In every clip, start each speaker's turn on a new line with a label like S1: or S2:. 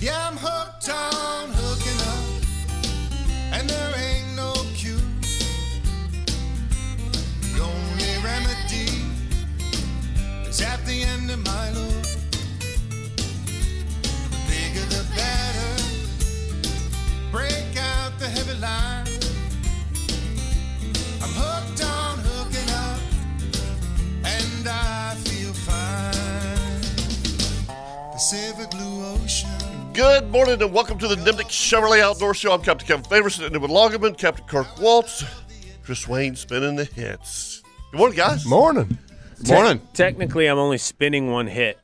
S1: Yeah, I'm hooked on hooking up, and there ain't no cure. The only remedy is at the end of my loop. The bigger the better. Break out the heavy line. I'm hooked on hooking up, and I feel fine. The silver glue ocean.
S2: Good morning and welcome to the Nimnik Chevrolet Outdoor Show. I'm Captain Kevin Faverson and with Loggerman, Captain Kirk Waltz, Chris Wayne spinning the hits. Good morning, guys.
S3: Morning. Morning.
S4: Technically, I'm only spinning one hit.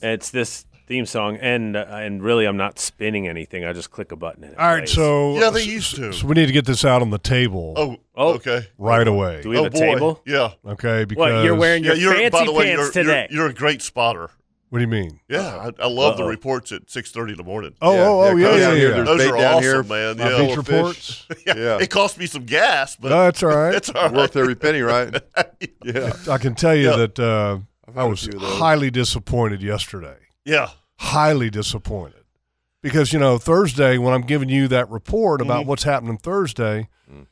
S4: It's this theme song, and uh, and really, I'm not spinning anything. I just click a button and it
S3: All right,
S4: plays.
S3: so
S2: Yeah, they used to.
S3: so we need to get this out on the table
S2: Oh,
S4: Oh.
S2: okay.
S3: right away.
S4: do we have
S2: oh,
S4: a
S2: boy.
S4: table?
S2: Yeah.
S3: okay, because
S4: What you're wearing your
S2: yeah, you're,
S4: fancy
S2: by the way,
S4: pants
S2: you're, you're-
S4: today?
S2: You're, a great spotter.
S3: What do you mean?
S2: Yeah, I, I love the
S4: Uh-oh.
S2: reports at 6.30 in the morning.
S3: Oh,
S5: Yeah,
S3: oh, oh,
S5: yeah,
S3: yeah, yeah,
S5: comes down
S3: yeah.
S5: here, there's
S2: Those
S5: bait
S2: are
S5: down
S2: awesome,
S5: here,
S2: man.
S3: My
S2: Yeah.
S3: uh, beach
S5: fish.
S3: reports.
S2: Yeah.
S5: Yeah.
S2: It cost me some gas, but
S3: No, that's all right.
S2: it's all right.
S5: worth every penny, right? yeah.
S3: I can tell you
S2: Yeah.
S3: that uh,
S5: I've had
S3: I
S5: a
S3: was
S5: few of those.
S3: highly disappointed yesterday.
S2: Yeah.
S3: Highly disappointed because you know Thursday when I'm giving you that report about
S2: Mhm.
S3: what's happening Thursday,
S2: Mm.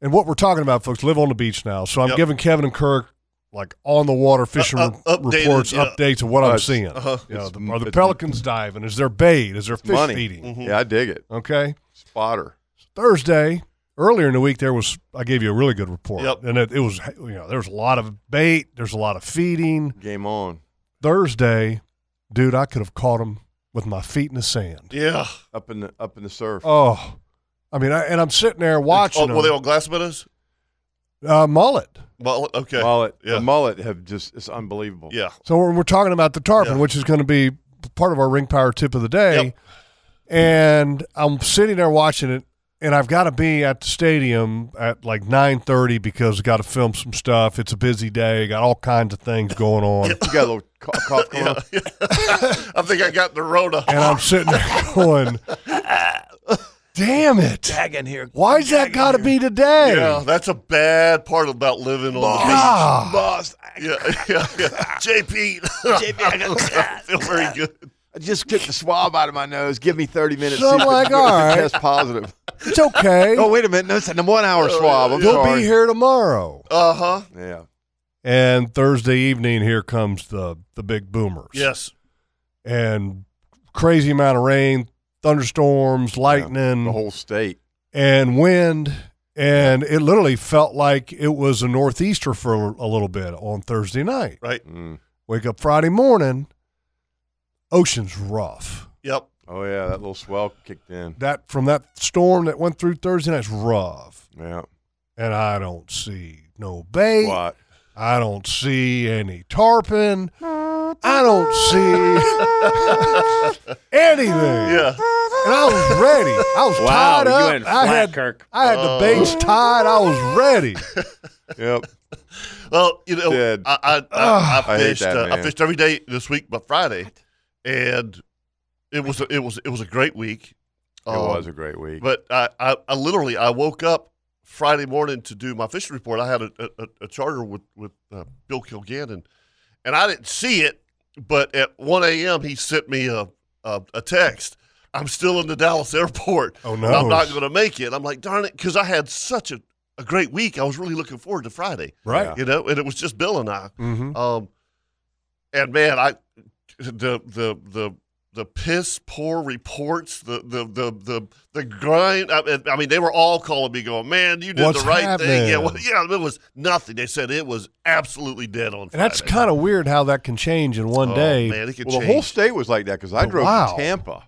S3: and what we're talking about, folks, live on the beach now. So I'm
S2: Yep.
S3: giving Kevin and Kirk like on the water fishing
S2: up- updated,
S3: reports,
S2: yeah.
S3: updates of what
S5: Uh,
S3: I'm
S5: it's-
S3: seeing.
S2: Uh-huh.
S3: You know,
S5: It's
S3: the-
S5: m-
S3: are the
S5: it's-
S3: pelicans diving? Is there bait? Is there fish
S5: money. Mm-hmm.
S3: feeding?
S2: Mhm.
S5: Yeah, I dig it.
S3: Okay.
S5: Spotter.
S3: Thursday, earlier in the week, there was I gave you a really good report,
S2: Yep.
S3: and it, it was you know there was a lot of bait, there's a lot of feeding.
S5: Game on.
S3: Thursday, dude, I could have caught them with my feet in the sand.
S2: Yeah.
S5: Up in the up in the surf.
S3: Oh, I mean, I, and I'm sitting there
S2: Oh,
S3: watching
S2: were they
S3: 'em.
S2: on glass minnows?
S3: uh, mullet.
S2: Well, okay.
S5: Mullet.
S2: Yeah.
S5: The mullet have just it's unbelievable.
S2: yeah.
S3: So we're, we're talking about the tarpon,
S2: Yeah.
S3: which is going to be part of our ring power tip of the day.
S2: Yep.
S3: And I'm sitting there watching it, and I've got to be at the stadium at like 9:30 because I got to film some stuff. It's a busy day, got all kinds of things going on,
S5: You got a little co- cough going on?
S2: I think I got the Rona.
S3: and I'm sitting there going, "Damn it!
S5: here.
S3: Why's that got to be today?"
S2: Yeah, that's a bad part about living on the beach.
S3: Ah.
S5: Boss,
S2: Yeah, yeah, yeah. JP. JP, I feel very good.
S5: I just took the swab out of my nose. Give me 30 minutes.
S3: So I'm
S5: see if
S3: like,
S5: it- if it
S3: all right.
S5: Test positive.
S3: It's okay.
S5: Oh, wait a minute. No, it's a one hour swab. I'm
S3: we'll
S5: sorry.
S3: be here tomorrow.
S2: Uh huh.
S5: Yeah.
S3: And Thursday evening, here comes the the big boomers.
S2: Yes.
S3: and crazy amount of rain, thunderstorms, lightning,
S5: The whole state.
S3: and wind. And it literally felt like it was a northeaster for a little bit on Thursday night.
S2: Right.
S5: Mm.
S3: Wake up Friday morning, ocean's rough.
S2: Yep.
S5: Oh, yeah. That little swell kicked in.
S3: That from that storm that went through Thursday night's rough.
S5: Yeah.
S2: Oh.
S3: And I don't see no bait.
S5: What?
S3: I don't see any tarpon. I don't see anything.
S2: Yeah.
S3: and I was ready. I was
S4: Wow,
S3: tied
S4: you
S3: up.
S4: went
S3: I
S4: flat,
S3: had
S4: Kirk.
S3: I had
S2: Oh.
S3: the baits tied. I was ready.
S5: Yep.
S2: Well, you know,
S5: Dead.
S2: I I, I, I
S5: I hate
S2: fished.
S5: that,
S2: uh, I
S5: man.
S2: fished every day this week, but Friday, and it was a, it was it was a great week.
S5: It
S2: Um,
S5: was a great week.
S2: But I, I, I literally I woke up Friday morning to do my fishing report. I had a, a, a- a charter with with uh, Bill Kilgannon, and I didn't see it. But at 1 a.m. he sent me a, a a text. I'm still in the Dallas airport.
S3: Oh
S2: and I'm not going to make it. I'm like, darn it, because I had such a a great week. I was really looking forward to Friday,
S3: Right.
S2: You know, and it was just Bill and I.
S3: Mhm.
S2: Um, and man, I the the the the piss poor reports, the the the the the grind. I, mean- I mean, they were all calling me, going, "Man, you did
S3: What's
S2: the right thing." Yeah,
S3: happening?
S2: well, yeah, it was nothing. They said it was absolutely dead on.
S3: And that's kind of weird how that can change in one
S2: Oh,
S3: day.
S2: man, it could
S5: Well, the whole state was like that because I
S3: But
S5: drove
S3: wow.
S5: to Tampa.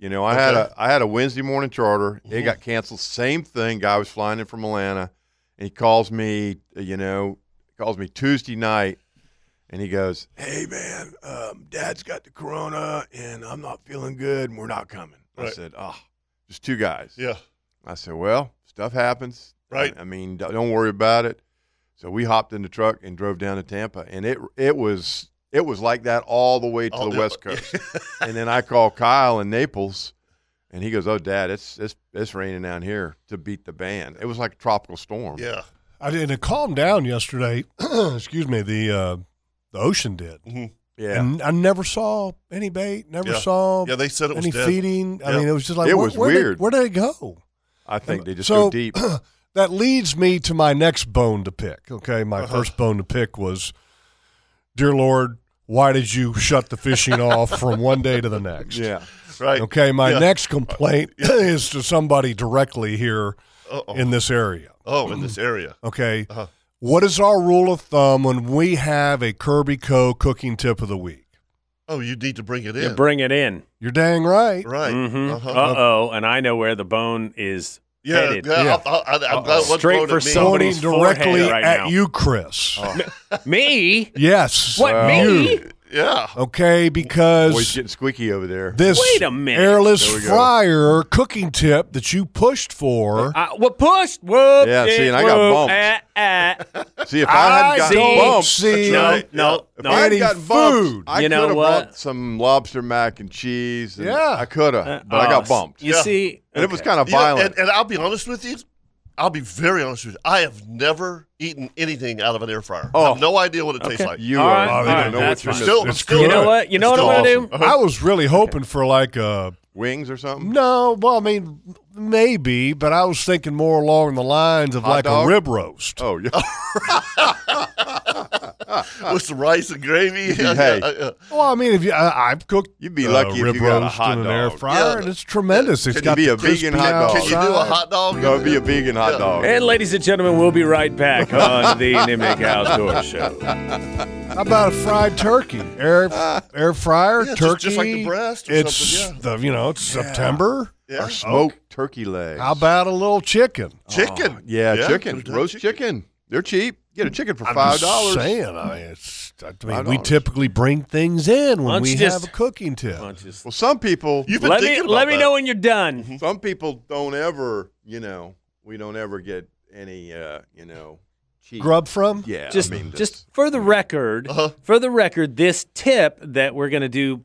S5: You know, I had
S2: Okay. Mm-hmm.
S5: a I had a Wednesday morning charter. It got canceled. Same thing. Guy was flying in from Atlanta, and he calls me. You know, calls me Tuesday night, and he goes, "Hey man, um, Dad's got the corona, and I'm not feeling good, and we're not coming." I
S2: Right.
S5: said,
S3: "Ah."
S5: "Oh, just two guys."
S2: Yeah,
S5: I said, "Well, stuff happens.
S2: Right.
S5: I, I mean, d- don't worry about it." So we hopped in the truck and drove down to Tampa, and it it was it was like that all the way to
S2: All
S5: the
S2: the-
S5: West Coast. and then I called Kyle in Naples, and he goes, "Oh, Dad, it's it's it's raining down here to beat the band." It was like a tropical storm.
S2: yeah.
S3: I did it calmed down yesterday. excuse me. The uh, the ocean did,
S5: yeah.
S3: and I never saw any bait. Never
S2: Mm-hmm. Yeah.
S3: saw
S2: Yeah, they said it was
S3: any
S2: dead.
S3: feeding. I
S2: Yeah.
S3: mean, it was just like
S5: It
S3: where-
S5: was
S3: where did-
S5: weird.
S3: where did it go?
S5: I think they just
S3: So-
S5: go deep.
S3: that leads me to my next bone to pick. Okay, my
S2: Uh-huh.
S3: first bone to pick was, dear Lord, why did you shut the fishing off from one day to the next?
S5: yeah.
S2: Right.
S3: Okay, my
S2: Yeah.
S3: next complaint is to somebody directly here
S2: Uh-oh.
S3: in this area.
S2: oh, in this area.
S3: Okay,
S2: Uh-huh.
S3: What is our rule of thumb when we have a Kirby Co. cooking tip of the week?
S2: Oh, you need to bring it in.
S4: You bring it in.
S3: You're dang right.
S2: right.
S4: hmm
S2: Uh-huh.
S4: Uh oh, and I know where the bone is
S2: yeah,
S4: headed.
S2: yeah.
S3: Yeah.
S2: I, I, I, I'm glad one
S4: Straight
S2: thrown
S4: for
S2: at me.
S4: some-
S3: Pointing
S4: Somebody's
S3: directly
S4: forehead right
S3: at
S4: now.
S3: you, Chris.
S5: Oh.
S4: Me?
S3: Yes.
S4: What me?
S3: you.
S2: Yeah.
S3: Okay, because
S5: Boy's getting squeaky over there.
S3: this
S4: Wait a minute.
S3: airless
S5: There we go.
S3: fryer cooking tip that you pushed for.
S4: Uh, what pushed? Whoop.
S5: Yeah, see, and I got
S4: whoop,
S5: bumped.
S4: eh, eh.
S5: See if I hadn't gotten
S4: don't
S5: bumped.
S3: see
S4: No, no,
S5: If
S4: no.
S5: I
S3: Any
S5: had gotten bumped,
S3: food.
S5: I
S4: You
S5: could
S4: know
S5: have
S4: what?
S5: brought some lobster mac and cheese. and
S3: Yeah.
S5: I could have, but I
S4: Oh,
S5: got bumped.
S4: You
S2: Yeah.
S4: see,
S5: And it was
S4: Okay.
S5: kind of
S2: You know,
S5: violent.
S2: and, and I'll be honest with you. I'll be very honest with you. I have never eaten anything out of an air fryer. I
S5: Oh.
S2: have no idea what it tastes
S4: Okay.
S2: like.
S5: you
S4: All
S5: are.
S4: right,
S5: I
S4: all
S5: don't
S4: right,
S5: know
S4: that's
S5: what you're
S4: fine.
S2: Still,
S5: missing.
S2: I'm
S3: It's
S2: still
S4: You know
S2: good.
S4: what? You know
S2: It's
S4: what I'm
S2: still
S4: gonna do?
S2: awesome.
S3: I was really hoping for like a
S5: Wings or something?
S3: no. Well, I mean, maybe, but I was thinking more along the lines of
S5: Hot
S3: like
S5: dog?
S3: a rib roast.
S5: Oh, yeah.
S2: With some rice and gravy. Yeah,
S5: Hey.
S2: yeah, yeah.
S3: Well, I mean, if you, I, I've cooked,
S5: You'd be
S3: uh,
S5: lucky if
S3: rib
S5: you got a
S3: roast
S5: hot
S3: in an air
S5: dog.
S3: fryer,
S2: Yeah.
S3: and it's tremendous. It's
S5: Can you
S3: got
S5: be
S3: the
S5: a vegan
S3: crispy
S5: hot dog?
S2: Can you do a
S3: outside.
S2: hot dog?
S5: That would be a vegan hot
S2: Yeah.
S5: dog.
S4: And ladies and gentlemen, we'll be right back on the Nimic Outdoor Show.
S3: How about a fried turkey? Air air fryer
S2: Yeah, just-
S3: turkey,
S2: just like the breast or
S3: it's
S2: something,
S3: the you know it's September.
S2: Yeah.
S5: Or smoked turkey legs.
S3: How about a little chicken?
S2: Chicken.
S5: Oh, Yeah,
S2: could
S5: chicken.
S2: have done
S5: Roast chicken. They're cheap. Get a chicken for
S3: I'm
S5: $5.
S3: just Saying, I mean, it's, I mean,
S5: Five
S3: we
S5: dollars.
S3: typically bring things in when
S4: Lunch
S3: we
S4: just-
S3: have a cooking tip.
S4: Punches.
S5: Well, some people,
S2: You've been
S4: Let me
S2: thinking
S4: let
S2: about
S4: me
S2: that.
S4: know when you're done.
S5: some people don't ever, you know, we don't ever get any, uh, you know, cheap.
S3: Grub from?
S5: Yeah. I
S4: Just
S5: mean,
S4: just for the record,
S2: Uh-huh.
S4: for the record, this tip that we're gonna do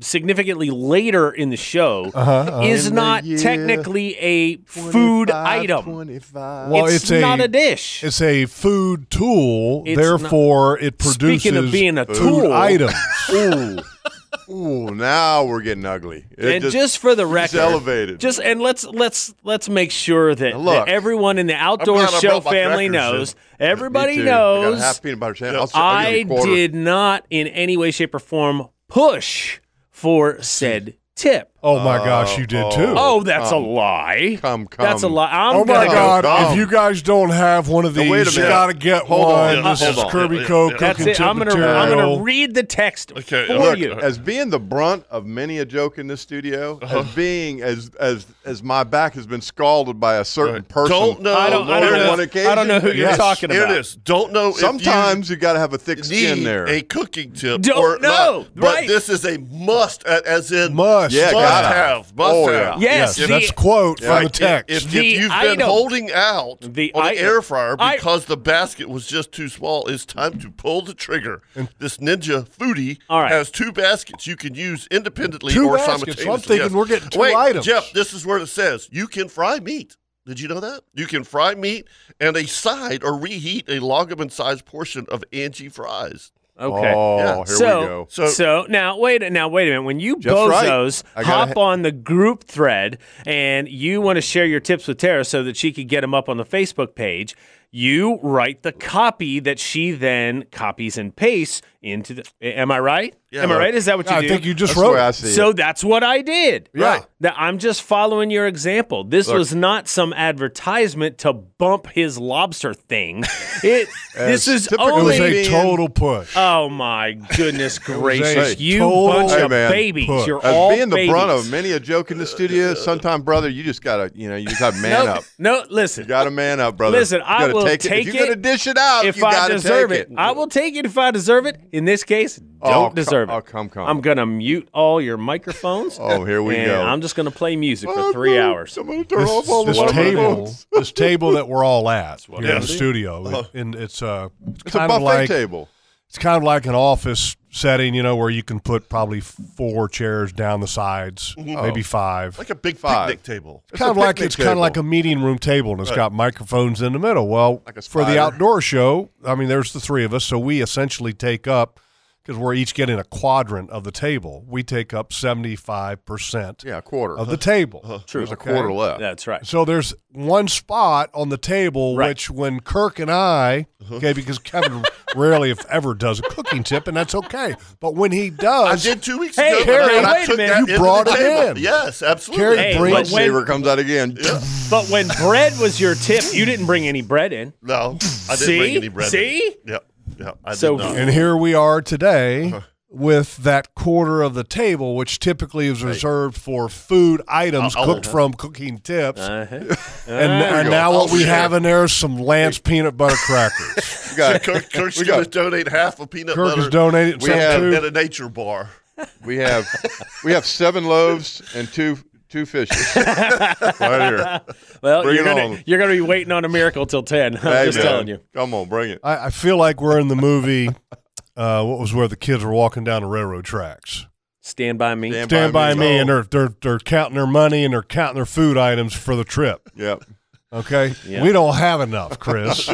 S4: significantly later in the show
S3: Uh-huh, uh-huh.
S4: is
S5: In the
S4: not
S5: year
S4: technically a food
S5: 25,
S4: item.
S5: 25.
S3: Well,
S4: it's,
S3: it's a-
S4: not a dish.
S3: It's a food tool,
S4: It's
S3: therefore it produces
S4: Speaking of being a
S3: food
S4: tool,
S3: items.
S5: Ooh. Ooh, now we're getting ugly. It
S4: and just, for the record,
S5: elevated.
S4: Just and let's let's let's make sure that,
S5: Now look,
S4: that everyone in the outdoor
S2: glad I
S4: show
S2: brought my
S4: family
S2: crackers
S4: knows.
S5: Me
S4: Everybody
S5: too. I got a
S4: knows.
S5: half peanut butter sandwich. I'll- I'll give
S4: I
S5: you a quarter.
S4: did not in any way, shape, or form push for said tip.
S3: Oh
S2: Uh,
S3: my gosh, you did too.
S4: Oh, that's a lie.
S5: Come, come.
S4: That's a lie. I'm
S3: Oh my
S4: gonna
S3: God!
S5: go dumb.
S3: If you guys don't have one of
S5: Now,
S3: these,
S5: wait a
S3: you
S5: minute.
S3: gotta get
S5: Hold on.
S3: one.
S2: Yeah,
S3: this
S2: hold
S3: is
S2: on.
S3: Kirby
S2: Yeah,
S3: Co.
S2: yeah, yeah.
S4: That's
S3: cooking
S4: it.
S3: tip
S4: I'm gonna
S3: material.
S4: I'm gonna read the text
S2: Okay,
S4: for
S2: look,
S4: you.
S5: As being the brunt of many a joke in this studio, as being as as as my back has been scalded by a certain
S2: Right.
S5: person.
S2: Don't know.
S4: I don't, I
S2: Lord,
S4: don't
S2: it
S4: know.
S2: is.
S5: on occasion.
S4: I don't know who you're
S3: Yes.
S4: talking
S2: Here
S4: about.
S2: it is. Don't know. if you
S5: Sometimes you, got to have a thick skin
S2: need
S5: there.
S2: a cooking tip.
S4: Don't
S2: or
S4: know,
S2: Not, but
S4: right.
S2: this is a must, a- as in
S3: Must.
S5: Yeah,
S2: must
S5: gotta.
S2: have. Must
S5: Oh,
S2: have.
S5: yeah.
S4: Yes, the-
S3: that's quote from the
S2: Right,
S3: text.
S2: If, if,
S4: The
S2: if you've been
S4: item.
S2: holding out
S4: The
S2: on the
S4: item.
S2: air fryer
S4: I-
S2: because the basket was just too small, it's time to pull the trigger. This ninja foodie
S4: All right.
S2: has two baskets you can use independently
S3: Two
S2: or
S3: baskets.
S2: simultaneously.
S3: I'm thinking
S2: yes.
S3: we're getting two
S2: Wait,
S3: items.
S2: Jeff, this is where it says you can fry meat. Did you know that? You can fry meat and a side or reheat a loggerman sized portion of Angie fries.
S4: Okay.
S5: Oh, Yeah. here we
S4: so,
S5: go.
S4: So, now wait now wait a minute. When you
S5: Just right.
S4: bozos
S5: I gotta
S4: hop
S5: ha-
S4: on the group thread and you want to share your tips with Tara so that she could get them up on the Facebook page, you write the copy that she then copies and pastes into the. Am I right?
S2: Yeah.
S4: Am I right? Is that what you
S3: I
S4: do?
S3: think you just
S5: That's the
S3: wrote.
S5: way I
S3: it.
S5: see it.
S4: So that's what I did.
S2: Yeah. Right.
S4: That I'm just following your example. This
S5: Look.
S4: was not some advertisement to bump his lobster thing. It this
S5: As
S4: is
S5: typical
S3: It was
S4: only
S5: as
S3: a total push.
S4: Oh my goodness gracious!
S5: a
S4: you
S3: total
S4: bunch
S5: Hey,
S4: of
S5: man.
S4: babies.
S3: Put-
S4: You're
S5: As
S4: all
S5: being the
S4: babies.
S5: brunt of many a joke in the studio, sometime, brother, you just gotta, you know, you just gotta man
S4: no,
S5: up.
S4: no, listen.
S5: You gotta man up, brother.
S4: Listen,
S5: you
S4: I
S5: gotta
S4: will
S5: take,
S4: take
S5: If you're
S4: it
S5: gonna dish it out,
S4: if
S5: you
S4: I
S5: gotta
S4: deserve
S5: take
S4: it. I will take it if I deserve it. In this case, don't
S5: Oh, come-
S4: deserve it.
S5: oh, come, come.
S4: I'm gonna mute all your microphones.
S5: Oh, here we
S4: and
S5: go. Oh,
S4: I'm just gonna play music for three hours.
S5: I'm gonna turn off all the
S3: this
S5: water Oh,
S3: table,
S5: balloons.
S3: this table that we're all at here in
S2: it
S3: the
S2: is.
S3: studio, and it's uh, it's,
S5: It's a
S3: kind
S5: buffet
S3: of like
S5: table.
S3: it's kind of like an office setting, you know, where you can put probably four chairs down the sides, maybe five.
S2: Like a big
S5: Five.
S2: picnic table.
S3: It's kind of
S5: Mm-hmm. Oh. a
S3: like
S5: picnic
S3: it's kind of
S5: table.
S3: like a meeting room table, and it's got microphones in the middle. Well,
S5: Like a
S3: for the
S5: spider.
S3: outdoor show, I mean, there's the three of us, so we essentially take up because we're each getting a quadrant of the table. We take up seventy five percent
S5: Yeah, a quarter.
S3: of the table.
S5: True. There's a quarter left.
S4: That's right.
S3: So there's one spot on the table,
S4: Right. Uh-huh.
S3: which when Kirk and I, okay, because Kevin rarely, if ever, does a cooking tip, and that's okay. But when he
S2: I
S3: does,
S2: did two weeks
S4: Hey,
S2: ago.
S4: Harry,
S2: and I
S4: wait a
S2: took
S4: minute.
S2: that
S3: You
S2: into the
S3: brought it in.
S2: table. Yes, absolutely.
S3: Carrie
S4: Hey,
S3: brings-
S4: but when,
S5: Saver comes out again.
S4: but when bread was your tip, you didn't bring any bread in.
S2: No, I didn't
S4: See?
S2: bring any bread. in.
S4: See?
S2: Yep. Yep. I
S4: So-
S2: did not. Uh-huh.
S3: and here we are today with that quarter of the table, which typically is reserved for food items
S2: Uh, I'll-
S3: cooked from cooking tips.
S4: Uh-huh.
S3: and and
S5: go.
S3: now what
S2: I'll
S3: we
S2: share.
S3: have in there is some Lance peanut butter crackers.
S5: You got-
S2: Kirk, Kirk's
S5: we got-
S2: going to donate half a peanut
S3: Kirk
S2: butter
S3: has donated
S5: We
S3: some
S5: have-
S3: too.
S2: at a nature bar.
S5: We have we have seven loaves and two two fishes right here.
S4: Well,
S5: Bring
S4: you're
S5: it
S4: gonna
S5: on.
S4: you're gonna be waiting on a miracle till ten. I'm
S5: Hey,
S4: just
S5: man,
S4: telling you.
S5: Come on, bring it.
S3: I, I feel like we're in the movie. Uh, what was where the kids were walking down the railroad tracks?
S4: Stand by me.
S5: Stand
S3: Stand by
S5: By
S3: me,
S5: me. Oh.
S3: and they're, they're they're counting their money and they're counting their food items for the trip.
S5: Yep.
S3: Okay, we don't have enough, Chris.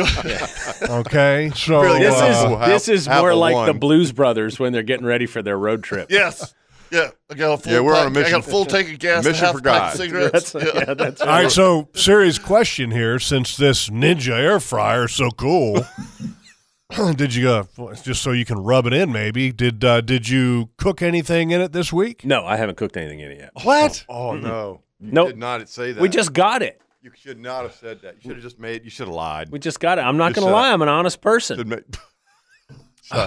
S3: okay, so
S4: This
S5: Wow.
S4: is
S3: uh,
S5: Half-
S4: this is
S5: half
S4: more
S5: a
S4: like the
S5: one.
S4: Blues Brothers when they're getting ready for their road trip.
S2: Yes. Yeah. I got a full
S5: Yeah, we're on a
S2: pack- I
S5: mission-
S2: got a full tank of gas,
S5: mission
S2: and half
S5: for
S2: a pack
S5: God.
S2: of cigarettes.
S4: That's, yeah, that's
S3: all right. So serious question here, since this Ninja air fryer is so cool. did you uh, just so you can rub it in? Maybe did uh, did you cook anything in it this week?
S4: No, I haven't cooked anything in it yet.
S3: What?
S5: Oh no. You
S4: Nope.
S5: did not say that.
S4: We just got it.
S5: you should not have said that. You should have just made you should have lied.
S4: We just got it. I'm not
S5: Just
S4: going to
S5: shut
S4: lie. I'm an honest person.
S5: Should ma-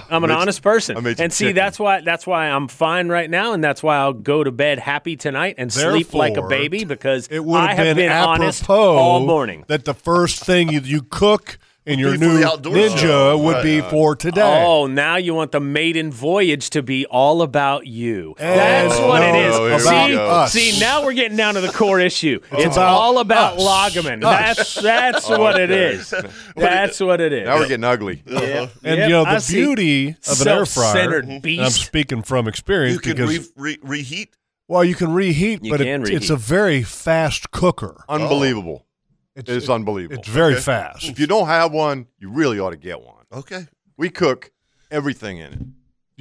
S4: I'm an
S5: made some-
S4: honest person.
S5: I
S4: And
S5: made some
S4: see,
S5: chicken.
S4: that's why that's why I'm fine right now, and that's why I'll go to bed happy tonight and sleep like a
S3: Therefore,
S4: baby because
S3: It would
S4: I
S3: have
S4: have
S3: been,
S4: been honest
S3: apropos
S4: all morning.
S3: that the first thing you, you cook in your
S2: be for
S3: new
S2: the outdoor
S3: ninja
S2: show.
S3: would
S2: Right.
S3: be for today.
S4: Oh, now you want the maiden voyage to be all about you.
S3: And
S4: That's what it
S5: no, Oh, here we
S4: is.
S5: go.
S3: Us.
S4: see, see, now we're getting down to the core issue. It's
S3: about
S4: all about
S3: us.
S4: Loggerman.
S3: Us.
S4: That's that's
S5: Oh,
S4: what it is. That's what it is.
S5: now we're getting ugly.
S4: Yeah.
S3: and
S4: Yep,
S3: you know
S4: I
S3: the
S4: see.
S3: beauty of an air fryer.
S4: Self-centered
S5: Mm-hmm.
S3: and I'm
S4: beast.
S3: speaking from experience
S2: You can
S3: because
S2: re- re- reheat.
S3: well, you can reheat,
S4: You
S3: but it-
S4: can
S3: it's
S4: reheat.
S3: a very fast cooker.
S5: Oh, Unbelievable.
S3: Oh. It's,
S5: It's
S3: it-
S5: unbelievable.
S3: it's very
S2: Okay.
S3: fast.
S5: if you don't have one, you really ought to get one.
S2: Okay.
S5: We cook everything in it.
S3: Do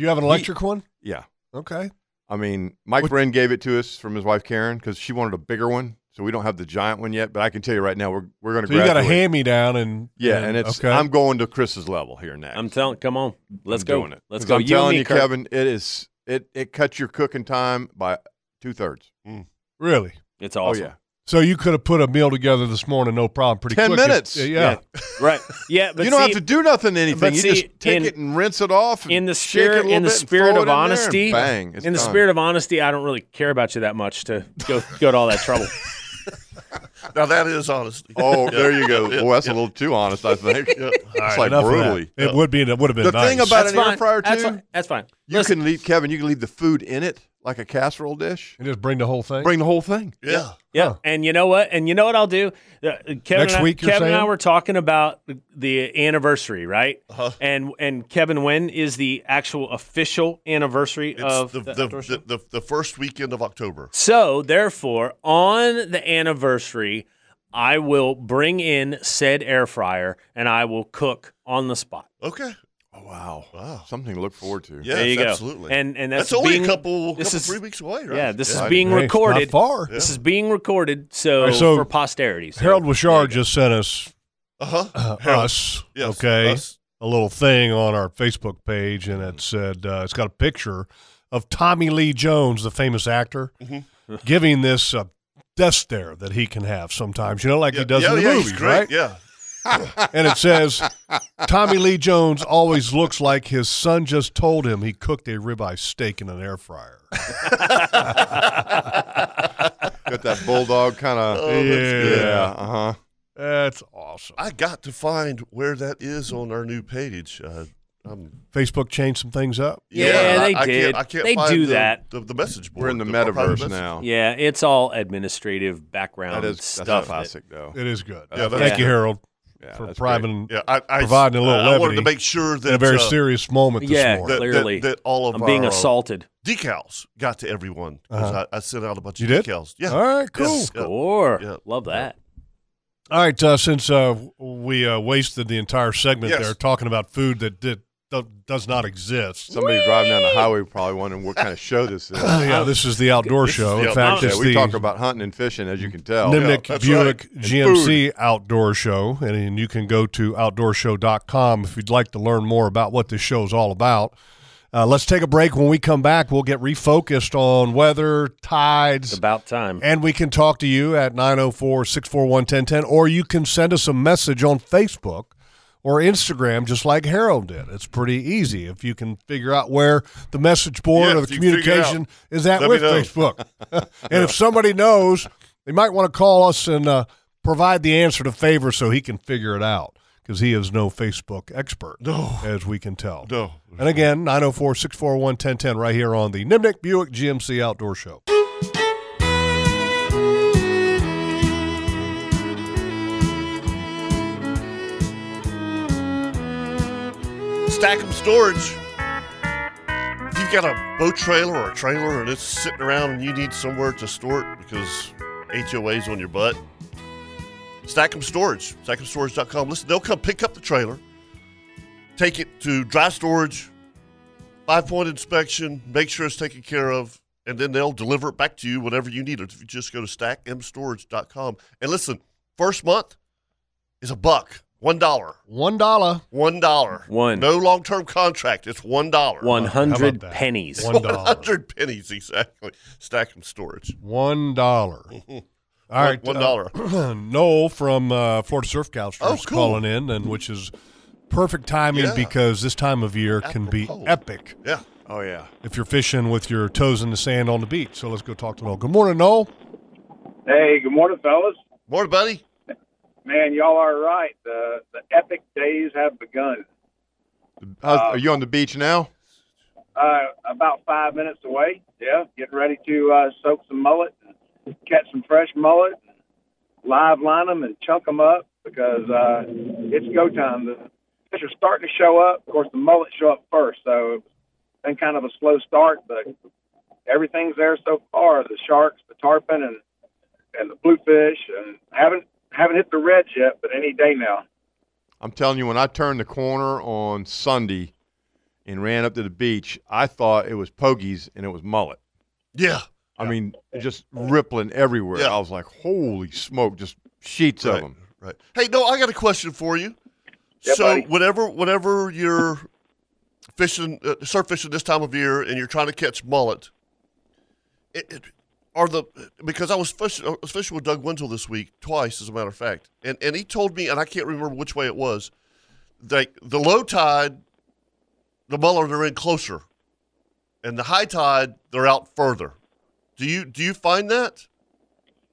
S3: you have an electric one?
S5: Yeah.
S3: Okay.
S5: I mean, Mike
S3: What-
S5: Wren gave it to us from his wife Karen because she wanted a bigger one, so we don't have the giant one yet. But I can tell you right now, we're we're going to.
S3: So you got a hand me down and
S5: Yeah, and it's
S3: okay.
S5: I'm going to Chris's level here next.
S4: I'm telling. Come on, let's
S5: I'm
S4: go.
S5: doing it.
S4: Let's
S5: 'Cause
S4: go.
S5: I'm
S4: and
S5: telling
S4: me,
S5: you,
S4: Kirk.
S5: Kevin, it is it it cuts your cooking time by two thirds.
S3: Mm. really.
S4: It's awesome.
S5: Oh yeah,
S3: So you could have put a meal together this morning, no problem. Pretty
S5: 10
S3: quick if-
S5: minutes.
S3: yeah.
S4: Right. Yeah. But
S5: you don't
S4: see,
S5: have to do nothing to anything.
S4: but
S5: You
S4: see,
S5: just take
S4: in-
S5: it and rinse it off. and
S4: in the
S5: shake it a
S4: spirit
S5: little
S4: in the
S5: bit and
S4: spirit
S5: throw it
S4: of
S5: in there and
S4: honesty,
S5: bang, it's
S4: in the
S5: done.
S4: spirit of honesty, I don't really care about you that much to go go to all that trouble.
S2: Now that is honesty.
S5: Oh, there you go. Well, that's a little too honest, I think. It's like
S3: Enough of that.
S5: brutally.
S3: It would be. It would have been
S5: The
S3: nice.
S5: thing about
S4: That's
S5: an air
S4: fine.
S5: fryer
S4: That's
S5: too,
S4: fine. That's fine.
S5: You can leave, Kevin. You can leave the food in it like a casserole dish.
S3: and just bring the whole thing.
S5: Bring the whole thing.
S2: Yeah.
S4: Yeah, and you know what? And you know what I'll do? Uh, Kevin
S3: Next
S4: and I,
S3: week, you're
S4: Kevin and I
S3: saying?
S4: were talking about the- the anniversary, right? Uh-huh. And and Kevin, when is the actual official anniversary
S2: It's
S4: of
S2: the,
S4: the
S2: the,
S4: outdoor show?
S2: the, the, the first weekend of October.
S4: So, therefore, on the anniversary, I will bring in said air fryer and I will cook on the spot.
S2: Okay.
S5: Oh, wow.
S2: Wow.
S5: Something to look forward to.
S2: Yes,
S4: there you go.
S2: absolutely.
S4: And and that's,
S2: that's, only
S4: being-
S2: a couple,
S4: this
S2: couple
S4: is-
S2: three weeks away, right?
S4: Yeah, this
S5: Yeah.
S4: is being
S3: Hey, it's not
S4: recorded.
S3: far.
S4: This is being recorded, so,
S3: All right, so
S4: for posterity. so-
S3: Harold Wishard just sent us
S2: Uh-huh.
S3: uh,
S2: Harold.
S3: us
S2: Yes,
S3: okay
S2: us.
S3: a little thing on our Facebook page, and it said uh, it's got a picture of Tommy Lee Jones, the famous actor,
S4: Mm-hmm.
S2: Mhm.
S3: giving this uh, death stare that he can have sometimes. You know, like
S2: Yeah,
S3: he does
S2: yeah,
S3: in the
S2: yeah, he's
S3: movies,
S2: great,
S3: right?
S2: Yeah.
S3: And it says Tommy Lee Jones always looks like his son just told him he cooked a ribeye steak in an air fryer.
S5: Got that bulldog kind of.
S2: Oh, that's
S3: Yeah.
S2: good.
S5: yeah. Uh huh.
S3: That's awesome.
S2: I got to find where that is on our new page. Uh, I'm,
S3: Facebook changed some things up.
S4: Yeah, they
S2: I,
S4: did.
S2: Can't, I can't
S4: They
S2: find
S4: do
S2: the,
S4: that.
S2: The, the message board.
S5: We're in the
S2: private
S5: metaverse
S2: message.
S5: now.
S4: yeah, it's all administrative background
S5: That is that's
S4: stuff.
S5: classic, though. Uh,
S3: It is good.
S2: Yeah, that's
S3: Thank you,
S2: good.
S3: Harold,
S5: Yeah,
S3: for
S5: that's great.
S3: providing
S2: Yeah, I, I
S3: Providing a little
S2: I wanted to
S3: levity
S2: make sure that
S3: in a very
S2: uh,
S3: serious moment this
S4: Yeah.
S3: morning.
S2: that,
S4: Clearly.
S2: that, that all of
S4: I'm
S2: our
S4: being
S2: uh,
S4: assaulted.
S2: decals got to everyone. 'cause
S3: Uh-huh.
S2: I, I sent out a bunch
S3: You
S2: of
S3: did?
S2: decals. Yeah.
S3: All right, cool.
S2: Yes. Yeah.
S4: Score.
S2: Yeah.
S4: Love that.
S3: All right, uh, since uh, we uh, wasted the entire segment
S2: Yes.
S3: there talking about food that did, do- does not exist.
S5: Somebody driving down the highway probably wondering what kind of show this is.
S3: Uh, yeah, this is the outdoor show.
S2: the
S3: In
S2: outdoor
S3: fact,
S5: Yeah,
S3: it's
S5: we
S3: the
S5: talk about hunting and fishing, as you can tell.
S3: Nimnik
S2: that's
S3: Buick
S2: right. And
S3: GMC outdoor show, and, and you can go to outdoorshow.com if you'd like to learn more about what this show is all about. Uh, let's take a break. When we come back, we'll get refocused on weather, tides,
S4: It's about time.
S3: And we can talk to you at 904 641 1010, or you can send us a message on Facebook or Instagram, just like Harold did. It's pretty easy if you can figure out where the message board
S2: Yeah,
S3: or
S2: if
S3: the
S2: you figure it
S3: communication is at
S2: let me
S3: with
S2: know.
S3: Facebook. and if somebody knows, they might want to call us and uh, provide the answer to favor so he can figure it out because he is no Facebook expert,
S2: No.
S3: as we can tell.
S2: No.
S3: And again, 904 641 1010 right here on the Nimnik Buick GMC Outdoor Show.
S2: Stack 'em storage. If you've got a boat trailer or a trailer and it's sitting around and you need somewhere to store it because HOA's on your butt, Stack 'em storage. Stack'emStorage.com. Listen, they'll come pick up the trailer, take it to dry storage, five point inspection, make sure it's taken care of, and then they'll deliver it back to you whenever you need it. If you just go to stackmstorage.com. And listen, first month is a buck, one dollar.
S3: One dollar.
S2: One dollar.
S4: One.
S2: No long term contract. It's one dollar.
S4: One hundred
S3: that?
S4: pennies.
S3: One dollar.
S2: hundred pennies exactly. Stack them storage.
S3: One dollar. All right.
S2: One
S3: uh,
S2: dollar.
S3: Noel from uh, Florida Surf Couch
S2: Oh,
S3: is
S2: cool.
S3: calling in, and which is perfect timing
S2: Yeah.
S3: because this time of year can be
S2: Apropos.
S3: epic
S2: Yeah.
S5: Oh, yeah.
S3: if you're fishing with your toes in the sand on the beach. So let's go talk to Noel. Good morning, Noel.
S6: Hey, good morning, fellas.
S2: Morning, buddy.
S6: Man, y'all are right. The the epic days have begun.
S5: How's, are you on the beach now?
S6: Uh, about five minutes away. Yeah, getting ready to uh, soak some mullet, and catch some fresh mullet, and live line them and chunk them up because uh, it's go time. The fish are starting to show up. Of course, the mullet show up first, so it's been kind of a slow start, but everything's there so far. The sharks, the tarpon, and and the bluefish, and haven't haven't hit the reds yet, but any day now.
S5: I'm telling you, when I turned the corner on Sunday and ran up to the beach, I thought it was pogies and it was mullet.
S2: Yeah.
S5: I mean, just rippling everywhere.
S2: Yeah.
S5: I was like, holy smoke, just sheets of
S2: Right.
S5: 'em. of them.
S2: Right. Hey, no, I got a question for you.
S6: Yeah,
S2: so
S6: buddy.
S2: whenever whenever you're fishing, uh, surf fishing this time of year, and you're trying to catch mullet, it, it, are the because I was fishing, I was fishing with Doug Wenzel this week twice, as a matter of fact, and and he told me, and I can't remember which way it was, that the low tide, the mullet are in closer, and the high tide they're out further. Do you do you find that?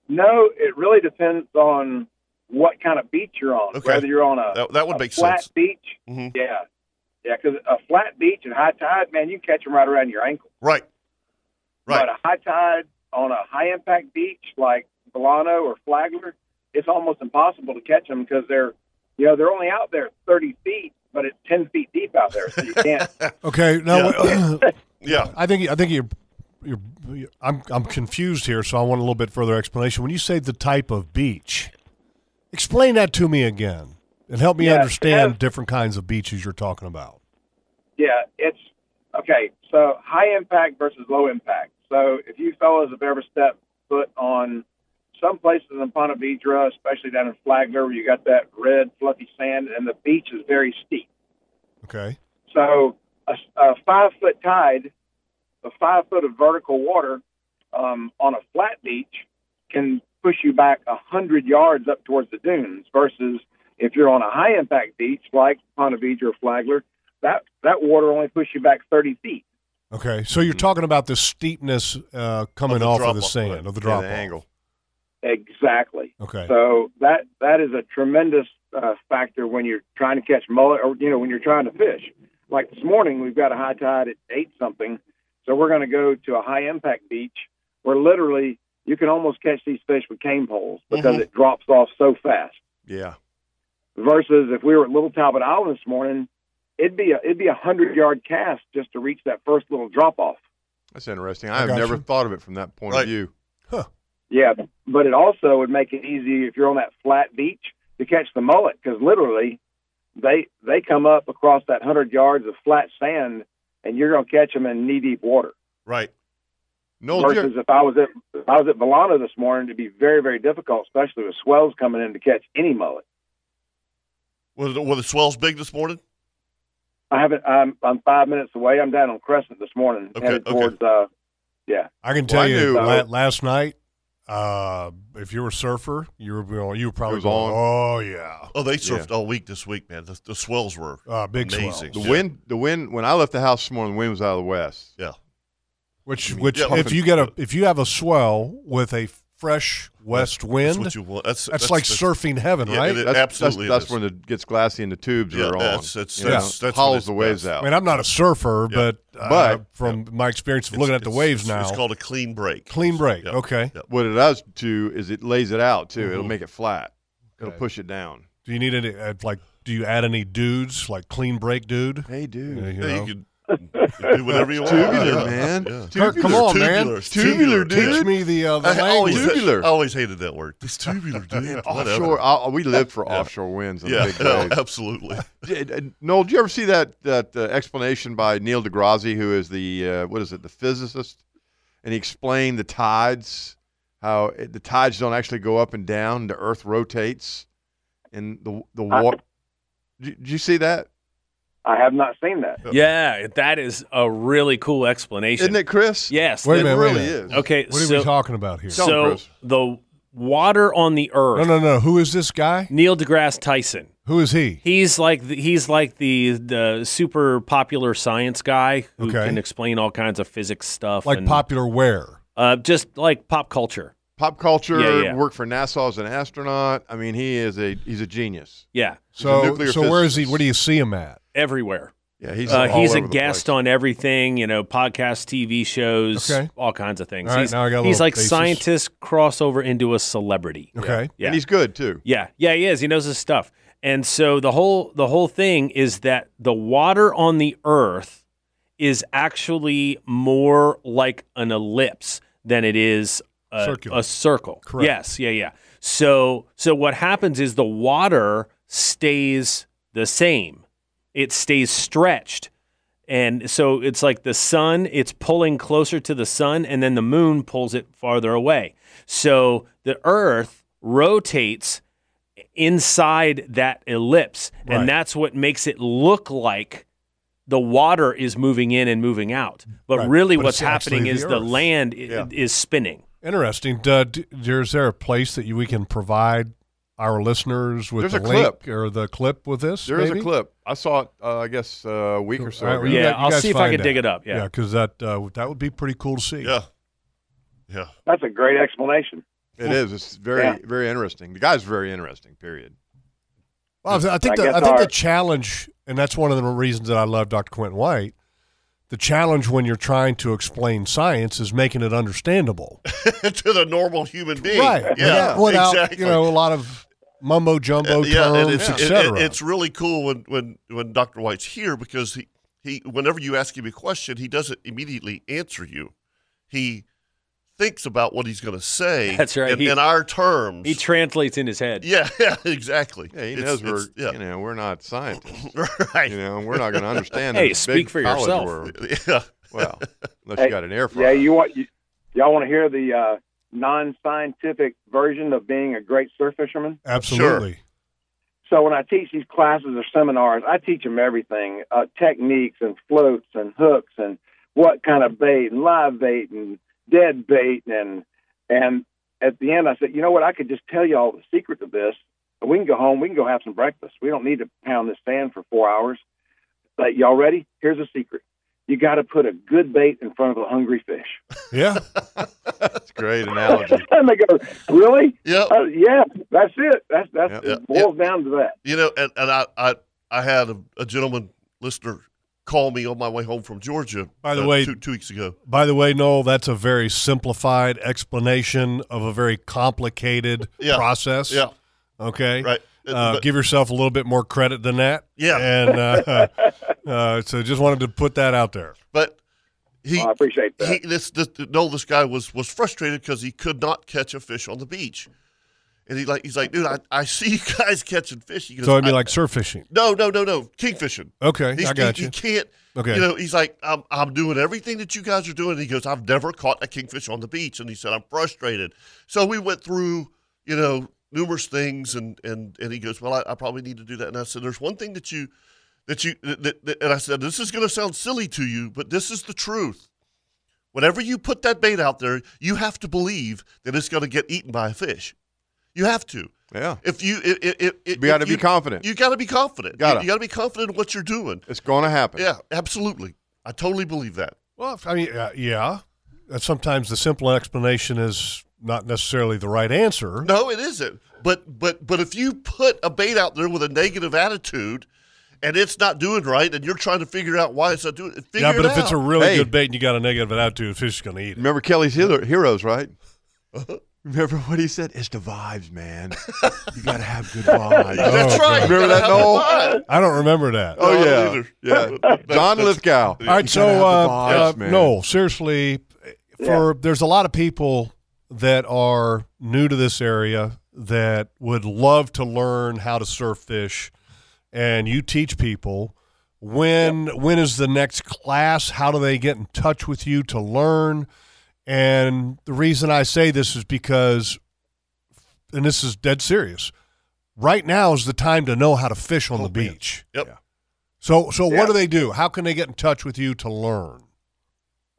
S6: No, it really depends on what kind of beach you're on.
S2: Okay.
S6: Whether you're on a,
S2: That, that would
S6: a
S2: make
S6: flat
S2: sense.
S6: beach,
S2: Mhm.
S6: yeah, yeah, because a flat beach and high tide, man, you catch them right around your ankle.
S2: Right. Right.
S6: But a high tide on a high impact beach like Volano or Flagler, it's almost impossible to catch them because they're, you know, they're only out there 30 feet, but it's 10 feet deep out there, so you can't.
S3: Okay. Now
S2: Yeah.
S3: I think I think you're. You're, I'm I'm confused here, so I want a little bit further explanation. When you say the type of beach, explain that to me again, and help me
S6: Yeah,
S3: understand
S6: yeah.
S3: different kinds of beaches you're talking about.
S6: yeah, it's okay. So high impact versus low impact. So if you fellas have ever stepped foot on some places in Ponte Vedra, especially down in Flagler, where you got that red fluffy sand and the beach is very steep.
S3: Okay.
S6: So a, a five foot tide, a five foot of vertical water um, on a flat beach can push you back a hundred yards up towards the dunes. Versus if you're on a high impact beach like Ponte Vedra or Flagler, that that water only pushes you back thirty feet.
S3: Okay. So you're talking about the steepness uh, coming
S2: the
S3: off of the
S2: drop-off,
S3: sand,
S2: right.
S3: of the
S5: Yeah,
S3: drop
S5: the
S3: off.
S5: angle.
S6: Exactly.
S3: Okay.
S6: So that that is a tremendous uh, factor when you're trying to catch mullet, or you know when you're trying to fish. Like this morning, we've got a high tide at eight something, so we're going to go to a high impact beach where literally you can almost catch these fish with cane poles
S5: Mm-hmm.
S6: because it drops off so fast.
S5: Yeah.
S6: Versus if we were at Little Talbot Island this morning, it'd be a it'd be a hundred yard cast just to reach that first little drop off.
S5: That's interesting.
S3: I
S5: I, have
S3: got
S5: never
S3: you.
S5: thought of it from that point
S2: Right.
S5: of view.
S6: Yeah, but it also would make it easy if you're on that flat beach to catch the mullet because literally they they come up across that hundred yards of flat sand and you're gonna catch them in knee deep water.
S2: Right.
S5: No,
S6: Versus if I was at if I was at Volano this morning, it'd be very very difficult, especially with swells coming in to catch any mullet.
S2: Was, were the swells big this morning?
S6: I haven't. I'm I'm five minutes away. I'm down on Crescent this morning,
S2: Okay,
S6: headed
S2: okay.
S6: towards. Uh, yeah,
S3: I can tell
S5: I
S3: you
S5: knew-
S3: la- last night, uh, if you were a surfer, you were going- you were probably
S5: was
S3: going,
S5: on.
S3: oh yeah,
S2: Oh, they surfed all week this week, man. The, the swells were.
S3: uh, big
S2: Amazing.
S5: the
S3: swells.
S2: Yeah.
S5: wind. The wind. When I left the house this morning, the wind was out of the west.
S2: Yeah.
S3: Which which
S2: yeah,
S3: if you get a if you have a swell with a fresh west
S2: That's
S3: wind,
S2: what you want. That's,
S3: that's, like
S2: the-
S3: surfing heaven,
S2: Yeah,
S3: right?
S2: it-
S5: That's,
S2: absolutely
S5: That's,
S2: is.
S5: that's when it gets glassy and the tubes
S2: Yeah,
S5: are on.
S2: that's- it's-
S5: you know,
S2: that's- that's when
S5: hollows
S2: it's
S5: the waves
S2: best.
S5: out.
S3: I mean, I'm not a surfer,
S2: Yeah.
S3: but uh,
S5: But-
S3: from my experience of
S2: It's-
S3: looking at the
S2: it's-
S3: waves
S2: it's-
S3: now,
S2: It's called a clean break.
S3: clean break.
S2: Yeah.
S3: Okay.
S2: Yeah.
S5: what it does too is it lays it out too. It'll
S2: Mhm.
S5: make it flat.
S3: Okay.
S5: It'll push it down.
S3: Do you need any uh, like? Do you add any dudes like clean break dude?
S5: Hey, dude.
S3: You
S2: Yeah,
S3: know?
S2: you can do whatever you want.
S5: Tubular,
S2: Yeah.
S5: man.
S2: Yeah.
S3: Kirk, come on, man.
S2: Tubular,
S5: Tubular,
S2: yeah.
S3: Teach me the uh, the
S2: I always,
S3: language.
S5: Tubular.
S2: I always hated that word. It's tubular, dude.
S5: Offshore,
S2: Whatever.
S5: I, we live for
S2: Yeah.
S5: offshore winds and
S2: Yeah,
S5: big
S2: yeah,
S5: waves.
S2: absolutely.
S5: Did- uh, Noel, did you ever see that that uh, explanation by Neil deGrasse, who is the uh, what is it, the physicist, and he explained the tides, how it, the tides don't actually go up and down, the Earth rotates, and the the
S4: Uh,
S6: I-
S5: water. Did, did you see that?
S6: I have not seen that.
S4: Yeah, that is a really cool explanation.
S5: Isn't it, Chris?
S4: Yes.
S3: Wait a
S5: it
S4: the-
S3: minute, wait a
S5: really
S3: minute.
S5: is.
S4: Okay.
S3: What are
S4: so
S3: we talking about here?
S5: Tell 'em,
S4: so
S5: Chris.
S4: the water on the earth.
S3: No, no, no. Who is this guy?
S4: Neil deGrasse Tyson.
S3: Who is he?
S4: He's like the, he's like the the super popular science guy who
S3: Okay.
S4: can explain all kinds of physics stuff.
S3: Like
S4: and,
S3: popular where?
S4: uh, just like pop culture.
S5: Pop culture.
S4: Yeah, yeah.
S5: Worked for NASA as an astronaut. I mean, he is a he's a genius.
S4: Yeah,
S5: a
S3: So,
S5: nuclear
S3: so where is he?
S5: physicist.
S3: What do you see him at?
S4: everywhere.
S5: Yeah, he's
S4: Uh,
S5: all
S4: he's a
S5: over the
S4: guest
S5: place.
S4: on everything, you know, podcasts, TV shows,
S3: Okay.
S4: all kinds of things.
S3: All right,
S4: he's
S3: now I got a
S4: he's
S3: little
S4: like
S3: basis.
S4: scientist crossover into a celebrity.
S3: Okay.
S4: Yeah.
S5: and he's good too.
S4: Yeah, yeah, he is. He knows his stuff. And so the whole the whole thing is that the water on the earth is actually more like an ellipse than it is a,
S3: Circular.
S4: a circle.
S3: Correct.
S4: Yes, yeah, yeah. So so what happens is the water stays the same. It stays stretched. And so it's like the sun, it's pulling closer to the sun, and then the moon pulls it farther away. So the earth rotates inside that ellipse.
S3: Right.
S4: And that's what makes it look like the water is moving in and moving out. But
S3: Right.
S4: really,
S3: But
S4: what's
S3: it's actually
S4: happening
S3: the
S4: is the
S3: Earth.
S4: land i- is spinning.
S3: Interesting. Uh, d- is there a place that you, we can provide our listeners with
S5: There's
S3: the
S5: a
S3: link
S5: clip.
S3: or the clip with this?
S5: There is a
S3: maybe?
S5: clip. I saw it. Uh, I guess uh, a week or so.
S3: All right,
S5: ago.
S3: well, you
S4: Yeah,
S3: got- you
S4: I'll
S3: guys
S4: see if I
S3: find
S4: can dig
S3: that.
S4: it up, yeah.
S3: yeah, because that uh, that would be pretty cool to see.
S2: Yeah. Yeah.
S6: That's a great explanation.
S5: It is. It's very,
S6: Yeah.
S5: very interesting. The guy's very interesting. Period.
S3: Well, I th- I think the,
S6: I
S3: I
S6: guess
S3: think the
S6: our-
S3: challenge, and that's one of the reasons that I love Dr. Quentin White. The challenge when you're trying to explain science is making it understandable,
S2: to the normal human being.
S3: right?
S2: Yeah.
S3: Without, without,
S2: exactly. Uh,
S3: you know a lot of mumbo jumbo
S2: yeah, and
S3: terms,
S2: it's, it-
S3: etc.
S2: it- it's really cool when, when, when Dr. White's here because he, he whenever you ask him a question, he doesn't immediately answer you. He thinks about what he's going to say.
S4: That's right.
S2: In,
S4: He-
S2: in our terms.
S4: He translates in his head.
S2: yeah, yeah, exactly.
S5: Yeah, he
S2: It's-
S5: knows we're
S2: it's- yeah.
S5: you know we're not scientists.
S2: right.
S5: You know, we're not going to understand.
S4: Hey,
S5: this
S4: speak
S5: big
S4: for
S5: college
S4: yourself.
S5: world.
S2: Yeah.
S5: Well, unless
S6: Hey,
S5: you got an air
S6: Yeah,
S5: fryer.
S6: you want you, y'all want to hear the uh, non-scientific version of being a great surf fisherman?
S3: Absolutely.
S6: So when I teach these classes or seminars, I teach them everything: uh, techniques and floats and hooks and what kind of bait and live bait and dead bait and and at the end I said, you know what? I could just tell y'all the secret to this. We can go home. We can go have some breakfast. We don't need to pound this sand for four hours. But y'all ready? Here's a secret: you got to put a good bait in front of a hungry fish.
S3: Yeah.
S5: That's a great analogy.
S6: and they go, really?
S2: Yep.
S6: Uh, yeah, that's it. That's that's
S5: Yeah.
S6: it boils down to that.
S2: You know, and, and I, I I had a, a gentleman listener call me on my way home from Georgia.
S3: By the
S2: uh,
S3: way-
S2: two, two weeks ago.
S3: By the way, Noel, that's a very simplified explanation of a very complicated
S2: Yeah.
S3: process.
S2: Yeah,
S3: Okay.
S2: right.
S3: Uh,
S2: But-
S3: give yourself a little bit more credit than that.
S2: Yeah.
S3: And uh, uh, so just wanted to put that out there.
S2: but he
S6: Well, I appreciate that.
S2: he this, this no this guy was was frustrated because he could not catch a fish on the beach, and he like he's like dude I, I see you guys catching fish. He goes,
S3: So it'd be
S2: "I-
S3: like surf fishing.
S2: no no no no kingfishing.
S3: Okay.
S2: He's,
S3: I got
S2: he,
S3: you.
S2: he can't.
S3: Okay.
S2: You know, he's like, I'm, I'm doing everything that you guys are doing. he goes, I've never caught a kingfish on the beach. And he said, I'm frustrated. So we went through, you know, numerous things. And, and, and he goes, well, I, I probably need to do that. And I said, there's one thing that you, that you, that, that, and I said, this is going to sound silly to you, but this is the truth. Whenever you put that bait out there, you have to believe that it's going to get eaten by a fish. You have to.
S5: Yeah,
S2: If you, it, it, it,
S5: you got to be
S2: you,
S5: confident.
S2: You got to be confident. You-
S5: Gotta.
S2: you got to be confident in what you're doing.
S5: it's going to happen.
S2: Yeah, absolutely. I totally believe that.
S3: Well, I mean, uh, yeah. Uh, Sometimes the simple explanation is not necessarily the right answer.
S2: No, it isn't. But but but if you put a bait out there with a negative attitude and it's not doing right and you're trying to figure out why it's not doing it, figure
S3: yeah, but
S2: it
S3: if it's a
S2: out.
S3: really
S5: Hey.
S3: good bait and you got a negative attitude, fish is going to eat it.
S5: Remember Kelly's Hero- heroes, right? Remember what he said? It's the vibes, man. you got to have good vibes.
S2: That's
S3: Oh,
S2: right.
S5: God. Remember
S2: You gotta
S5: that,
S2: have
S5: Noel?
S2: the vibe.
S3: I don't remember that.
S2: No, I
S5: Oh,
S2: don't
S5: yeah.
S2: either.
S5: Yeah.
S2: That-
S5: John
S2: that's-
S5: Lithgow.
S3: All right,
S5: You
S3: so
S5: gotta have the
S3: uh,
S5: vibes,
S3: uh,
S5: man.
S3: no, seriously, for there's a lot of people that are new to this area that would love to learn how to surf fish, and you teach people when when is the next class? How do they get in touch with you to learn? And the reason I say this is because, and this is dead serious. Right now is the time to know how to fish on the beach.
S2: Yep.
S3: So, so
S6: Yeah.
S3: what do they do? How can they get in touch with you to learn?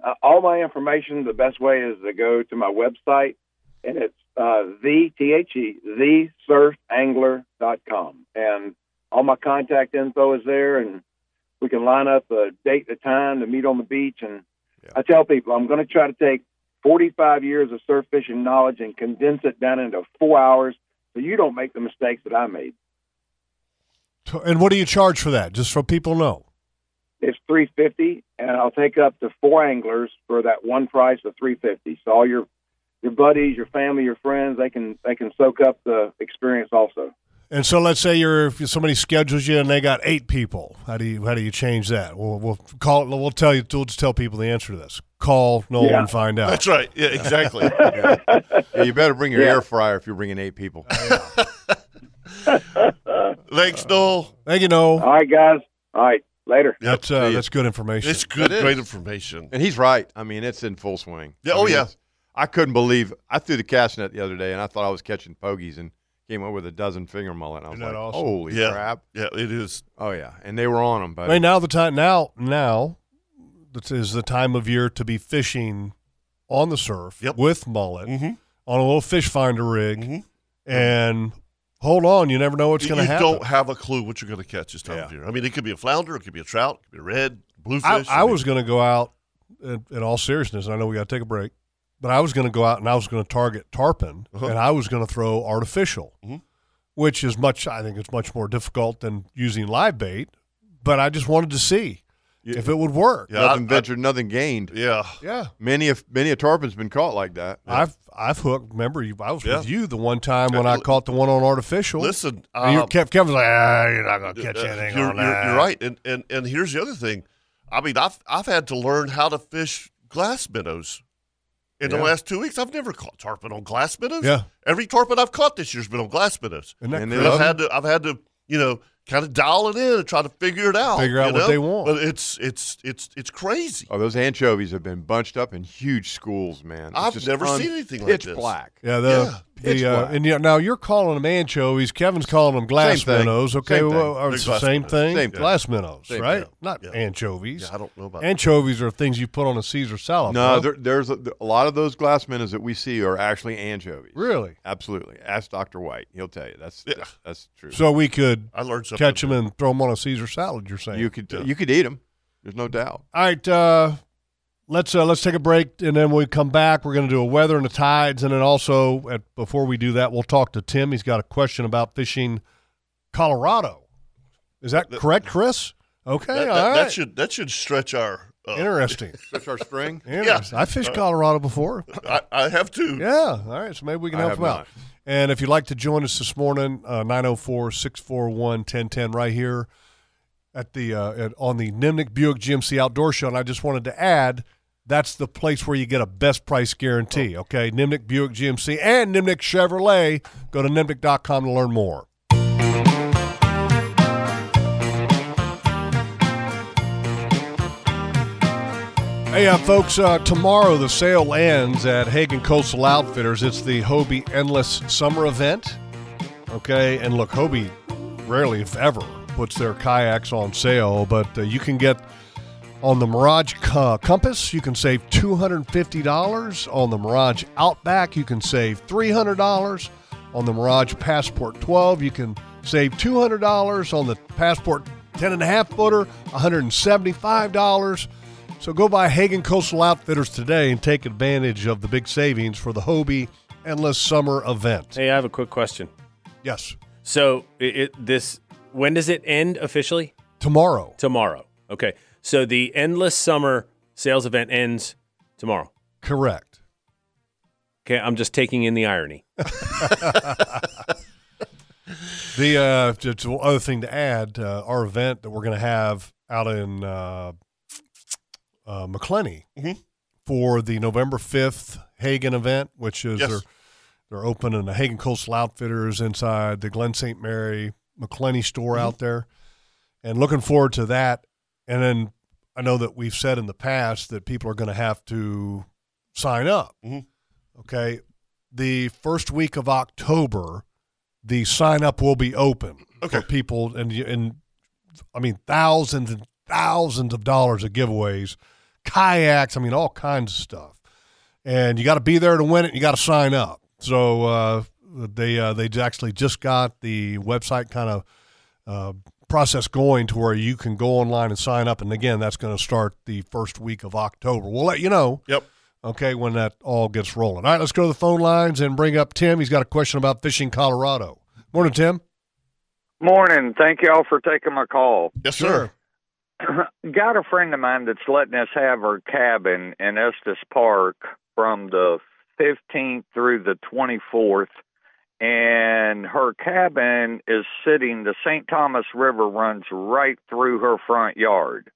S6: Uh, all my information, the best way is to go to my website, and it's uh, the t h e the surfangler.com, and all my contact info is there, and we can line up a date, a time to meet on the beach. And I tell people I'm going to try to take 45 years of surf fishing knowledge and condense it down into four hours, so you don't make the mistakes that I made.
S3: To- And what do you charge for that? Just so people know.
S6: It's 350, and I'll take up to four anglers for that one price of 350. So all your your buddies, your family, your friends, they can they can soak up the experience also.
S3: And so, let's say you're if somebody schedules you and they got eight people. How do you how do you change that? We'll, we'll call. We'll tell you. We'll just tell people the answer to this. Call Noel
S6: Yeah.
S3: and find out.
S2: That's right. Yeah, exactly.
S5: Yeah, you better bring your
S6: Yeah.
S5: air fryer if you're bringing eight people.
S3: Oh,
S2: Thanks, Noel.
S3: Thank you, Noel.
S6: All right, guys. All right, later.
S3: That's uh,
S5: See ya.
S3: that's good information.
S2: It's good,
S5: It is.
S2: great information.
S5: And he's right. I mean, it's in full swing.
S2: Yeah,
S5: I
S2: oh,
S5: mean,
S2: yeah.
S5: it's- I couldn't believe I threw the cast net the other day, and I thought I was catching pogies, and came up with a dozen finger mullet. And I was
S3: Isn't that
S5: like,
S3: awesome?
S5: "Holy
S2: Yeah.
S5: crap!"
S2: Yeah, it is.
S5: Oh yeah, and they were on them,
S3: I
S5: buddy.
S3: mean, now the time now now this is the time of year to be fishing on the surf
S2: Yep.
S3: with mullet
S2: Mhm.
S3: on a little fish finder rig,
S2: Mhm.
S3: and hold on, you never know what's
S2: You
S3: going to happen.
S2: don't have a clue what you're going to catch this time
S5: Yeah.
S2: of year. I mean, it could be a flounder, it could be a trout, it could be a red, bluefish.
S3: I, I
S2: mean,
S3: was going to go out, in, in all seriousness, and I know we got to take a break, but I was going to go out and I was going to target tarpon,
S2: Uh-huh.
S3: and I was going to throw artificial,
S2: Mhm.
S3: which is much, I think it's much more difficult than using live bait, but I just wanted to see
S5: Yeah.
S3: if it would work.
S2: Yeah,
S5: nothing
S2: I- I-
S5: ventured, nothing gained.
S2: Yeah.
S3: Yeah.
S5: Many of many a tarpon's been caught like that.
S3: I've I've hooked. Remember, you, I was
S2: Yeah.
S3: with you the one time when I
S2: Yeah, l-
S3: caught the one on artificial.
S2: Listen,
S3: and
S2: um,
S3: you kept Kevin's like, ah, you're not gonna catch
S2: Uh,
S3: anything
S2: you're,
S3: on
S2: you're-
S3: that.
S2: you're right, and and and here's the other thing. I mean, I've I've had to learn how to fish glass minnows. In the last two weeks, I've never caught tarpon on glass minnows.
S3: Yeah.
S2: Every tarpon I've caught this year's been on glass minnows.
S3: Isn't that
S5: And
S2: And
S5: crazy?
S2: I've had to, I've had to, you know, kind of dial it in and try to figure it out.
S3: Figure out
S2: you
S3: what
S2: know?
S3: they want.
S2: But it's, it's, it's, it's crazy.
S5: Oh, those anchovies have been bunched up in huge schools, man. It's
S2: I've
S5: just
S2: never seen anything like
S5: pitch
S2: this.
S5: black.
S3: Yeah, the,
S5: pitch
S3: the uh,
S5: black.
S3: and you now you're calling them anchovies. Kevin's calling them glass
S5: Same thing.
S3: minnows. Okay,
S5: Same thing.
S3: well, are it's
S2: They're
S3: the
S2: glass
S3: same
S2: minnows.
S3: thing.
S5: Same thing.
S3: glass minnows,
S5: Same
S3: right?
S2: thing.
S3: Not
S2: Yeah.
S3: anchovies.
S2: Yeah, I don't know about that.
S3: anchovies are things you put on a Caesar salad.
S5: No,
S3: bro.
S5: there, there's a, a lot of those glass minnows that we see are actually anchovies.
S3: really.
S5: Absolutely. Ask Doctor White; he'll tell you that's
S2: Yeah.
S5: that's, that's true.
S3: So we could
S2: I learned something.
S3: catch them and throw them on a Caesar salad. You're saying
S5: you could you could eat them. There's no doubt.
S3: All right, uh, let's uh, let's take a break, and then when we come back, we're going to do a weather and the tides, and then also at, before we do that, we'll talk to Tim. He's got a question about fishing Colorado. Is that correct, Chris? Okay,
S2: That,
S3: all
S2: that-
S3: right.
S2: that should that should stretch our. Uh,
S3: Interesting.
S5: Stretch our string.
S3: Interesting. I fished Colorado before.
S2: I, I have to.
S3: Yeah. All right. So maybe we can
S5: I
S3: help
S5: have
S3: them out.
S5: not.
S3: And if you'd like to join us this morning, uh, 904 641 1010 right here at the uh, at, on the Nimnik Buick GMC Outdoor Show. And I just wanted to add that's the place where you get a best price
S5: Oh.
S3: guarantee. Okay. Nimnik Buick GMC and Nimnik Chevrolet. Go to nimnik.com to learn more. Hey, uh, folks, uh, tomorrow the sale ends at Hagen Coastal Outfitters. It's the Hobie Endless Summer Event. Okay, and look, Hobie rarely, if ever, puts their kayaks on sale, but uh, you can get on the Mirage Co- Compass, you can save $250. On the Mirage Outback, you can save $300. On the Mirage Passport 12, you can save $200. On the Passport 10 and a half footer, $175. So go by Hagen Coastal Outfitters today and take advantage of the big savings for the Hobie Endless Summer event.
S4: Hey, I have a quick question.
S3: Yes,
S4: So it, it this when does it end officially?
S3: tomorrow.
S4: Tomorrow. Okay. So the endless summer sales event ends tomorrow.
S3: Correct.
S4: Okay, I'm just taking in the irony.
S3: The uh, just one other thing to add, uh, our event that we're going to have out in uh, uh, McClenny
S2: Mhm.
S3: for the November fifth Hagen event, which is
S2: Yes.
S3: they're, they're opening the Hagen Coastal Outfitters inside the Glen St. Mary McClenny store out there, and looking forward to that. And then I know that we've said in the past that people are going to have to sign up.
S2: Mhm.
S3: Okay, the first week of October the sign up will be open
S2: Okay.
S3: for people and you- and I mean thousands and thousands of dollars of giveaways, kayaks, I mean all kinds of stuff. And you got to be there to win it. You got to sign up. So uh, they uh, they actually just got the website kind of uh, process going to where you can go online and sign up. And again, that's going to start the first week of October. We'll let you know.
S2: Yep.
S3: Okay, when that all gets rolling. All right, let's go to the phone lines and bring up Tim. He's got a question about fishing Colorado. Morning, Tim.
S7: Morning. Thank y'all for taking my call.
S2: Yes, sir.
S7: Got a friend of mine that's letting us have her cabin in Estes Park from the 15th through the 24th. And her cabin is sitting, the St. Thomas River runs right through her front yard.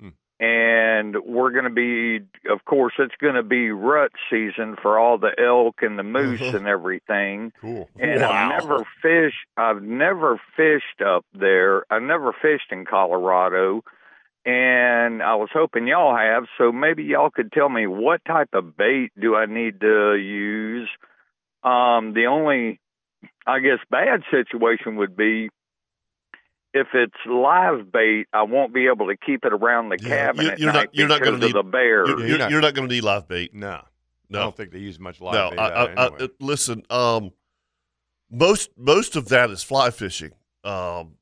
S5: Hmm.
S7: And we're going to be, of course, it's going to be rut season for all the elk and the moose
S2: Mhm.
S7: and everything
S5: Cool.
S7: and I've never fished. I've never fished up there. I never fished in Colorado, and I was hoping y'all have. So maybe y'all could tell me what type of bait do I need to use. Um, the only, I guess, bad situation would be if it's live bait. I won't be able to keep it around the
S2: Yeah,
S7: cabin
S2: you-
S7: at
S2: you're not-
S7: night
S2: you're not
S7: because
S2: gonna
S7: of
S2: need-
S7: the
S5: Yeah,
S7: bear.
S2: You're, you're,
S5: you're not-
S2: you're not going to need live bait.
S5: No, I
S2: No,
S5: don't think they use much
S2: no.
S5: live
S2: I,
S5: bait. out
S2: I, I,
S5: anyway.
S2: uh, listen. Um, most most of that is fly fishing. Um,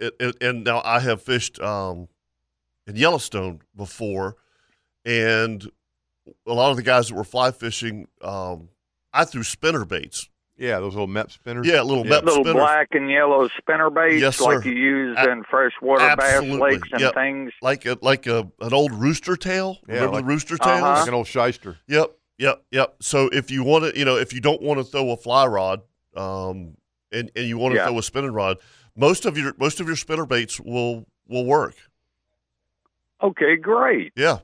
S2: it, it- and now I have fished um in Yellowstone before, and a lot of the guys that were fly fishing, um, I threw spinner baits.
S5: yeah, those little MEP spinners.
S2: Yeah, little
S5: Yeah.
S2: met
S7: Little
S2: spinners.
S7: black and yellow spinnerbaits
S2: Yes, sir.
S7: like you use
S2: A-
S7: in freshwater bass
S2: absolutely.
S7: lakes and
S2: Yep.
S7: things.
S2: like a, like a an old rooster tail.
S5: Yeah,
S2: Remember
S5: like-
S2: the rooster
S7: Uh-huh.
S2: tails?
S5: like an old shyster.
S2: Yep, yep, yep. So if you want to, you know, if you don't want to throw a fly rod, um, and and you want to
S7: Yeah.
S2: throw a spinning rod, most of your most of your spinner baits will will work.
S7: Okay, great.
S2: Yeah,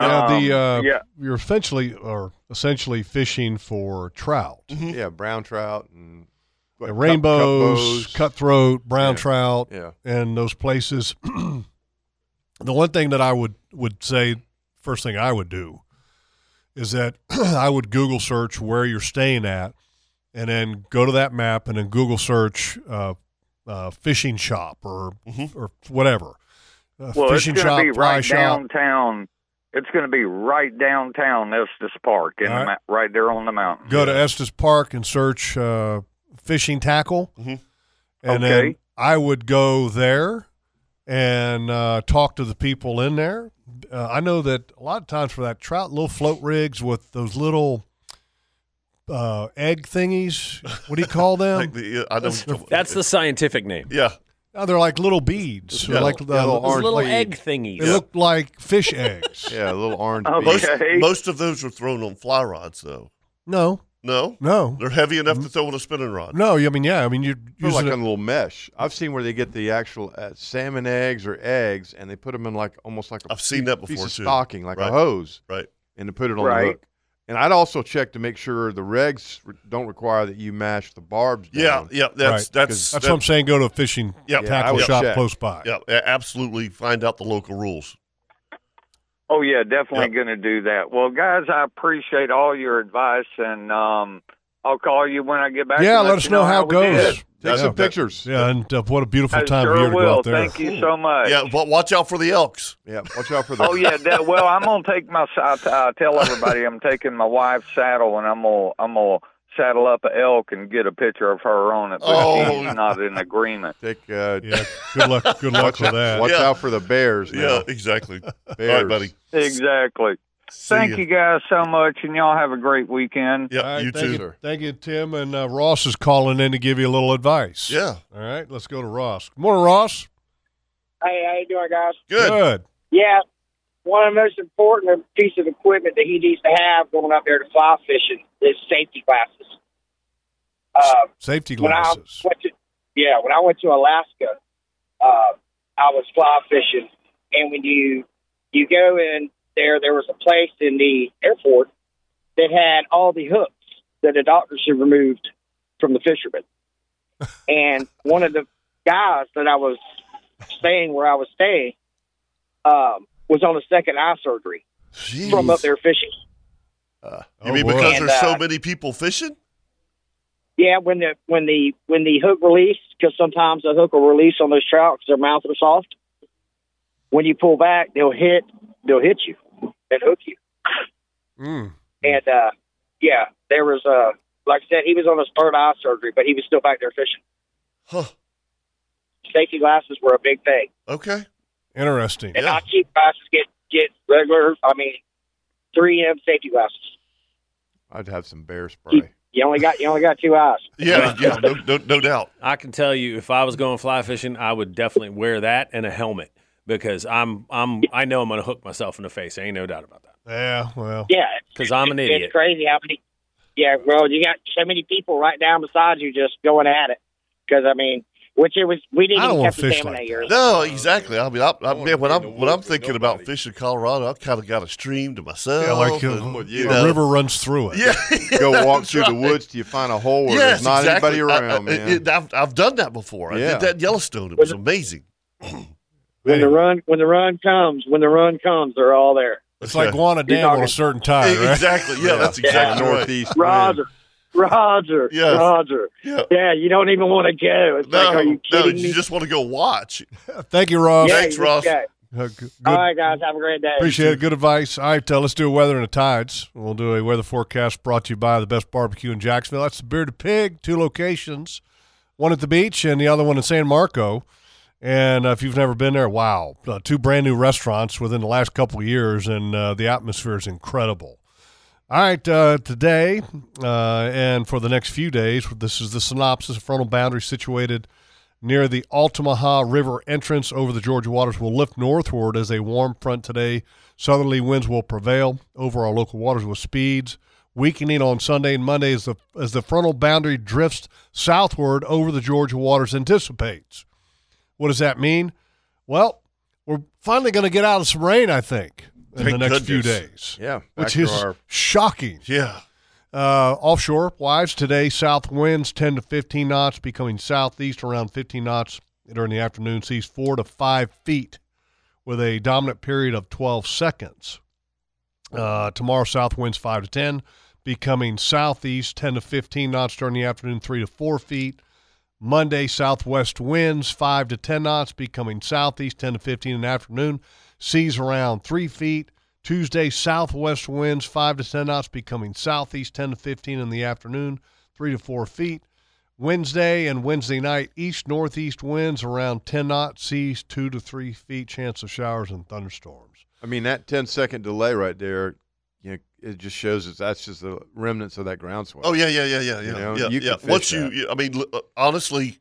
S3: Yeah, the
S7: Um,
S3: uh,
S7: yeah.
S3: you're essentially or essentially fishing for trout,
S2: mm-hmm.
S5: Yeah, brown trout and what,
S3: The
S5: cup-
S3: rainbows,
S5: cutbows.
S3: cutthroat, brown trout,
S5: Yeah.
S3: and those places. the one thing that I would would say, first thing I would do, is that I would Google search where you're staying at, and then go to that map and then Google search uh, uh, fishing shop or
S5: Mm-hmm.
S3: or whatever. Uh,
S7: Well,
S3: fishing
S7: it's
S3: shop,
S7: going to be
S3: fry
S7: right
S3: shop.
S7: downtown. It's going to be right downtown Estes Park, in
S3: All
S7: the
S3: right.
S7: ma- right there on the mountain.
S3: go to Estes Park and search uh, fishing tackle,
S2: Mhm.
S3: and then
S7: Okay.
S3: I would go there and uh, talk to the people in there. Uh, I know that a lot of times for that trout, little float rigs with those little uh, egg thingies. What do you call them?
S2: Like the, uh,
S4: uh,
S2: I know what you're talking about.
S4: That's the scientific name.
S2: yeah.
S3: No, they're like little beads. They're
S2: Yeah,
S3: like
S5: little- yeah, little
S3: the,
S4: Those
S5: Orange
S4: little
S5: leaf.
S4: egg thingies.
S3: they look like fish eggs.
S5: Yeah, a little orange.
S7: Okay.
S5: bead.
S2: Most, most of those are thrown on fly rods, though.
S3: No,
S2: No,
S3: no, Mm-hmm.
S2: they're heavy enough to throw on a spinning rod.
S3: no. I mean, yeah. I mean, you're
S5: They're
S3: using
S5: like
S3: it-
S5: on a little mesh. I've seen where they get the actual uh, salmon eggs or eggs, and they put them in like almost like a
S2: I've seen
S5: piece-
S2: that
S5: piece
S2: before,
S5: of
S2: too.
S5: stocking, like
S2: Right.
S5: a hose,
S2: Right.
S5: and to put it on
S7: Right.
S5: the hook. And I'd also check to make sure the regs re- don't require that you mash the barbs.
S2: Yeah,
S5: down.
S2: yeah. That's
S3: Right.
S2: that's
S3: that's what I'm
S2: that-
S3: saying. Go to a fishing
S2: Yeah, yeah,
S5: I
S3: tackle
S5: would
S3: shop
S5: check.
S3: close by.
S2: yeah. a- Absolutely, find out the local rules.
S7: Oh yeah, definitely going to do that. Well, guys, I appreciate all your advice, and um, I'll call you when I get back.
S3: yeah,
S7: and
S3: let us know how it
S7: we did.
S3: goes.
S5: Take
S3: yeah.
S5: some pictures.
S3: Yeah, and uh, what a beautiful
S7: I
S3: time
S7: sure
S3: of year to
S7: will.
S3: go out there.
S7: Thank you so much.
S2: Yeah, Uh, but watch out for the elks.
S5: Yeah, watch out for the.
S7: Oh yeah, that, well I'm gonna take my. I, I tell everybody I'm taking my wife's saddle and I'm gonna I'm gonna saddle up an elk and get a picture of her on it, but
S2: Oh.
S7: she's not in agreement.
S5: Take. Uh,
S3: Yeah, good luck. Good luck
S5: Watch,
S3: with
S5: out,
S3: that.
S5: watch
S2: Yeah.
S5: out for the bears.
S2: Yeah,
S5: Now.
S2: exactly.
S5: Bears.
S2: All right, buddy.
S7: Exactly.
S2: See
S7: Thank
S2: ya.
S7: you guys so much, and y'all have a great weekend.
S2: Yeah,
S3: All right,
S2: you
S3: thank
S2: too.
S5: sir.
S3: Thank you, Tim. And uh, Ross is calling in to give you a little advice.
S2: Yeah,
S3: All right, let's go to Ross. Good morning, Ross.
S8: Hey, how you doing, guys?
S2: good.
S8: Yeah, one of the most important piece of equipment that he needs to have going up there to fly fishing is safety glasses. Uh,
S3: Safety
S8: when I
S3: glasses.
S8: went to, yeah, when I went to Alaska, uh, I was fly fishing, and when you you go in there, there was a place in the airport that had all the hooks that the doctors had removed from the fishermen, and one of the guys that I was staying where I was staying um, was on a second eye surgery from up there fishing.
S2: You
S3: Oh,
S2: mean
S3: boy.
S2: because
S8: And,
S2: there's so
S8: uh,
S2: many people fishing?
S8: Yeah, when the when the when the hook release, because sometimes the hook will release on those trout because their mouths are soft. When you pull back, they'll hit they'll hit you and hook you.
S3: Mm.
S8: And uh, yeah, there was uh, like I said, he was on his third eye surgery, but he was still back there fishing.
S2: Huh.
S8: Safety glasses were a big thing,
S2: Okay.
S3: Interesting.
S8: and
S2: Yeah.
S8: I cheap glasses get get regular. I mean, 3M safety glasses.
S5: I'd have some bear spray.
S8: You only got you only got two eyes.
S2: Yeah. yeah. No, no, no doubt.
S4: I can tell you, if I was going fly fishing, I would definitely wear that and a helmet because I'm I'm I know I'm gonna hook myself in the face. Ain't no doubt about that.
S3: Yeah, well,
S8: Yeah,
S4: Because I'm an idiot.
S8: It's crazy how many. Yeah, well, you got so many people right down beside you just going at it. Because I mean, which it was, we didn't
S3: I don't
S8: even
S3: wanna
S8: have
S3: fish
S8: to
S3: like
S8: contaminate yours.
S2: No, exactly. I mean, I, I, man, when
S5: be in the
S2: I'm when I'm
S5: woods with
S2: thinking about
S5: nobody.
S2: fishing Colorado, I've kind of got a stream to myself.
S3: yeah, like
S2: and-
S3: uh,
S5: you.
S3: a river runs through it.
S2: Yeah.
S5: Go walk
S2: that's
S5: through the
S2: right.
S5: woods till you find a hole where
S2: yes,
S5: there's not
S2: exactly.
S5: anybody
S2: I-
S5: around,
S2: I,
S5: man.
S2: it- I've, I've done that before. I
S5: Yeah.
S2: did that in Yellowstone. It was amazing.
S8: When the
S3: Anyway,
S8: run, when the run comes, when the run comes, they're all there.
S3: it's like Guana Dam on
S8: talking-
S3: a certain tide, right?
S2: E, Exactly. Yeah, that's
S5: Like
S2: exactly right.
S5: northeast. wind.
S8: Roger, Roger,
S2: Yes.
S8: Roger.
S2: Yeah.
S8: Yeah, you don't even want to go. It's
S2: No,
S8: like, are you
S2: no,
S8: kidding
S2: you
S8: me?
S2: just want to go watch.
S3: Thank you, Ross.
S8: yeah,
S2: Thanks,
S8: you just
S2: Ross.
S8: go.
S3: Uh, g- good-
S8: All right, guys, have a great day.
S3: Appreciate it. Good advice. All right, uh, let's do a weather and a tides. We'll do a weather forecast brought to you by the best barbecue in Jacksonville. That's the Bearded Pig, two locations, one at the beach and the other one in San Marco. And uh, if you've never been there, wow, uh, two brand new restaurants within the last couple of years, and uh, the atmosphere is incredible. All right, uh, today uh, and for the next few days, this is the synopsis. Frontal boundary situated near the Altamaha River entrance over the Georgia waters will lift northward as a warm front today. Southerly winds will prevail over our local waters with speeds weakening on Sunday and Monday as the as the frontal boundary drifts southward over the Georgia waters and dissipates. What does that mean? Well, we're finally going to get out of some rain, I think. in the
S2: Thank
S3: next few
S2: goodness.
S3: days.
S5: Yeah, back
S3: which
S5: to
S3: is
S5: our-
S3: shocking.
S2: Yeah.
S3: Uh, offshore wise today, south winds 10 to 15 knots, becoming southeast around 15 knots during the afternoon, seas 4 to 5 feet with a dominant period of 12 seconds. Uh, tomorrow, south winds 5 to 10, becoming southeast 10 to 15 knots during the afternoon, 3 to 4 feet. Monday, southwest winds 5 to 10 knots, becoming southeast 10 to 15 in the afternoon, seas around 3 feet. Tuesday, southwest winds 5 to 10 knots, becoming southeast 10 to 15 in the afternoon, 3 to 4 feet. Wednesday and Wednesday night, east northeast winds around 10 knots, seas 2 to 3 feet, chance of showers and thunderstorms.
S5: I mean, that 10 second delay right there, you know, it just shows that that's just the remnants of that groundswell.
S2: Oh yeah, yeah, yeah, yeah, yeah.
S5: You know,
S2: yeah,
S5: you can
S2: yeah.
S5: fish
S2: Once
S5: that.
S2: you, I mean, l- uh, honestly,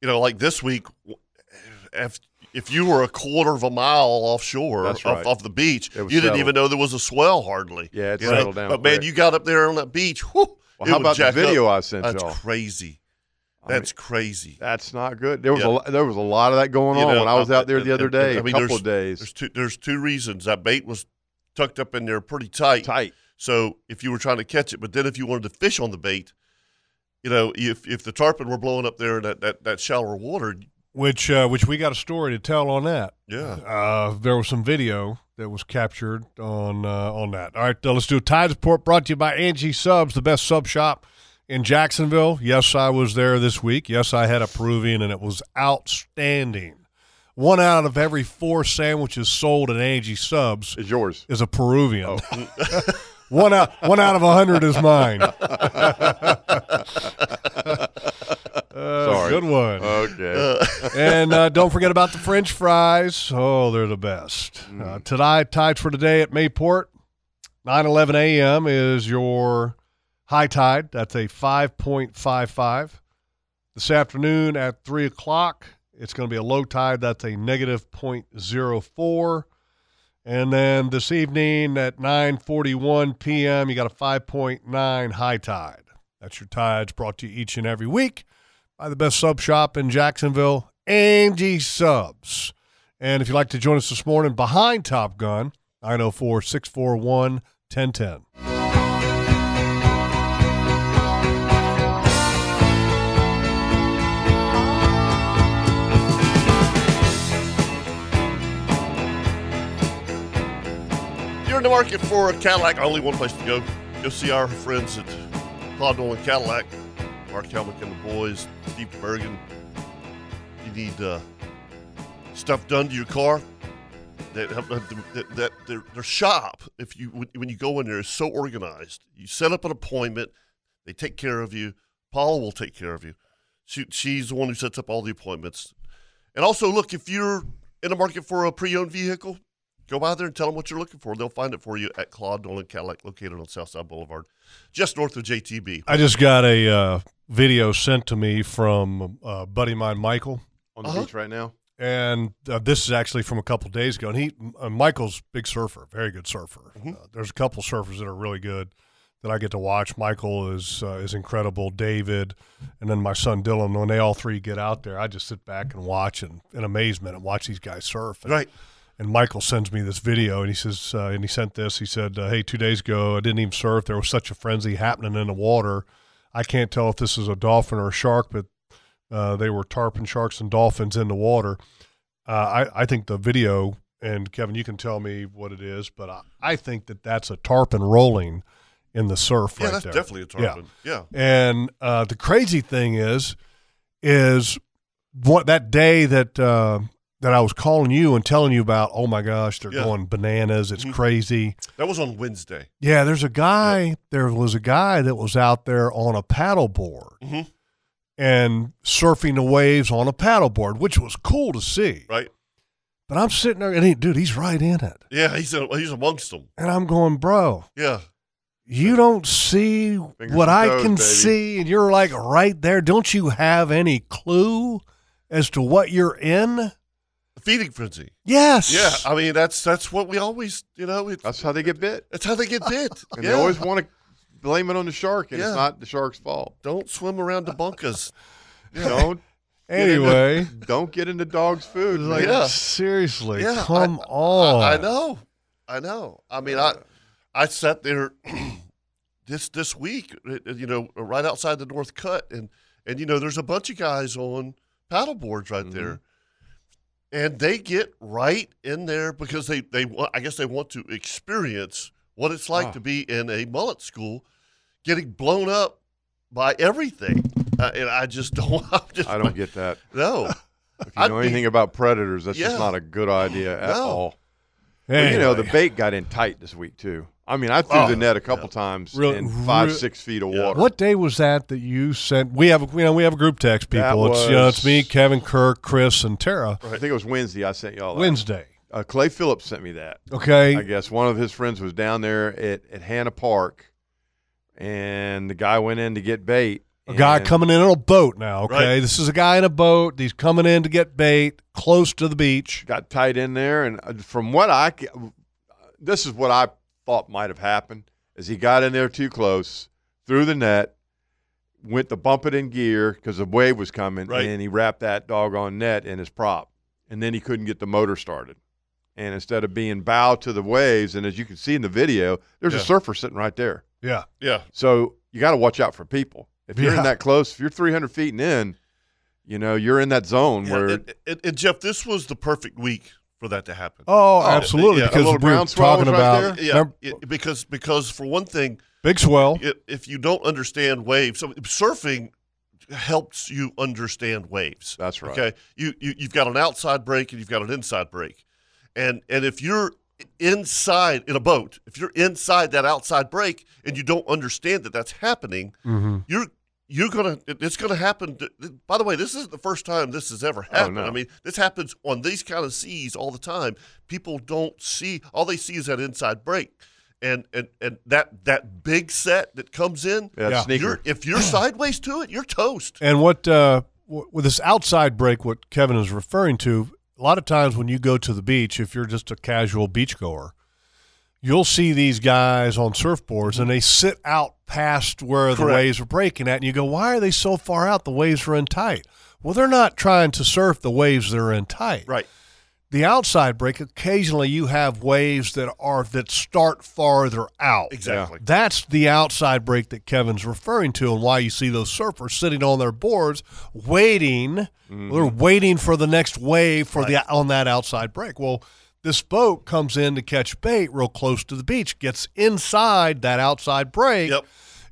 S2: you know, like this week, w- if if you were a quarter of a mile offshore
S5: That's
S2: off,
S5: right.
S2: off the beach,
S5: It
S2: you
S5: was
S2: didn't
S5: settled.
S2: even know there was a swell hardly.
S5: Yeah, it
S2: you know?
S5: settled down
S2: But man,
S5: quick.
S2: you got up there on that beach. Whew,
S5: Well,
S2: it
S5: how
S2: would
S5: about the
S2: jack
S5: video
S2: up.
S5: I sent
S2: That's
S5: y'all?
S2: crazy.
S5: I mean,
S2: That's crazy.
S5: That's not good. There was
S2: Yeah.
S5: a a there was a lot of that going
S2: You
S5: on
S2: know,
S5: when I was
S2: uh,
S5: out there
S2: and-
S5: the other
S2: and- and-
S5: day.
S2: I mean,
S5: a couple
S2: there's-
S5: of days,
S2: There's two. There's two reasons that bait was tucked up in there pretty tight.
S5: tight.
S2: So if you were trying to catch it, but then if you wanted to fish on the bait, you know, if if the tarpon were blowing up there in that that, that shallower water,
S3: which uh, which we got a story to tell on that.
S2: yeah.
S3: Uh, there was some video that was captured on uh, on that. All right, uh, let's do a tide report brought to you by Angie Subs, the best sub shop in Jacksonville. Yes, I was there this week. Yes, I had a Peruvian, and it was outstanding. One out of every four sandwiches sold at Angie Subs
S5: It's yours.
S3: is a Peruvian. one out one out of a hundred is mine. Uh,
S5: Sorry.
S3: Good one.
S5: Okay.
S3: and uh, don't forget about the French fries. Oh, they're the best.
S5: Mm.
S3: Uh, today, tides for today at Mayport, 9 11 a.m. is your high tide. That's a 5.55. This afternoon at 3 o'clock, it's going to be a low tide. That's a negative 0.04. And then this evening at 9:41 p.m., you got a 5.9 high tide. That's your tides brought to you each and every week by the best sub shop in Jacksonville, Angie Subs. And if you'd like to join us this morning behind Top Gun, 904 641 1010.
S2: You're in the market for a Cadillac. Only one place to go. Go see our friends at Claude Nolan Cadillac. Mark Helmick and the boys, Steve Bergen. You need uh, stuff done to your car. That, that, that their, their shop, if you when- when you go in there, is so organized. You set up an appointment. They take care of you. Paula will take care of you. She, she's the one who sets up all the appointments. And also, look, if you're in the market for a pre-owned vehicle, Go by there and tell them what you're looking for. They'll find it for you at Claude Nolan Cadillac, located on Southside Boulevard, just north of JTB.
S3: I just got a uh, video sent to me from uh, a buddy of mine, Michael.
S5: On the
S2: Uh-huh.
S5: beach right now.
S3: And uh, this is actually from a couple days ago. And he, uh, Michael's big surfer, very good surfer.
S5: Mm-hmm.
S3: Uh, there's a couple surfers that are really good that I get to watch. Michael is uh, is incredible. David, and then my son Dylan. When they all three get out there, I just sit back and watch and in amazement and watch these guys surf. And
S2: Right.
S3: and Michael sends me this video, and he says, uh, and he sent this. He said, uh, "Hey, two days ago, I didn't even surf. There was such a frenzy happening in the water. I can't tell if this is a dolphin or a shark, but uh, they were tarpon sharks and dolphins in the water. Uh, I, I think the video, and Kevin, you can tell me what it is, but I, I think that that's a tarpon rolling in the surf.
S2: Yeah,
S3: right
S2: that's
S3: there.
S2: definitely a
S3: Yeah.
S2: tarpon. Yeah.
S3: And uh, the crazy thing is, is what that day that uh, that I was calling you and telling you about. Oh my gosh, they're
S2: Yeah. Mm-hmm.
S3: going bananas! It's crazy.
S2: that was on Wednesday.
S3: Yeah, there's a guy. There was a guy that was out there on a paddleboard
S2: Mhm.
S3: and surfing the waves on a paddleboard, which was cool to see.
S2: Right.
S3: But I'm sitting there, and he, dude, he's right in it,
S2: Yeah, he's a, he's amongst them.
S3: and I'm going, bro.
S2: Yeah.
S3: You don't see what
S5: and
S3: I
S5: toes,
S3: can
S5: baby.
S3: see, and you're like right there. Don't you have any clue as to what you're in?
S2: The feeding frenzy.
S3: Yes.
S2: Yeah, I mean that's that's what we always you know it's,
S5: That's how they get bit.
S2: that's how they get bit.
S5: And
S2: yeah.
S5: they always want to blame it on the shark, and
S2: Yeah.
S5: it's not the shark's fault.
S2: don't swim around the bunkers.
S5: Don't get into-
S3: anyway,
S5: don't get into dog's food.
S3: like
S5: man.
S2: Yeah.
S3: seriously,
S2: Yeah,
S3: come
S2: I-
S3: on.
S2: I, I know. I know. I mean, I I sat there this this week, uh, you know, right outside the North Cut, and and you know, there's a bunch of guys on paddle boards right there, and they get right in there because they they wa- I guess they want to experience what it's like
S5: Ah.
S2: to be in a mullet school, getting blown up by everything, uh, and I just don't. I'm just,
S5: I don't get that.
S2: No.
S5: If you know anything about predators, that's
S2: Yeah.
S5: just not a good idea at
S2: No.
S5: all. But, you know, the
S2: Anyway.
S5: bait got in tight this week too. I mean, I threw
S3: Oh,
S5: the net a couple times
S3: Really-
S5: in five,
S3: re-
S5: six feet of water.
S3: What day was that that you sent? We have you know we have a group text
S5: That
S3: people. It's you know it's
S5: was-
S3: me, Kevin, Kirk, Chris, and Tara.
S5: I think it was Wednesday. I sent y'all that.
S3: Wednesday.
S5: Uh, Clay Phillips sent me that.
S3: Okay.
S5: I guess one of his friends was down there at, at Hannah Park, and the guy went in to get bait.
S3: A guy
S5: and-
S3: coming in on a boat now. Okay,
S5: Right.
S3: this is a guy in a boat. He's coming in to get bait close to the beach.
S5: Got tight in there, and uh, from what I, ca- this is what I thought might have happened: is he got in there too close, threw the net, went to bump it in gear because the wave was coming,
S2: Right.
S5: and he wrapped that doggone net in his prop, and then he couldn't get the motor started. And instead of being bow to the waves, and as you can see in the video, there's
S2: Yeah.
S5: a surfer sitting right there.
S3: Yeah.
S2: Yeah.
S5: So you got to watch out for people. If you're
S2: Yeah.
S5: in that close, if you're 300 feet and in, you know you're in that zone where
S2: And, and- and Jeff, this was the perfect week for that to happen.
S3: Oh, absolutely,
S2: yeah.
S3: because we were talking about
S2: yeah, it- because because for one thing,
S3: big swell.
S2: i- if you don't understand waves, so surfing helps you understand waves.
S5: That's right.
S2: Okay, you, you you've got an outside break and you've got an inside break, and and if you're inside in a boat, if you're inside that outside break and you don't understand that that's happening,
S5: Mm-hmm.
S3: Mhm.
S2: you're you're gonna it- it's gonna happen. to- by the way, this isn't the first time this has ever happened.
S5: Oh, no.
S2: I mean, this happens on these kind of seas all the time. People don't see all they see is that inside break, and and and that that big set that comes in.
S5: Yeah, Yeah. sneaker.
S2: you're- if you're sideways to it, you're toast.
S3: And what uh, w- with this outside break, what Kevin is referring to, a lot of times when you go to the beach, if you're just a casual beachgoer, you'll see these guys on surfboards and they sit out past where the
S2: Correct.
S3: waves are breaking at, and you go, "Why are they so far out? The waves are in tight." Well, they're not trying to surf the waves that are in tight.
S2: Right.
S3: The outside break, occasionally you have waves that are that start farther out.
S2: Exactly.
S3: That's the outside break that Kevin's referring to, and why you see those surfers sitting on their boards waiting.
S5: Mm-hmm.
S3: They're waiting for the next wave for the on that outside break. Well, this boat comes in to catch bait real close to the beach, gets inside that outside break.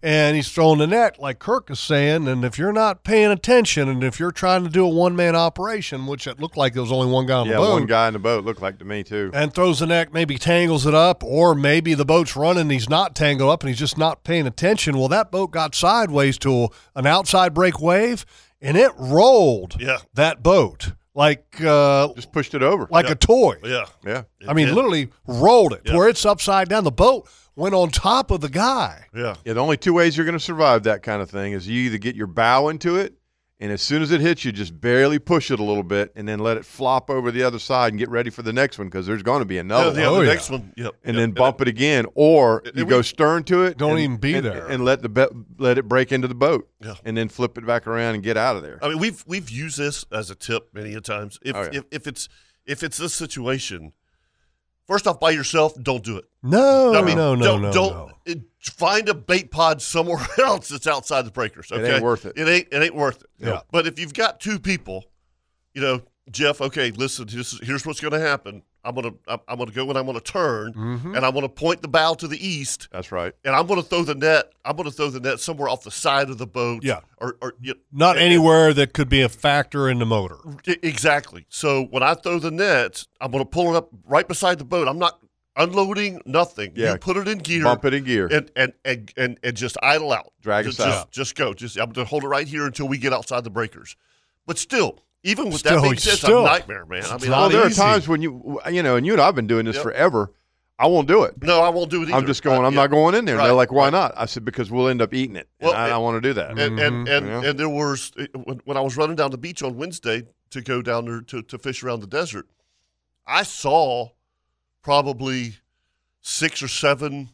S3: And he's throwing the net, like Kirk is saying. And if you're not paying attention, and if you're trying to do a one man operation, which it looked like there was only one guy on
S5: yeah,
S3: the boat,
S5: one guy in the boat looked like to me too.
S3: and throws the neck, maybe tangles it up, or maybe the boat's running, he's not tangled up, and he's just not paying attention. Well, that boat got sideways to an outside break wave, and it rolled
S2: Yeah.
S3: that boat like uh,
S5: just pushed it over
S3: like a toy.
S2: Yeah.
S5: Yeah.
S3: I mean, literally rolled it to where it's upside down. The boat went on top of the guy.
S2: Yeah.
S5: Yeah. The only two ways you're going to survive that kind of thing is you either get your bow into it, and as soon as it hits you, just barely push it a little bit, and then let it flop over the other side and get ready for the next one because there's going to be another.
S2: Yeah, yeah,
S5: one.
S2: the Oh, next yeah. one. Yep,
S5: And then bump it again, or you go stern to it.
S3: Don't
S5: and-
S3: even be
S5: and-
S3: there.
S5: and let the be- let it break into the boat,
S2: Yeah.
S5: and then flip it back around and get out of there.
S2: I mean, we've we've used this as a tip many a times. If
S5: Oh, yeah.
S2: if, if it's if it's this situation, first off, by yourself, don't do it.
S3: No,
S2: I mean,
S3: no, no,
S2: don't,
S3: no,
S2: Don't
S3: no.
S2: it- find a bait pod somewhere else that's outside the breakers.
S5: It
S2: Okay,
S5: ain't worth it.
S2: It ain't it ain't worth it.
S3: Yeah.
S2: But if you've got two people, you know, Jeff. Okay, listen. This is, here's what's going to happen. I'm gonna I'm, I'm gonna go and I'm gonna turn
S3: Mhm.
S2: and I'm gonna point the bow to the east.
S5: That's right.
S2: And I'm gonna throw the net. I'm gonna throw the net somewhere off the side of the boat.
S3: Yeah.
S2: Or, or you
S3: Not anywhere that could be a factor in the motor.
S2: I- E, Exactly. So when I throw the nets, I'm going to pull it up right beside the boat. I'm not unloading nothing.
S5: Yeah.
S2: You put it in gear.
S5: Bump it in gear.
S2: And and and and, and just idle out.
S5: Drag
S2: just,
S5: us
S2: just,
S5: out.
S2: Just go. Just I'm going to hold it right here until we get outside the breakers. But still, even with
S5: Still,
S2: that being said, it's
S5: still.
S2: a nightmare, man. I mean,
S5: well,
S2: I-
S5: there are times when you, you know, and you and I've been doing this
S2: Yep.
S5: forever. I won't do it.
S2: No, I won't do it either.
S5: I'm just going. I'm
S2: yeah.
S5: not going in there. And
S2: Right,
S5: They're like, why not? I said because we'll end up eating it.
S2: Well,
S5: and I,
S2: it-
S5: don't want to do that.
S2: And
S3: Mm-hmm.
S2: and and,
S5: You know?
S2: and there was when, when I was running down the beach on Wednesday to go down there to, to fish around the desert, I saw probably six or seven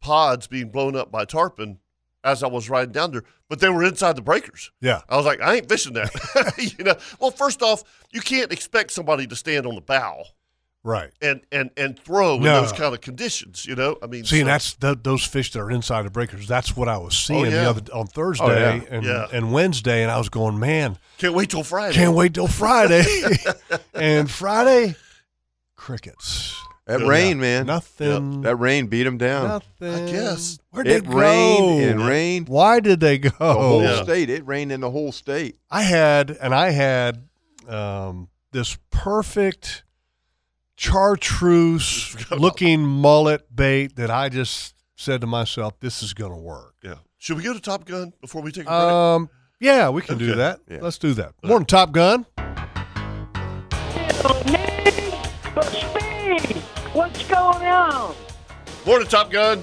S2: pods being blown up by tarpon as I was riding down there, but they were inside the breakers.
S3: Yeah.
S2: I was like, I ain't fishing that. you know, well, first off, you can't expect somebody to stand on the bow
S3: Right.
S2: and and and throw
S3: No.
S2: in those kind of conditions. You know, I mean,
S3: See, and
S2: so- Oh,
S3: that's th those fish that are inside the breakers. That's what I was seeing
S2: yeah.
S3: the other on Thursday
S5: yeah.
S3: and
S2: Yeah.
S3: and Wednesday, and I was going, man,
S2: can't wait till Friday.
S3: can't wait till Friday. and Friday, crickets.
S5: That
S2: Yeah.
S5: rain, man.
S3: Nothing.
S5: That rain beat them down.
S3: nothing.
S2: I guess.
S3: Where'd
S5: It
S3: they go?
S5: rained and rained.
S3: Why did they go?
S5: The whole
S2: Yeah.
S5: state. It rained in the whole state.
S3: I had, and I had um, this perfect chartreuse looking mullet bait that I just said to myself, this is going to work.
S2: Yeah. Should we go to Top Gun before we take a break?
S3: Um, yeah, we can do
S2: Okay.
S3: that.
S5: Yeah.
S3: Let's do that. More than Top Gun.
S9: What's going on?
S2: Morning, Top Gun.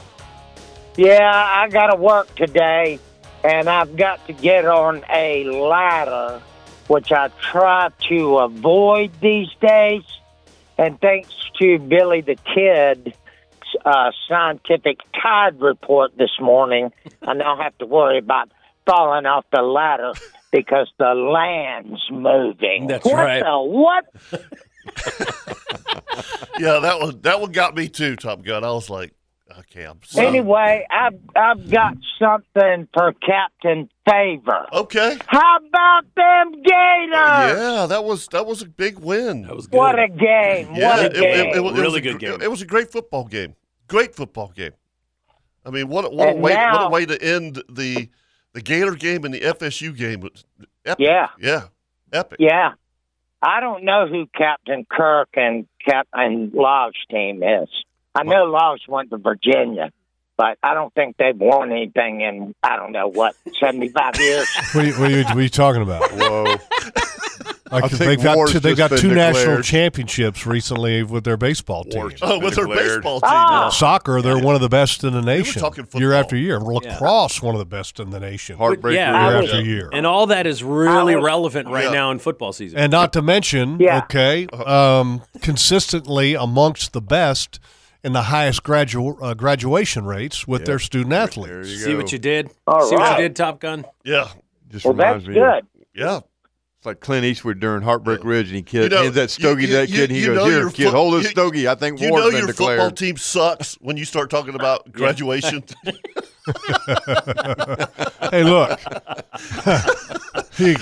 S9: Yeah, I got to work today, and I've got to get on a ladder, which I try to avoid these days. And thanks to Billy the Kid, uh, scientific tide report this morning, I now have to worry about falling off the ladder because the land's moving.
S4: That's
S9: what
S4: right.
S9: The what?
S2: Yeah, that one that one got me too, Top Gun. I was like, okay, I'm sorry.
S9: Anyway, I've I've got something for Captain Favor.
S2: Okay.
S9: How about them Gators?
S2: Yeah, that was that was a big win.
S4: That was good.
S9: What a game!
S2: yeah,
S9: what a
S2: it,
S9: game!
S2: it- it was- it
S4: Really
S2: was a
S4: good
S2: gr-
S4: game.
S2: It was a great football game. Great football game. I mean, what a- what a
S9: And
S2: way what a
S9: now-
S2: way to end the the Gator game and the FSU game. was Epic.
S9: yeah,
S2: Yeah. Epic.
S9: yeah. I don't know who Captain Kirk and Captain Lodge team is. I know Lodge went to Virginia, but I don't think they've won anything in I don't know what seventy five years.
S3: What are, you, what, are you, what are you talking about?
S5: Whoa.
S3: Like,
S5: I think
S3: they got
S5: war's
S3: two, they
S5: just
S3: got
S5: been
S3: two national
S5: declared.
S3: championships recently with their baseball team.
S5: War's-
S2: Oh, with
S5: Been
S2: their
S5: declared.
S2: baseball team.
S9: Ah!
S3: Soccer, they're one of the best in the nation.
S2: talking
S3: year
S2: football.
S3: after year. Lacrosse, one of the best in the nation.
S5: Heartbreaker.
S4: yeah,
S3: year
S4: I
S3: after year.
S4: And all that is really
S9: I was-
S4: relevant right
S2: Yeah.
S4: now in football season.
S3: And not to mention,
S9: Yeah.
S3: okay, um, consistently amongst the best in the highest gradu- uh, graduation rates with their student
S5: There
S3: athletes.
S5: you
S4: See
S5: go.
S4: what you did?
S9: All
S4: See what
S9: right.
S4: you did, Top Gun?
S2: Yeah.
S5: Just
S9: well, that's
S5: reminds me.
S9: good.
S2: Yeah.
S5: It's like Clint Eastwood during Heartbreak Ridge, and he kid,
S2: You know,
S5: hands that stogie
S2: you-
S5: to that
S2: you-
S5: kid, and he
S2: you know
S5: goes, "Here,
S2: your
S5: kid,
S2: foot-
S5: hold this
S2: you-
S5: stogie. I think
S2: You
S5: war's
S2: know
S5: been
S2: your football
S5: declared."
S2: team sucks when you start talking about graduation.
S3: Hey, look, you,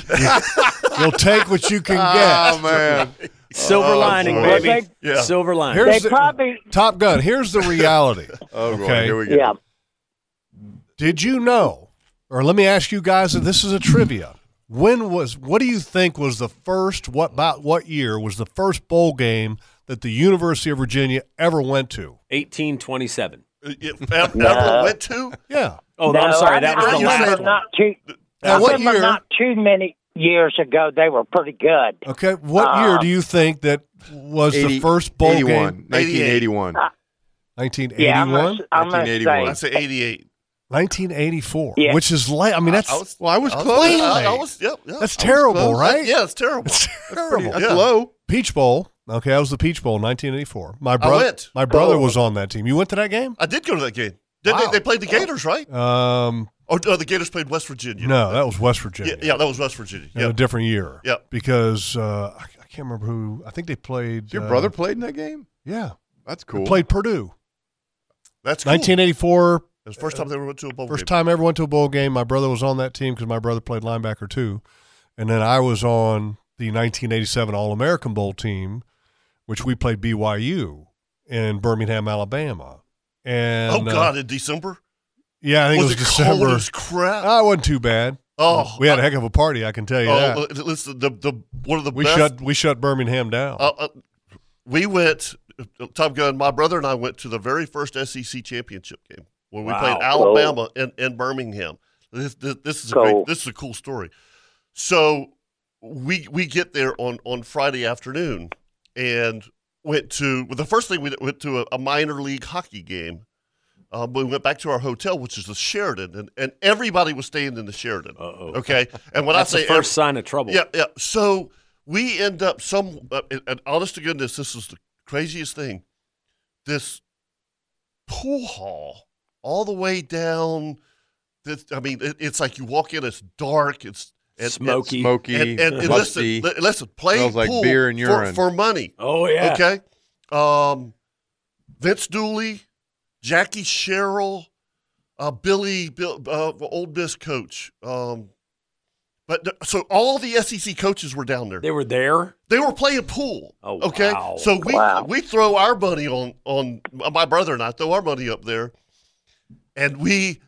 S3: will take what you can
S5: Oh
S3: get.
S5: man,
S4: Silver lining,
S2: boy.
S4: baby.
S9: Well,
S2: they- Yeah.
S4: Silver lining.
S3: Here's the-
S9: They probably
S3: Top Gun. Here's the reality.
S5: oh, boy,
S3: Okay.
S5: here we go.
S9: yeah.
S3: Did you know? Or let me ask you guys. and This is a trivia. When was? What do you think was the first? What about what year was the first bowl game that the University of Virginia ever went to?
S4: 1827.
S2: If ever, ever went to?
S3: Yeah.
S4: Oh,
S9: No,
S4: I'm sorry.
S9: I,
S4: That was
S9: I
S4: the last
S9: remember
S4: one.
S9: Not too.
S3: Now,
S9: I
S3: what
S9: remember
S3: year-
S9: not too many years ago they were pretty good. Uh,
S3: Okay, what year do you think that was
S5: 80
S3: the first bowl
S5: 81,
S3: game?
S5: 1981.
S9: Yeah, I'm
S3: 1981,
S9: gonna, I'm gonna
S5: 1981.
S2: I
S9: say
S2: say 88.
S3: 1984,
S9: Yeah.
S3: which is late. I mean, that's
S2: I was,
S5: Well, I was
S2: I was,
S5: close.
S2: I, I was, yep, yep.
S3: that's terrible,
S5: close.
S3: right?
S2: Yeah, it's terrible.
S3: It's terrible.
S5: That's
S2: Yeah.
S5: low.
S3: Peach Bowl. Okay, that was the Peach Bowl, 1984. My brother,
S2: went. Oh.
S3: my brother was on that team. You went to that game?
S2: I did go to that game. Did
S3: Wow.
S2: they, they played the Gators, right?
S3: Um,
S2: Or no, the Gators played West Virginia.
S3: no, that was West
S2: Yeah,
S3: Virginia.
S2: yeah, that was West Virginia.
S3: in a
S2: Yeah.
S3: different year.
S2: Yep.
S3: because uh, I, I can't remember who. I think they played.
S5: Did your
S3: uh,
S5: brother played in that game?
S3: Yeah,
S5: That's
S3: they
S5: cool.
S3: played Purdue.
S2: That's cool.
S3: 1984.
S2: It was the first time they ever went to a bowl
S3: First
S2: game.
S3: time I ever went to a bowl game. My brother was on that team because my brother played linebacker too, and then I was on the 1987 All American Bowl team, which we played BYU in Birmingham, Alabama. And
S2: oh,
S3: uh,
S2: God, in December?
S3: yeah, I think
S2: was
S3: it was
S2: cold
S3: December.
S2: as crap?
S3: I wasn't too bad.
S2: oh,
S3: we had a
S2: I-
S3: heck of a party, I can tell you that.
S2: oh, uh, listen, the, the, one of the
S3: we
S2: best.
S3: shut we shut Birmingham down.
S2: uh, uh, we went, Top Gun, my brother and I went to the very first SEC championship game when we
S4: Wow.
S2: played Alabama in, in Birmingham. This, this, this is a great,
S9: Cool.
S2: this is a cool story. So we we get there on, on Friday afternoon and went to well, the first thing we did, went to a, a minor league hockey game. Um, we went back to our hotel, which is the Sheridan, and, and everybody was staying in the Sheridan.
S4: Uh-oh.
S2: Okay, and when
S4: That's
S2: I
S4: the
S2: say
S4: first sign of trouble.
S2: yeah, yeah. So we end up some, uh, and- and honest to goodness, this is the craziest thing. This pool hall, all the way down. This, I mean, it, it's like you walk in, it's dark, it's and,
S4: Smoky.
S2: and,
S5: Smoky,
S2: and, and listen,
S5: musty.
S2: li- listen, play
S5: Smells like
S2: pool
S5: beer and
S2: for-
S5: urine.
S2: for money.
S4: Oh yeah.
S2: Okay. Um, Vince Dooley, Jackie Sherrill, uh, Billy, Bill, uh, Old Miss coach. Um, but th- so all the SEC coaches were down there.
S10: They were there.
S2: They were playing pool.
S10: Oh,
S2: Okay,
S10: wow.
S2: so we we throw our money on on my brother and I throw our money up there, and we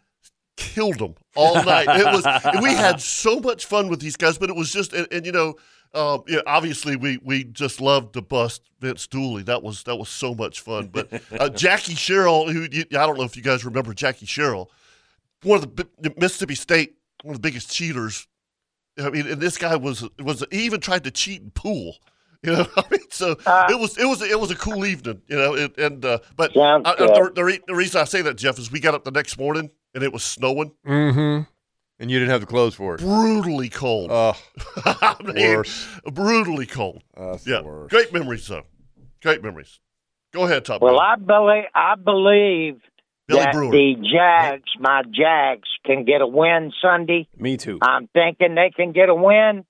S2: killed them all night. it was we had so much fun with these guys, but it was just and, and you know. Um, yeah, obviously we we just loved to bust Vince Dooley. That was that was so much fun. But uh, Jackie Sherrill, who you, I don't know if you guys remember Jackie Sherrill, one of the bi- Mississippi State, one of the biggest cheaters. I mean, and this guy was was he even tried to cheat in pool. You know, I mean, so
S3: Uh.
S2: it was it was it was a cool evening. You know, it, and uh, but I,
S3: Sounds
S2: I, the,
S3: good.
S2: the, re- the reason I say that Jeff is we got up the next morning and it was snowing,
S3: Mm-hmm.
S5: And you didn't have the clothes for it.
S2: brutally cold.
S5: Uh,
S2: I mean, brutally cold. yeah, great memories though. Great memories. Go ahead, top.
S9: Well,
S2: guy.
S9: I believe I believe
S2: Billy
S9: that
S2: Brewer.
S9: the Jags, my Jags, can get a win Sunday.
S10: Me too.
S9: I'm thinking they can get a win.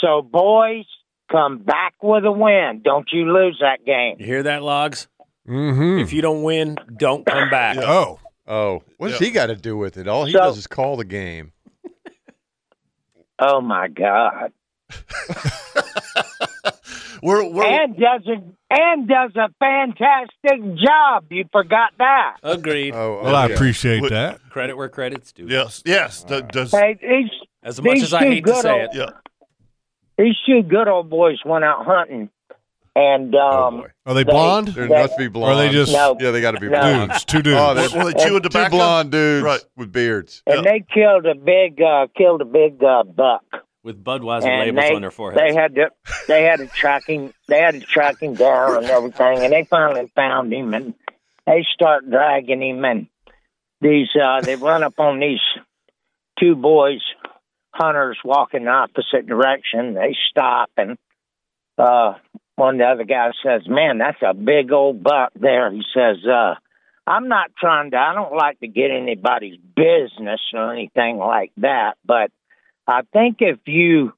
S9: So, boys, come back with a win. Don't you lose that game.
S10: You hear that, Logs?
S3: Mm-hmm.
S10: If you don't win, don't come back.
S3: Oh,
S5: oh, what's he got to do with it? All he
S9: So-
S5: does is call the game.
S9: Oh my God!
S2: we're, we're,
S9: and does a and does a fantastic job. You forgot that.
S10: Agreed.
S5: Oh,
S3: well, I
S5: okay.
S3: appreciate
S2: Wait.
S3: that.
S10: Credit where credit's due.
S2: yes, yes. th- does,
S9: Hey, these
S10: As much
S9: These
S10: as I
S9: two
S10: hate to
S9: good
S10: say
S9: old-
S10: it.
S2: yeah.
S9: these two good old boys went out hunting, and um,
S5: Oh, boy.
S3: Are they
S9: They-
S3: blonde?
S5: They
S9: That-
S5: must be blonde.
S3: just-
S9: No.
S5: Yeah, they got to be
S9: No.
S5: blonde.
S3: Dudes, two dudes.
S5: Oh, they're
S2: Were they chewing
S5: two
S2: tobacco?
S5: blonde dudes
S2: Right.
S5: with beards.
S9: and they killed a big uh, killed a big uh, buck,
S10: With Budweiser
S9: and
S10: labels
S9: they
S10: on their
S9: they
S10: foreheads.
S9: had to they had to track him they had to track him down and everything, and they finally found him, and they start dragging him, and these uh, they run up on these two boys hunters walking the opposite direction. They stop and. Uh, one of the other guys says, "Man, that's a big old buck there." He says, "Uh, I'm not trying to. I don't like to get anybody's business or anything like that, but I think if you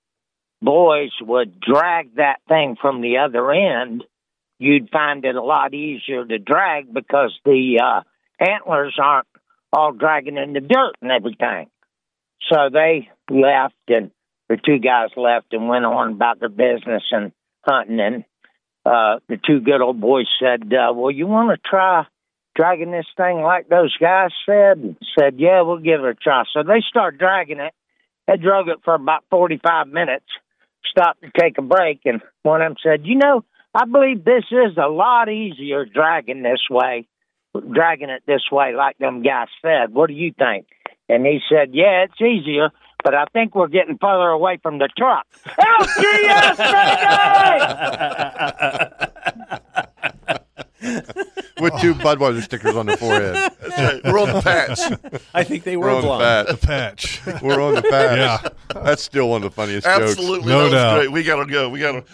S9: boys would drag that thing from the other end, you'd find it a lot easier to drag because the uh, antlers aren't all dragging in the dirt and everything." So they left, and the two guys left and went on about their business and hunting. And uh, the two good old boys said, uh, "Well, you want to try dragging this thing like those guys said?" And said, "Yeah, we'll give it a try." So they start dragging it. They drug it for about forty-five minutes. Stopped to take a break, and one of them said, "You know, I believe this is a lot easier dragging this way, dragging it this way, like them guys said. What do you think?" And he said, "Yeah, it's easier." But I think we're getting further away from the truck. LGS baby!
S5: With two Budweiser stickers on their forehead.
S2: That's right. We're on the patch.
S10: I think they
S5: We're
S10: were
S5: on the
S10: blonde.
S5: patch.
S3: Patch.
S5: We're on the patch.
S3: Yeah.
S5: That's still one of the funniest jokes.
S2: Absolutely,
S3: No
S2: that was
S3: doubt.
S2: great. We gotta go. We gotta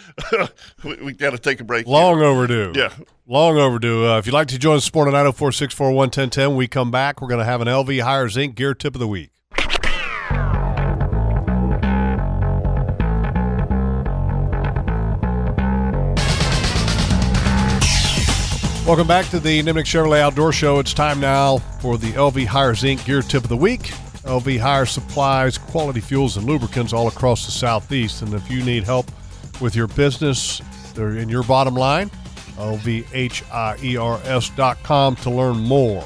S2: we, we gotta take a break.
S3: Long overdue.
S2: Yeah.
S3: Long overdue. Uh, if you'd like to join us, Sport 904 641 1010, we come back. We're going to have an LV Hires Inc. gear tip of the week. Welcome back to the Nimnik Chevrolet Outdoor Show. It's time now for the LV Hires Inc. Gear Tip of the Week. LV Hire supplies quality fuels and lubricants all across the Southeast. And if you need help with your business or in your bottom line, E lvhires.com to learn more.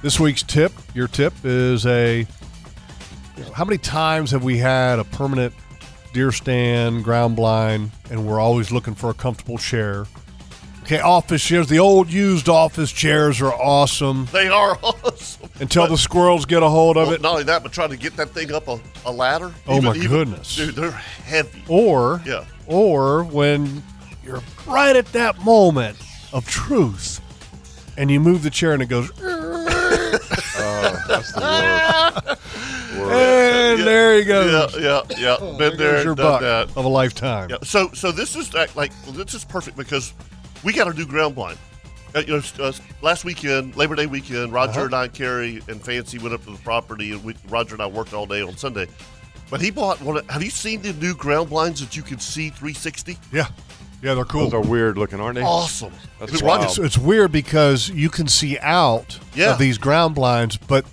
S3: This week's tip, your tip, is a how many times have we had a permanent deer stand, ground blind, and we're always looking for a comfortable chair? Okay, office chairs. The old used office chairs are awesome
S2: They are awesome.
S3: until the squirrels get a hold of
S2: Well,
S3: it.
S2: not only that, but trying to get that thing up a, a ladder.
S3: Oh, my goodness.
S2: dude, they're heavy.
S3: Or,
S2: Yeah.
S3: or when you're right at that moment of truth and you move the chair and it goes,
S5: Oh, That's the worst. Worst.
S3: and there you go.
S2: Yeah, yeah, yeah. Been
S3: There
S2: there,
S3: goes your
S2: done
S3: buck
S2: that.
S3: of a lifetime.
S2: Yeah. So, so this is like, like well, this is perfect because we got to do ground blind. Uh, you know, s- uh, last weekend, Labor Day weekend, Roger and I, Carrie and Fancy went up to the property, and we, Roger and I worked all day on Sunday. But he bought one. Of, have you seen the new ground blinds that you can see 360?
S3: Yeah. Yeah, they're cool.
S5: Those are weird looking, aren't they?
S2: Awesome.
S5: That's
S2: It's
S5: wild.
S2: Wow.
S3: It's, it's weird because you can see out
S2: Yeah.
S3: of these ground blinds, but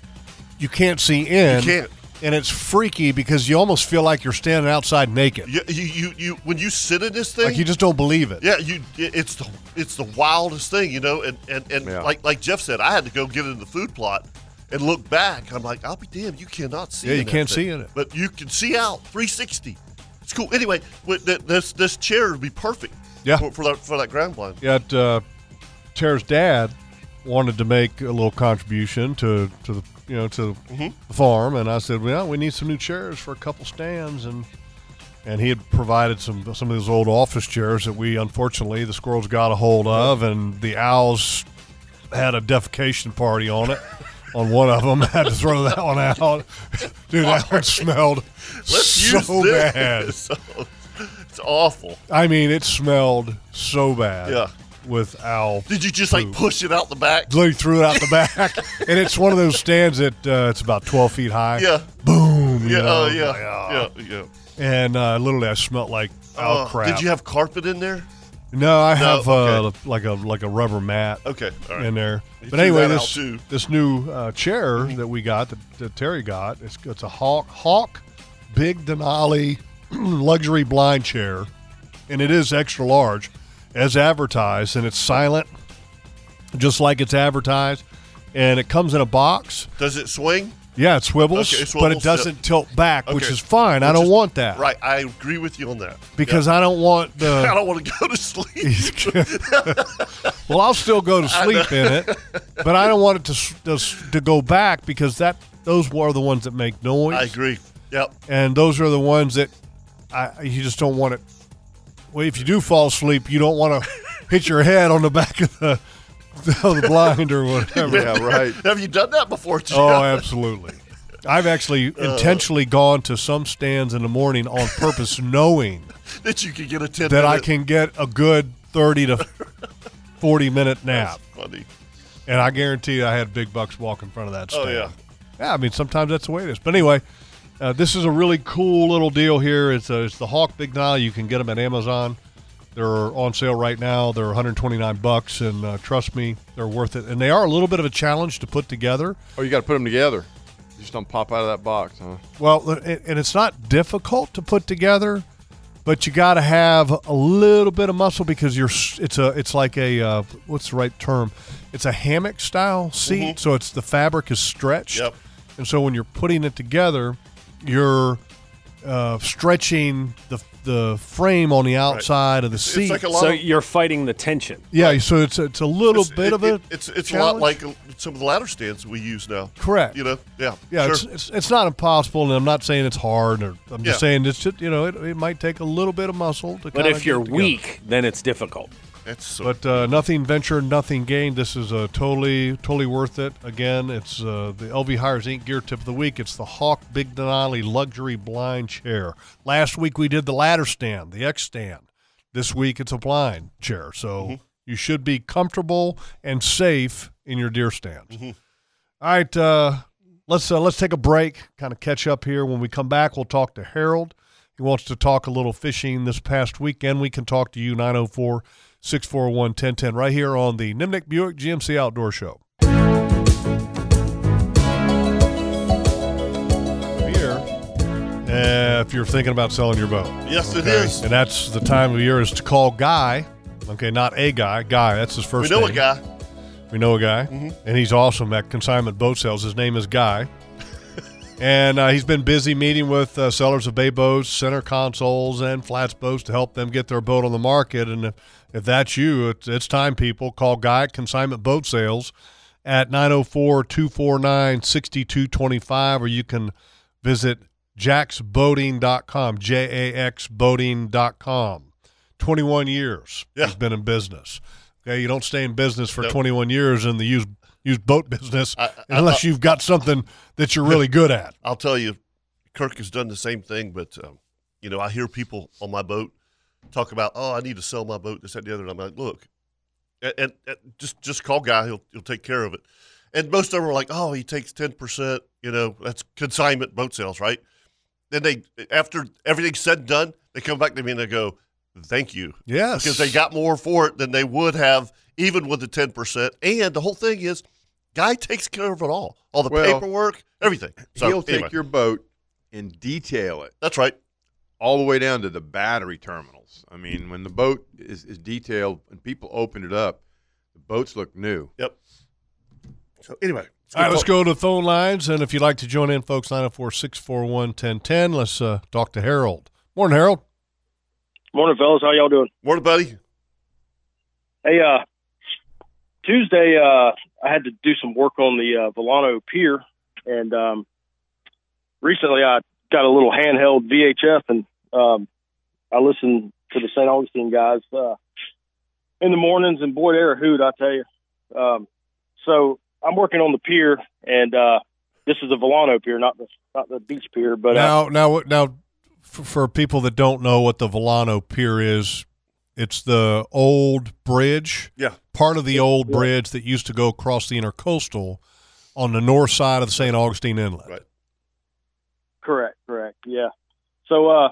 S3: you can't see in.
S2: You can't.
S3: And it's freaky because you almost feel like you're standing outside naked.
S2: You, you, you, you, when you sit in this thing,
S3: Like you just don't believe it.
S2: yeah, you, it's the, it's the wildest thing, you know. And and, and
S5: Yeah.
S2: like like Jeff said, I had to go get in the food plot and look back. I'm like, I'll be damned, you cannot see.
S3: Yeah,
S2: in
S3: you
S2: that
S3: can't
S2: thing.
S3: see in it.
S2: but you can see out 360. It's cool. Anyway, with th- this this chair would be perfect.
S3: Yeah.
S2: For, for that for that ground blind.
S3: Yet uh, Tara's dad wanted to make a little contribution to to the you know to
S2: Mm-hmm.
S3: the farm, and I said, "Well, we need some new chairs for a couple stands," and and he had provided some some of those old office chairs that we unfortunately the squirrels got a hold of, and the owls had a defecation party on it. On one of them, had to throw that one out. Dude, that one smelled
S2: Let's
S3: so
S2: use this.
S3: bad.
S2: it's awful.
S3: I mean, it smelled so bad.
S2: Yeah.
S3: With owl
S2: Did you just like push it out the back?
S3: literally threw it out the back, and it's one of those stands that uh, it's about twelve feet high.
S2: Yeah.
S3: Boom. you
S2: Yeah.
S3: know,
S2: Oh yeah.
S3: like, ah.
S2: Yeah. Yeah.
S3: And uh, literally, I smelt like oh
S2: Uh,
S3: crap.
S2: Did you have carpet in there?
S3: no, I have
S2: okay.
S3: uh, like a like a rubber mat
S2: Okay. All right.
S3: in there.
S2: You
S3: but
S2: threw
S3: anyway,
S2: that out,
S3: this
S2: too.
S3: this new uh, chair that we got that, that Terry got it's it's a hawk hawk big Denali luxury blind chair, and it is extra large as advertised, and it's silent, just like it's advertised, and it comes in a box.
S2: Does it swing?
S3: Yeah, it swivels,
S2: Okay, it
S3: but it
S2: swivels, yeah.
S3: doesn't tilt back, which
S2: Okay.
S3: is fine. I
S2: Which
S3: don't
S2: is-
S3: want that.
S2: Right. I agree with you on that.
S3: Because I don't want
S2: I
S3: the.
S2: don't want to go to sleep.
S3: well, I'll still go to sleep in it, but I don't want it to, s- to s- to go back because that those are the ones that make noise,
S2: I agree. Yep.
S3: and those are the ones that I you just don't want it. Well, if you do fall asleep, you don't want to hit your head on the back of the, of the blind or whatever.
S5: yeah, right.
S2: Have you done that before? Jeff?
S3: Oh, absolutely. I've actually
S2: Uh.
S3: intentionally gone to some stands in the morning on purpose, knowing
S2: that you could get a ten.
S3: that I
S2: minute-
S3: can get a good 30 to 40 minute nap.
S2: Funny.
S3: And I guarantee I had big bucks walk in front of that stand.
S2: Oh, yeah.
S3: Yeah, I mean, sometimes that's the way it is. But anyway, uh, this is a really cool little deal here. It's, uh it's the Hawk Big Nile. You can get them at Amazon. They're on sale right now. They're 129 bucks, and uh, trust me, they're worth it. And they are a little bit of a challenge to put together.
S5: Oh, you got to put them together. You just don't pop out of that box, huh?
S3: Well, and and it's not difficult to put together, but you got to have a little bit of muscle because you're s- it's a it's like a uh, what's the right term? It's a hammock style seat, so it's the fabric is stretched,
S2: Mm-hmm. Yep.
S3: and so when you're putting it together, you're uh, stretching the the frame on the outside of the seat.
S2: It's like a lot
S10: So
S2: of
S10: you're fighting the tension.
S3: yeah, so it's it's a little
S2: it's-
S3: bit
S2: it-
S3: of a
S2: it- It's it's a lot
S3: challenge.
S2: like uh, some of the ladder stands we use now.
S3: Correct.
S2: You know. Yeah.
S3: Yeah,
S2: sure.
S3: it's, it's it's not impossible, and I'm not saying it's hard. Or I'm just
S2: Yeah.
S3: saying it's just, you know it, it might take a little bit of muscle to.
S10: But
S3: kinda
S10: if you're
S3: get together.
S10: weak, then it's difficult.
S2: That's so.
S3: but uh, nothing venture, nothing gained. This is uh, totally totally worth it. Again, it's uh, the LV Hires Inc. Gear Tip of the Week. It's the Hawk Big Denali Luxury Blind Chair. Last week we did the ladder stand, the X stand. This week it's a blind chair, so you should be comfortable and safe in your deer stands. All right, uh, let's uh, let's take a break, kind of catch up here. When we come back, we'll talk to Harold. He wants to talk a little fishing this past weekend. We can talk to you 904 641 1010 right here on the Nimnik Buick GMC Outdoor Show. Beer. Uh, if you're thinking about selling your boat.
S2: yes, it
S3: Okay.
S2: is.
S3: And that's the time of year is to call Guy. Okay, not a guy. Guy, that's his
S2: We
S3: first name.
S2: know a guy.
S3: We know a guy, and he's awesome at consignment boat sales. His name is Guy. and uh, he's been busy meeting with uh, sellers of bay boats, center consoles, and flats boats to help them get their boat on the market. And if, if that's you, it's, it's time, people. Call Guy at Consignment Boat Sales at 904 249 6225, or you can visit jacksboating.com, J A X boating.com. 21 years
S2: Yeah.
S3: he's been in business. Okay, you don't stay in business for
S2: Nope.
S3: 21 years in the used used boat business
S2: I- I-
S3: unless you've got something that you're really good at.
S2: I'll tell you, Kirk has done the same thing. But um, you know, I hear people on my boat talk about, oh, I need to sell my boat, this, that, and the other. And I'm like, look, and, and, and just just call guy. He'll he'll take care of it. And most of them are like, oh, he takes ten percent. You know, that's consignment boat sales, right? Then they after everything's said and done, they come back to me and they go, Thank you.
S3: Yes.
S2: Because they got more for it than they would have even with the 10%. And the whole thing is, guy takes care of it all. All the
S5: Well,
S2: paperwork, everything. So,
S5: He'll
S2: anyway.
S5: take your boat and detail it.
S2: That's right.
S5: All the way down to the battery terminals. I mean, when the boat is, is detailed and people open it up, the boats look new.
S2: Yep. So anyway,
S3: All right, let's go to phone lines. And if you'd like to join in, folks, 904 641 1010. Let's uh, talk to Harold. Morning, Harold.
S11: Morning, fellas. How y'all doing?
S2: Morning, buddy.
S11: Hey, uh, Tuesday, uh, I had to do some work on the uh, Volano Pier, and um, recently I got a little handheld VHF, and um, I listened to the St. Augustine guys uh, in the mornings, and boy, they're a hoot, I tell you. Um, so I'm working on the pier, and uh, this is the Volano Pier, not the not the beach pier, but uh,
S3: now, now, what- now, for, for people that don't know what the Volano Pier is, it's the old bridge.
S2: Yeah.
S3: Part of the old bridge that used to go across the intercoastal on the north side of the St. Augustine Inlet. Right.
S11: Correct, correct. Yeah. So uh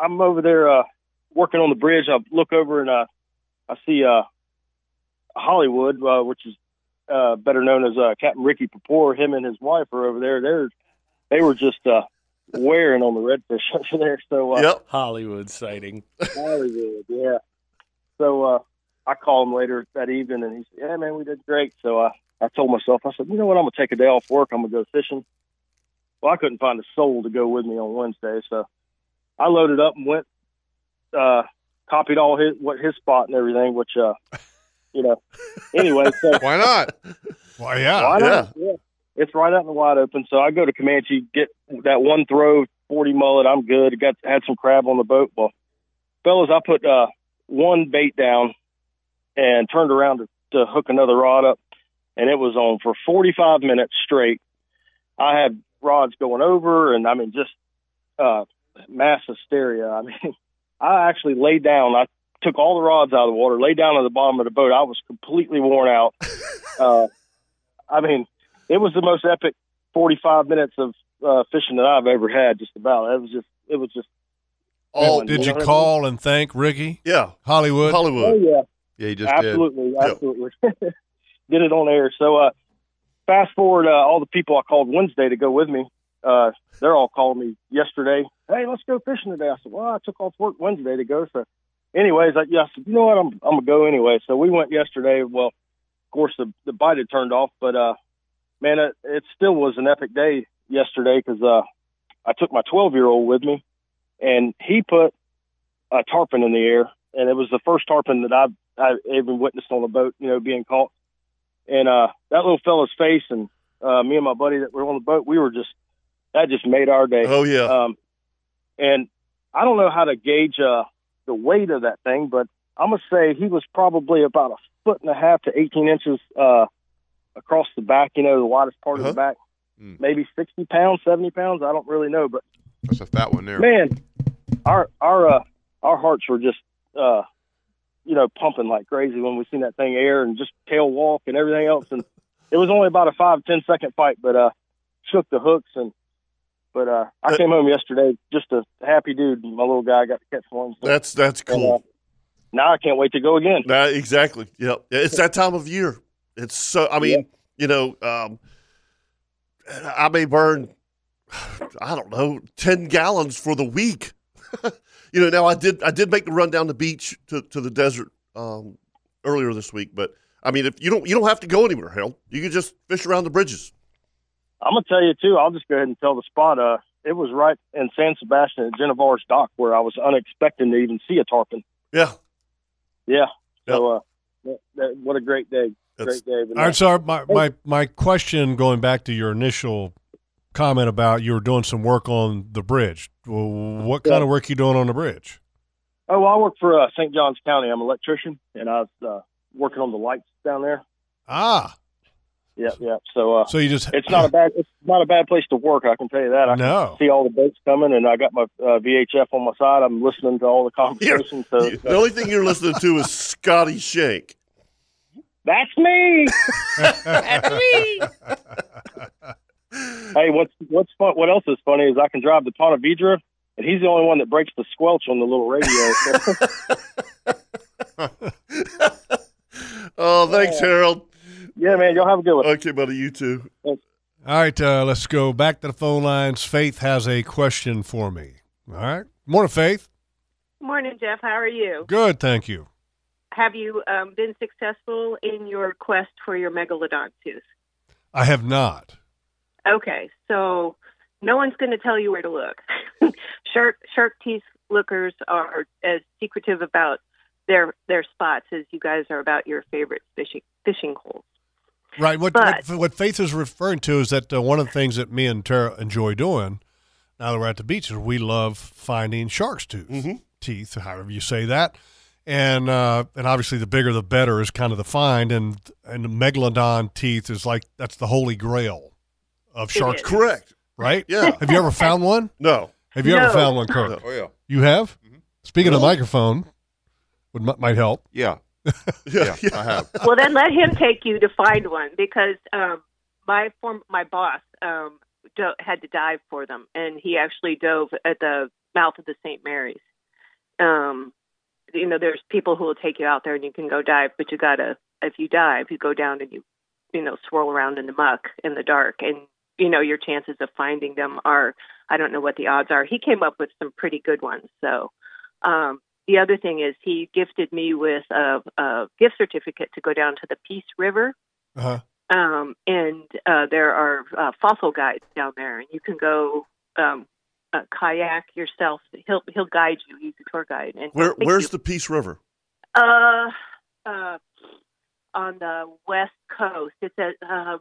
S11: I'm over there uh working on the bridge. I look over and I I see uh Hollywood, uh, which is uh better known as uh Captain Ricky Papore, him and his wife are over there. They're they were just uh wearing on the redfish over there. So uh
S10: Hollywood sighting.
S11: Hollywood, yeah. So uh, I called him later that evening, and he said, "Yeah, man, we did great." So I, I told myself, I said, "You know what? I'm gonna take a day off work. I'm gonna go fishing." Well, I couldn't find a soul to go with me on Wednesday, so I loaded up and went, uh, copied all his what his spot and everything, which uh, you know, anyway. So
S5: Why not?
S3: Why, yeah.
S11: Why not? Yeah. It's right out in the wide open. So I go to Comanche, get that one throw, 40 mullet. I'm good. Got had some crab on the boat. Well, fellas, I put uh, one bait down and turned around to, to hook another rod up, and it was on for 45 minutes straight. I had rods going over, and I mean, just uh, mass hysteria. I mean, I actually laid down. I took all the rods out of the water, laid down at the bottom of the boat. I was completely worn out. Uh, I mean, it was the most epic 45 minutes of uh, fishing that I've ever had. Just about. It was just. It was just.
S3: Oh, did you call and thank Ricky?
S2: Yeah.
S3: Hollywood.
S11: Oh yeah.
S5: Yeah, he
S11: absolutely, absolutely. did it on air. So uh, fast forward, uh, all the people I called Wednesday to go with me, uh, they're all calling me yesterday. Hey, let's go fishing today. I said, well, I took off work Wednesday to go. So, anyways, I, yeah, I said, you know what, I'm I'm gonna go anyway. So we went yesterday. Well, of course the the bite had turned off, but uh, man, it, it still was an epic day yesterday because uh, I took my 12 year old with me, and he put a tarpon in the air, and it was the first tarpon that I've I even witnessed on the boat, you know, being caught. And uh, that little fella's face, and uh, me and my buddy that were on the boat, we were just that just made our day.
S2: Oh, yeah.
S11: Um, and I don't know how to gauge uh, the weight of that thing, but I'm gonna say he was probably about a foot and a half to 18 inches uh, across the back. You know, the widest part
S2: Uh-huh.
S11: of the back, maybe 60 pounds, 70 pounds. I don't really know, but
S5: That's a fat one there.
S11: man, our our uh, our hearts were just uh, you know pumping like crazy when we seen that thing air and just tail walk and everything else. And it was only about a five ten second fight, but uh, shook the hooks and. But uh, I came home yesterday just a happy dude. My little guy got to catch one. So
S2: That's that's cool.
S11: uh, now I can't wait to go again.
S2: Nah, exactly. Yep. It's that time of year. It's so. I mean, you know, um, I may burn. I don't know, ten gallons for the week. you know, now I did. I did make the run down the beach to, to the desert um, earlier this week, but I mean, if you don't, you don't have to go anywhere, Harold. You can just fish around the bridges.
S11: I'm gonna tell you too. I'll just go ahead and tell the spot. Uh, it was right in San Sebastian at Genovar's dock where I was unexpecting to even see a tarpon.
S2: Yeah.
S11: Yeah. So, uh, that, that, what a great day. great day. But
S3: All
S11: no,
S3: right, so my, my, my question going back to your initial comment about you were doing some work on the bridge. Well, what kind of work you doing on the bridge?
S11: Oh, well, I work for uh, St. John's County. I'm an electrician, and I was uh, working on the lights down there.
S3: Ah,
S11: Yeah, yeah. So, uh,
S3: so you just
S11: it's not a bad it's not a bad place to work. I can tell you that. I
S3: No.
S11: can see all the boats coming, and I got my uh, VHF on my side. I'm listening to all the conversations. So uh,
S2: The only thing you're listening to is Scotty Shank.
S11: that's me. hey, what's what's fun? What else is funny is I can drive to Ponte Vedra and he's the only one that breaks the squelch on the little radio. So.
S2: Oh, thanks, Harold.
S11: Yeah, man. Y'all have a good one.
S2: Okay, buddy. You too.
S3: All right, uh, let's go back to the phone lines. Faith has a question for me. All right. Morning, Faith.
S12: Morning, Jeff. How are you?
S3: Good, thank you.
S12: Have you um, been successful in your quest for your megalodon tooth?
S3: I have not.
S12: Okay, so no one's going to tell you where to look. shark shark teeth lookers are as secretive about their their spots as you guys are about your favorite fishing fishing holes.
S3: Right. What,
S12: But-
S3: what what Faith is referring to is that uh, one of the things that me and Tara enjoy doing now that we're at the beach is we love finding sharks' tooth,
S2: Mm-hmm.
S3: teeth, however you say that. And uh, and obviously the bigger the better is kind of the find, and and the megalodon teeth is like that's the holy grail of
S2: It
S3: sharks.
S2: is. Correct.
S3: Right.
S2: Yeah.
S3: Have you ever found one?
S2: No.
S3: Have you
S2: No.
S3: ever found one, Kirk?
S2: No. Oh, yeah.
S3: You have. Speaking of the microphone, would mi- might help.
S5: Yeah.
S2: yeah.
S5: I have.
S12: well, then let him take you to find one because um, my form my boss um, do- had to dive for them, and he actually dove at the mouth of the St. Mary's. Um, you know, there's people who will take you out there, and you can go dive, but you gotta if you dive, you go down and you you know swirl around in the muck in the dark, and you know your chances of finding them are I don't know what the odds are. He came up with some pretty good ones, so. Um, the other thing is he gifted me with a, a gift certificate to go down to the Peace River,
S3: Uh-huh.
S12: um, and uh, there are uh, fossil guides down there, and you can go um, uh, kayak yourself. He'll he'll guide you. He's a tour guide. And
S2: Where
S12: he'll take
S2: Where's
S12: you.
S2: the Peace River?
S12: uh, uh, on the west coast? It's a um,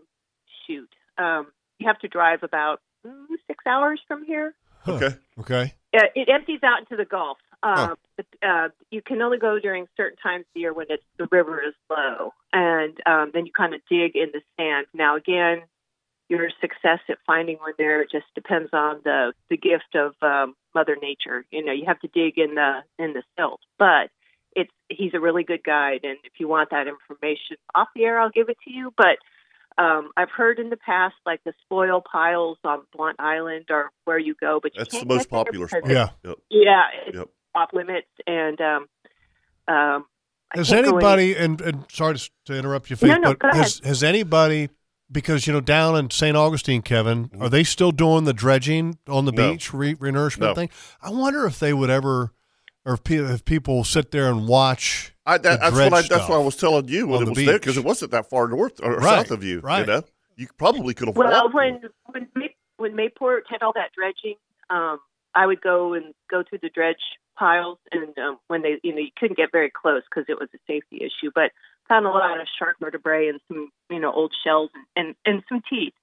S12: shoot. Um, you have to drive about mm, six hours from here.
S2: Okay.
S3: Okay.
S12: Uh, it empties out into the Gulf. Uh,
S3: Huh.
S12: but, uh, you can only go during certain times of the year when it's, the river is low, and um, then you kind of dig in the sand. Now, again, your success at finding one there just depends on the the gift of um, Mother Nature. You know, you have to dig in the in the silt, but it's he's a really good guide, and if you want that information off the air, I'll give it to you. But um, I've heard in the past, like the spoil piles on Blunt Island are where you go, but you
S2: That's the
S12: can't
S2: most
S12: get there
S2: popular
S12: because
S2: spot.
S3: Yeah.
S2: Yep.
S12: yeah, it's
S2: Yep.
S12: off limits, and um, um, I
S3: Has
S12: can't go
S3: anybody and, and sorry to s- to interrupt you, Faith,
S12: no,
S3: but
S12: go ahead.
S3: has has anybody because you know down in St. Augustine, Kevin, are they still doing the dredging on the
S2: Mm-hmm. No.
S3: beach re, renourishment
S2: No.
S3: thing? I wonder if they would ever, or if, pe- if people sit there and watch.
S2: I, that,
S3: the
S2: that's what I,
S3: dredge
S2: that's what I
S3: stuff.
S2: was telling you when
S3: on
S2: it
S3: the
S2: was there
S3: beach.
S2: because it wasn't that far north or
S3: Right,
S2: south of you. You
S3: right.
S2: know, you probably could have
S12: Well,
S2: walked.
S12: when when May, when Mayport had all that dredging, um, I would go and go through the dredge piles, and um, when they you know you couldn't get very close because it was a safety issue, but found a lot of shark vertebrae and some you know old shells and and, and some teeth.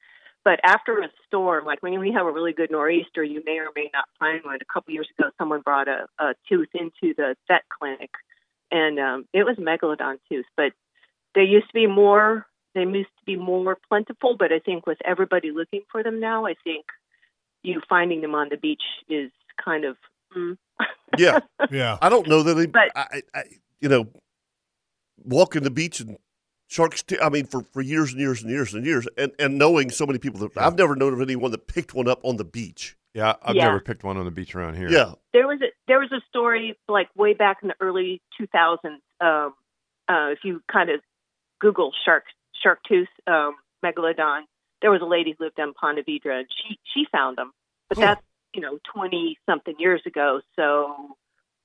S12: But after a storm, like when we have a really good nor'easter, you may or may not find one. A couple years ago, someone brought a, a tooth into the vet clinic, and um, it was megalodon tooth. But they used to be more they used to be more plentiful but i think with everybody looking for them now i think you finding them on the beach is kind of mm,
S2: yeah.
S3: Yeah.
S2: I don't know that they.
S12: But-
S2: I, I, I- you know, walking the beach and sharks. T- I mean, for, for years and years and years and years, and, and knowing so many people that I've never known of anyone that picked one up on the beach.
S5: Yeah, I've
S12: Yeah.
S5: never picked one on the beach around here.
S2: Yeah.
S12: there was a there was a story like way back in the early 2000s um, uh, if you kind of google shark shark tooth um, megalodon there was a lady who lived on Ponte Vedra and she she found them
S2: Oh.
S12: but that's you know 20 something years ago so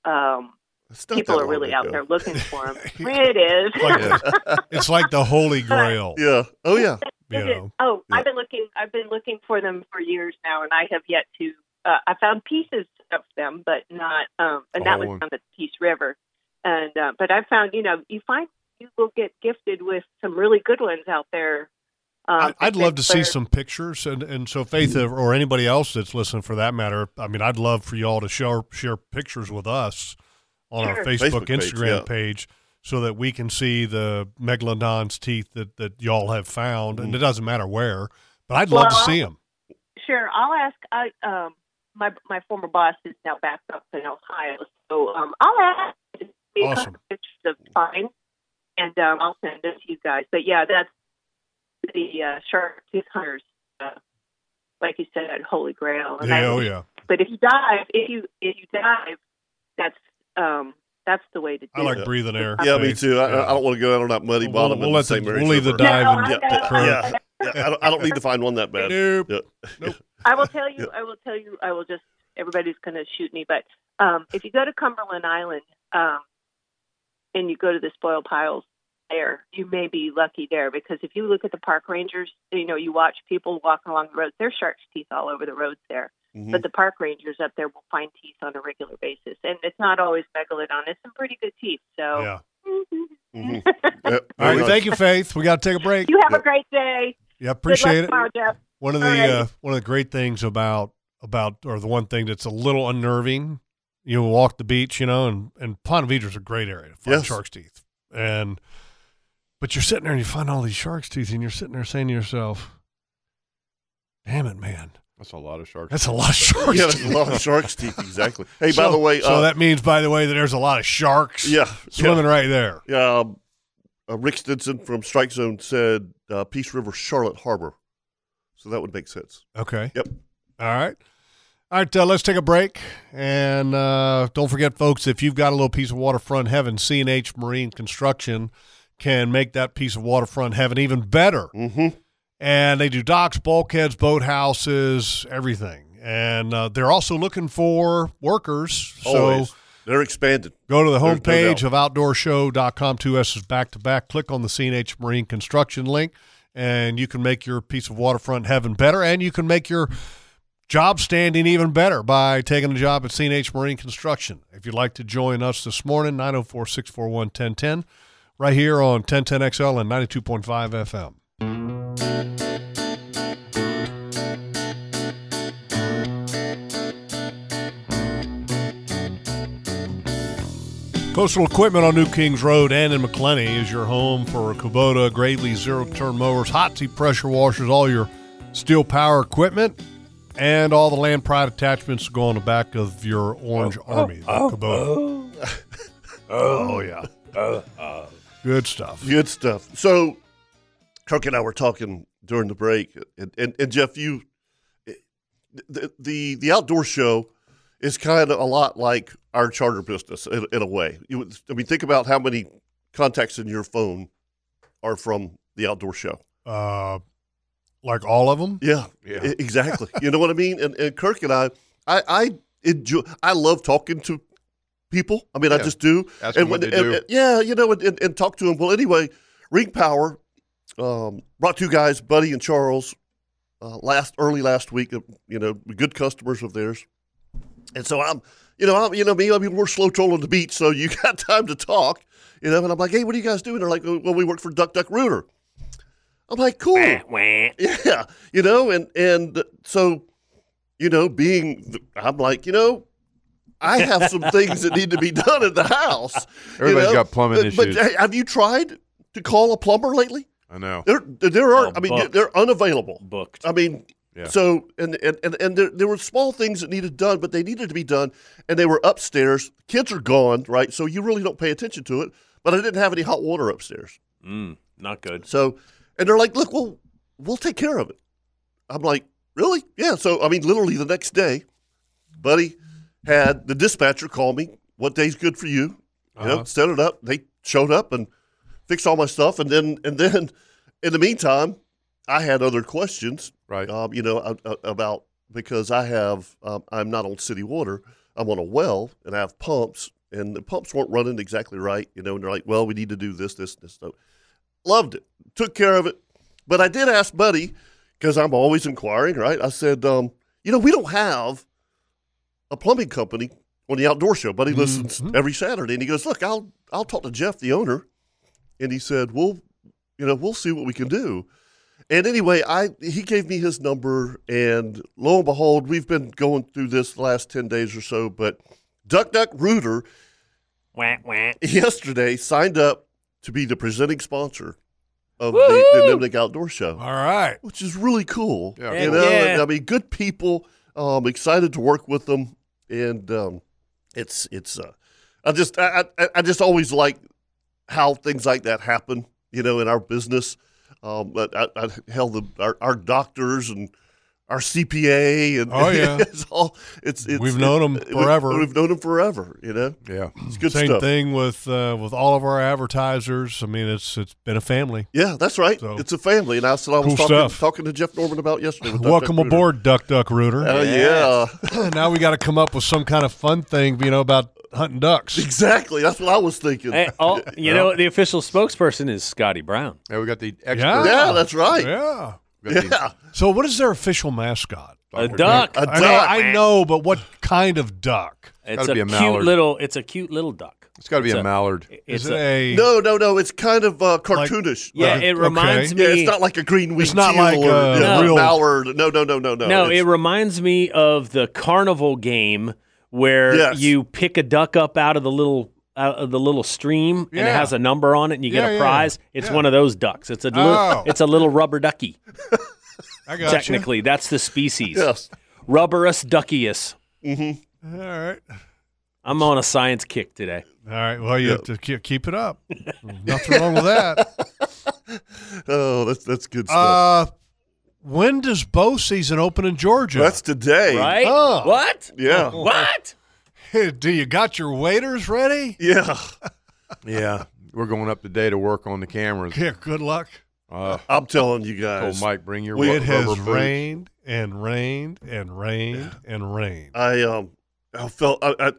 S12: um,
S2: not
S12: people
S2: that
S12: are
S2: long
S12: really out
S2: ago.
S12: there looking for them it is
S3: Like the- it's like the holy grail.
S2: Yeah. Oh yeah.
S3: You
S12: It is.
S3: know.
S12: Oh, I've been looking. I've been looking for them for years now, and I have yet to. Uh, I found pieces of them, but not. Um, and
S5: The
S12: that
S5: whole
S12: was
S3: Oh.
S5: one.
S12: on the Peace River, and uh, but I found you know you find you will get gifted with some really good ones out there. Um,
S3: I, I'd love to see
S12: where-
S3: some pictures, and, and so Faith or anybody else that's listening for that matter. I mean, I'd love for y'all to share share pictures with us on our
S12: Sure.
S3: Facebook,
S2: Facebook page,
S3: Instagram
S2: yeah.
S3: page, so that we can see the megalodon's teeth that that y'all have found,
S2: Mm.
S3: and it doesn't matter where. But I'd love to
S12: Well,
S3: see them.
S12: Sure, I'll ask. I um, my my former boss is now back up in Ohio, so um, I'll ask. to see a couple
S3: Awesome.
S12: Pictures of fine, and um, I'll send it to you guys. But yeah, that's the uh, shark tooth hunters, uh, like you said, holy grail. And I
S3: Yeah, oh
S12: wish
S3: yeah.
S12: But if you dive, if you if you dive, that's um that's the way to do
S3: I like
S12: it.
S3: breathing air.
S2: Yeah, me too. I, I don't want to go out on that muddy bottom.
S3: we'll
S2: in
S3: let the-
S2: the St.
S3: we'll
S2: Mary's
S3: leave the
S2: River.
S3: dive No, in
S12: I know.
S2: yeah, yeah, yeah. I, don't, I don't need to find one that bad. Yeah.
S12: I will tell you. I will tell you. I will just. Everybody's going to shoot me, but um, if you go to Cumberland Island um, and you go to the spoil piles there, you may be lucky there because if you look at the park rangers, you know you watch people walking along the roads. There's shark's teeth all over the roads there,
S3: Mm-hmm.
S13: Mhm.
S12: but the park rangers up there will find teeth on a regular basis, and it's not always megalodon. It's some pretty good teeth. So
S3: Yeah. Mm-hmm.
S2: Mhm.
S3: All right, thank you, Faith. We got to take a break.
S12: you have a great day.
S3: Yeah, appreciate
S12: Good
S3: it.
S12: luck tomorrow, Jeff.
S3: One of
S12: All
S3: the
S12: right.
S3: uh, one of the great things about about or the one thing that's a little unnerving, you walk the beach, you know, and and Ponte Vedra's a great area to find
S2: Yes.
S3: shark's teeth, and but you're sitting there and you find all these shark's teeth, and you're sitting there saying to yourself, "Damn it, man,
S5: That's a lot of sharks.
S3: that's a lot of shark's
S2: Yeah,
S3: teeth.
S2: that's a lot of shark's teeth. Exactly. Hey, by
S3: So-
S2: the way,
S3: so
S2: uh,
S3: that means by the way that there's a lot of sharks,
S2: Yeah,
S3: swimming
S2: yeah.
S3: right there.
S2: Yeah, um, uh, Rick Stinson from Strike Zone said uh, Peace River, Charlotte Harbor. So that would make sense.
S3: Okay.
S2: Yep.
S3: All right. All right, uh, let's take a break. And uh, don't forget, folks, if you've got a little piece of waterfront heaven, CNH Marine Construction can make that piece of waterfront heaven even better.
S2: Mm-hmm.
S3: And they do docks, bulkheads, boathouses, everything. And uh, they're also looking for workers.
S2: Always.
S3: So
S2: They're expanded.
S3: go to the
S2: There's no
S3: homepage
S2: doubt.
S3: of outdoorshow.com. Two S's back to back. Click on the CNH Marine Construction link, and you can make your piece of waterfront heaven better, and you can make your job standing even better by taking a job at CNH Marine Construction. If you'd like to join us this morning, 904 641 1010, right here on 1010XL and 92.5 FM. Coastal Equipment on New Kings Road and in McClenny is your home for Kubota, Gravely zero turn mowers, hot seat pressure washers, all your steel power equipment, and all the land pride attachments that go on the back of your Orange Army, the
S1: oh,
S3: Kubota.
S2: Oh,
S3: Oh, yeah.
S2: Oh,
S3: Good stuff.
S2: Good stuff. So, Kirk and I were talking during the break, and, and, and Jeff, you, the, the the outdoor show is kind of a lot like our charter business in, in a way. You, would- I mean, think about how many contacts in your phone are from the outdoor show.
S3: Uh, like all of them?
S2: oh. Yeah,
S3: Yeah.
S2: e- exactly. you know what I mean? And, and Kirk and I, I, I enjoy. I love talking to people. I mean, I
S5: Yeah.
S2: just do.
S5: Ask
S2: and
S5: them what
S2: when-
S5: they
S2: and-
S5: do.
S2: and- yeah, you know, and, and, and talk to them. Well, anyway, Ring Power um, brought two guys, Buddy and Charles, uh, last early last week. uh, You know, good customers of theirs. And so I'm, you know, I'm, you know me. I mean, we're slow trolling the beach, so you got time to talk. You know, and I'm like, hey, what are you guys doing? They're like, well, we work for Duck Duck Rooter. I'm like, cool. Yeah, you know, and and so, you know, being, I'm like, you know, I have some things that need to be done in the house.
S5: Everybody's
S2: Everybody's
S5: got plumbing
S2: but, But
S5: issues.
S2: hey, have you tried to call a plumber lately?
S5: I know.
S2: There, there are. I mean,
S5: booked.
S2: they're unavailable.
S10: Booked.
S2: I mean,
S5: Yeah.
S2: so and and and, and there, there were small things that needed done, but they needed to be done, and they were upstairs. Kids are gone, right? So you really don't pay attention to it. But I didn't have any hot water upstairs.
S10: Mm, not good.
S2: So, and they're like, look, we'll we'll take care of it. I'm like, really? Yeah. So, I mean, literally the next day, buddy had the dispatcher call me. What day's good for you? You know,
S5: Uh-huh.
S2: set it up. They showed up and fixed all my stuff, and then and then in the meantime, I had other questions,
S5: right?
S2: Um, you know, a- a- about because I have um, I'm not on city water. I'm on a well, and I have pumps, and the pumps weren't running exactly right. You know, and they're like, well, we need to do this, this, this. So, loved it, took care of it, but I did ask Buddy because I'm always inquiring, right? I said, um, you know, we don't have a plumbing company on the outdoor show. Buddy listens every Saturday, and he goes, "Look, I'll I'll talk to Jeff, the owner," and he said, "We'll, you know, we'll see what we can do." And anyway, I he gave me his number, and lo and behold, we've been going through this last ten days or so. But Duck Duck Rooter
S10: Wah, wah.
S2: yesterday signed up to be the presenting sponsor of the, the Nimnik Outdoor Show. All
S3: right,
S2: which is really cool.
S5: Yeah.
S2: You know,
S5: Yeah.
S2: uh, I mean, good people. Um, excited to work with them, and um, it's it's. Uh, I just I, I I just always like how things like that happen. You know, in our business, um, but I, I held the, our, our doctors and our CPA and
S3: Oh, yeah.
S2: it's all it's, it's
S3: We've known 'em forever.
S2: We've, known them forever, you know.
S5: Yeah,
S2: it's good
S3: Same
S2: stuff.
S3: thing with uh, with all of our advertisers. I mean, it's it's been a family.
S2: Yeah, that's right. It's a family, and I said I was
S3: Cool
S2: talking,
S3: stuff.
S2: talking to Jeff Norman about yesterday. with Dr.
S3: Welcome
S2: Gruder.
S3: aboard, Duck Duck Rooter.
S2: Oh, yeah.
S3: now we got to come up with some kind of fun thing, you know, about hunting ducks.
S2: Exactly. That's what I was thinking.
S4: Hey, oh, you know, the official spokesperson is Scotty Brown.
S5: Yeah, we got the
S3: Yeah.
S2: Yeah, that's right.
S3: Yeah.
S2: Yeah.
S3: So, what is their official mascot?
S4: A duck.
S3: I
S4: A
S3: know-
S4: duck.
S3: I know, but what kind of duck?
S4: It's a, cute little. It's a cute little duck.
S5: It's got to
S4: be It's a a-
S5: mallard.
S4: It's
S3: it a-
S2: no, no, no. It's kind of uh, cartoonish.
S4: Yeah, it reminds
S2: Yeah,
S4: me-
S2: it's not like a green wing.
S4: It's not like
S2: or,
S3: uh,
S4: a
S2: yeah,
S4: real-
S2: mallard. No, no, no, no, no.
S4: No,
S2: It's-
S4: it reminds me of the carnival game where
S2: Yes.
S4: you pick a duck up out of the little out of the little stream and it
S3: Yeah.
S4: has a number on it and you
S3: Yeah,
S4: get a
S3: yeah,
S4: prize. It's
S3: yeah.
S4: one of those ducks. It's a little,
S3: Oh.
S4: it's a little rubber ducky.
S3: I got
S4: Technically, that's the species.
S2: Yes.
S4: Rubberus duckius.
S2: Mm-hmm.
S3: All right.
S4: I'm on a science kick today.
S3: All right. Well, you have to keep, keep it up. Nothing wrong with that.
S2: oh, that's that's good stuff.
S3: Uh, when does bow season open in Georgia?
S2: that's today,
S4: Right?
S3: Oh.
S4: What?
S2: Yeah.
S4: What?
S3: Do you got your waiters ready?
S2: Yeah.
S5: Yeah, we're going up today to work on the cameras.
S3: Yeah. Good luck.
S5: Uh,
S2: I'm telling you
S5: told
S2: guys.
S5: Mike, bring your
S2: We-
S5: ru-
S3: It has
S5: rubber boots.
S3: rained and rained and rained and rained.
S2: I um, I felt I, I,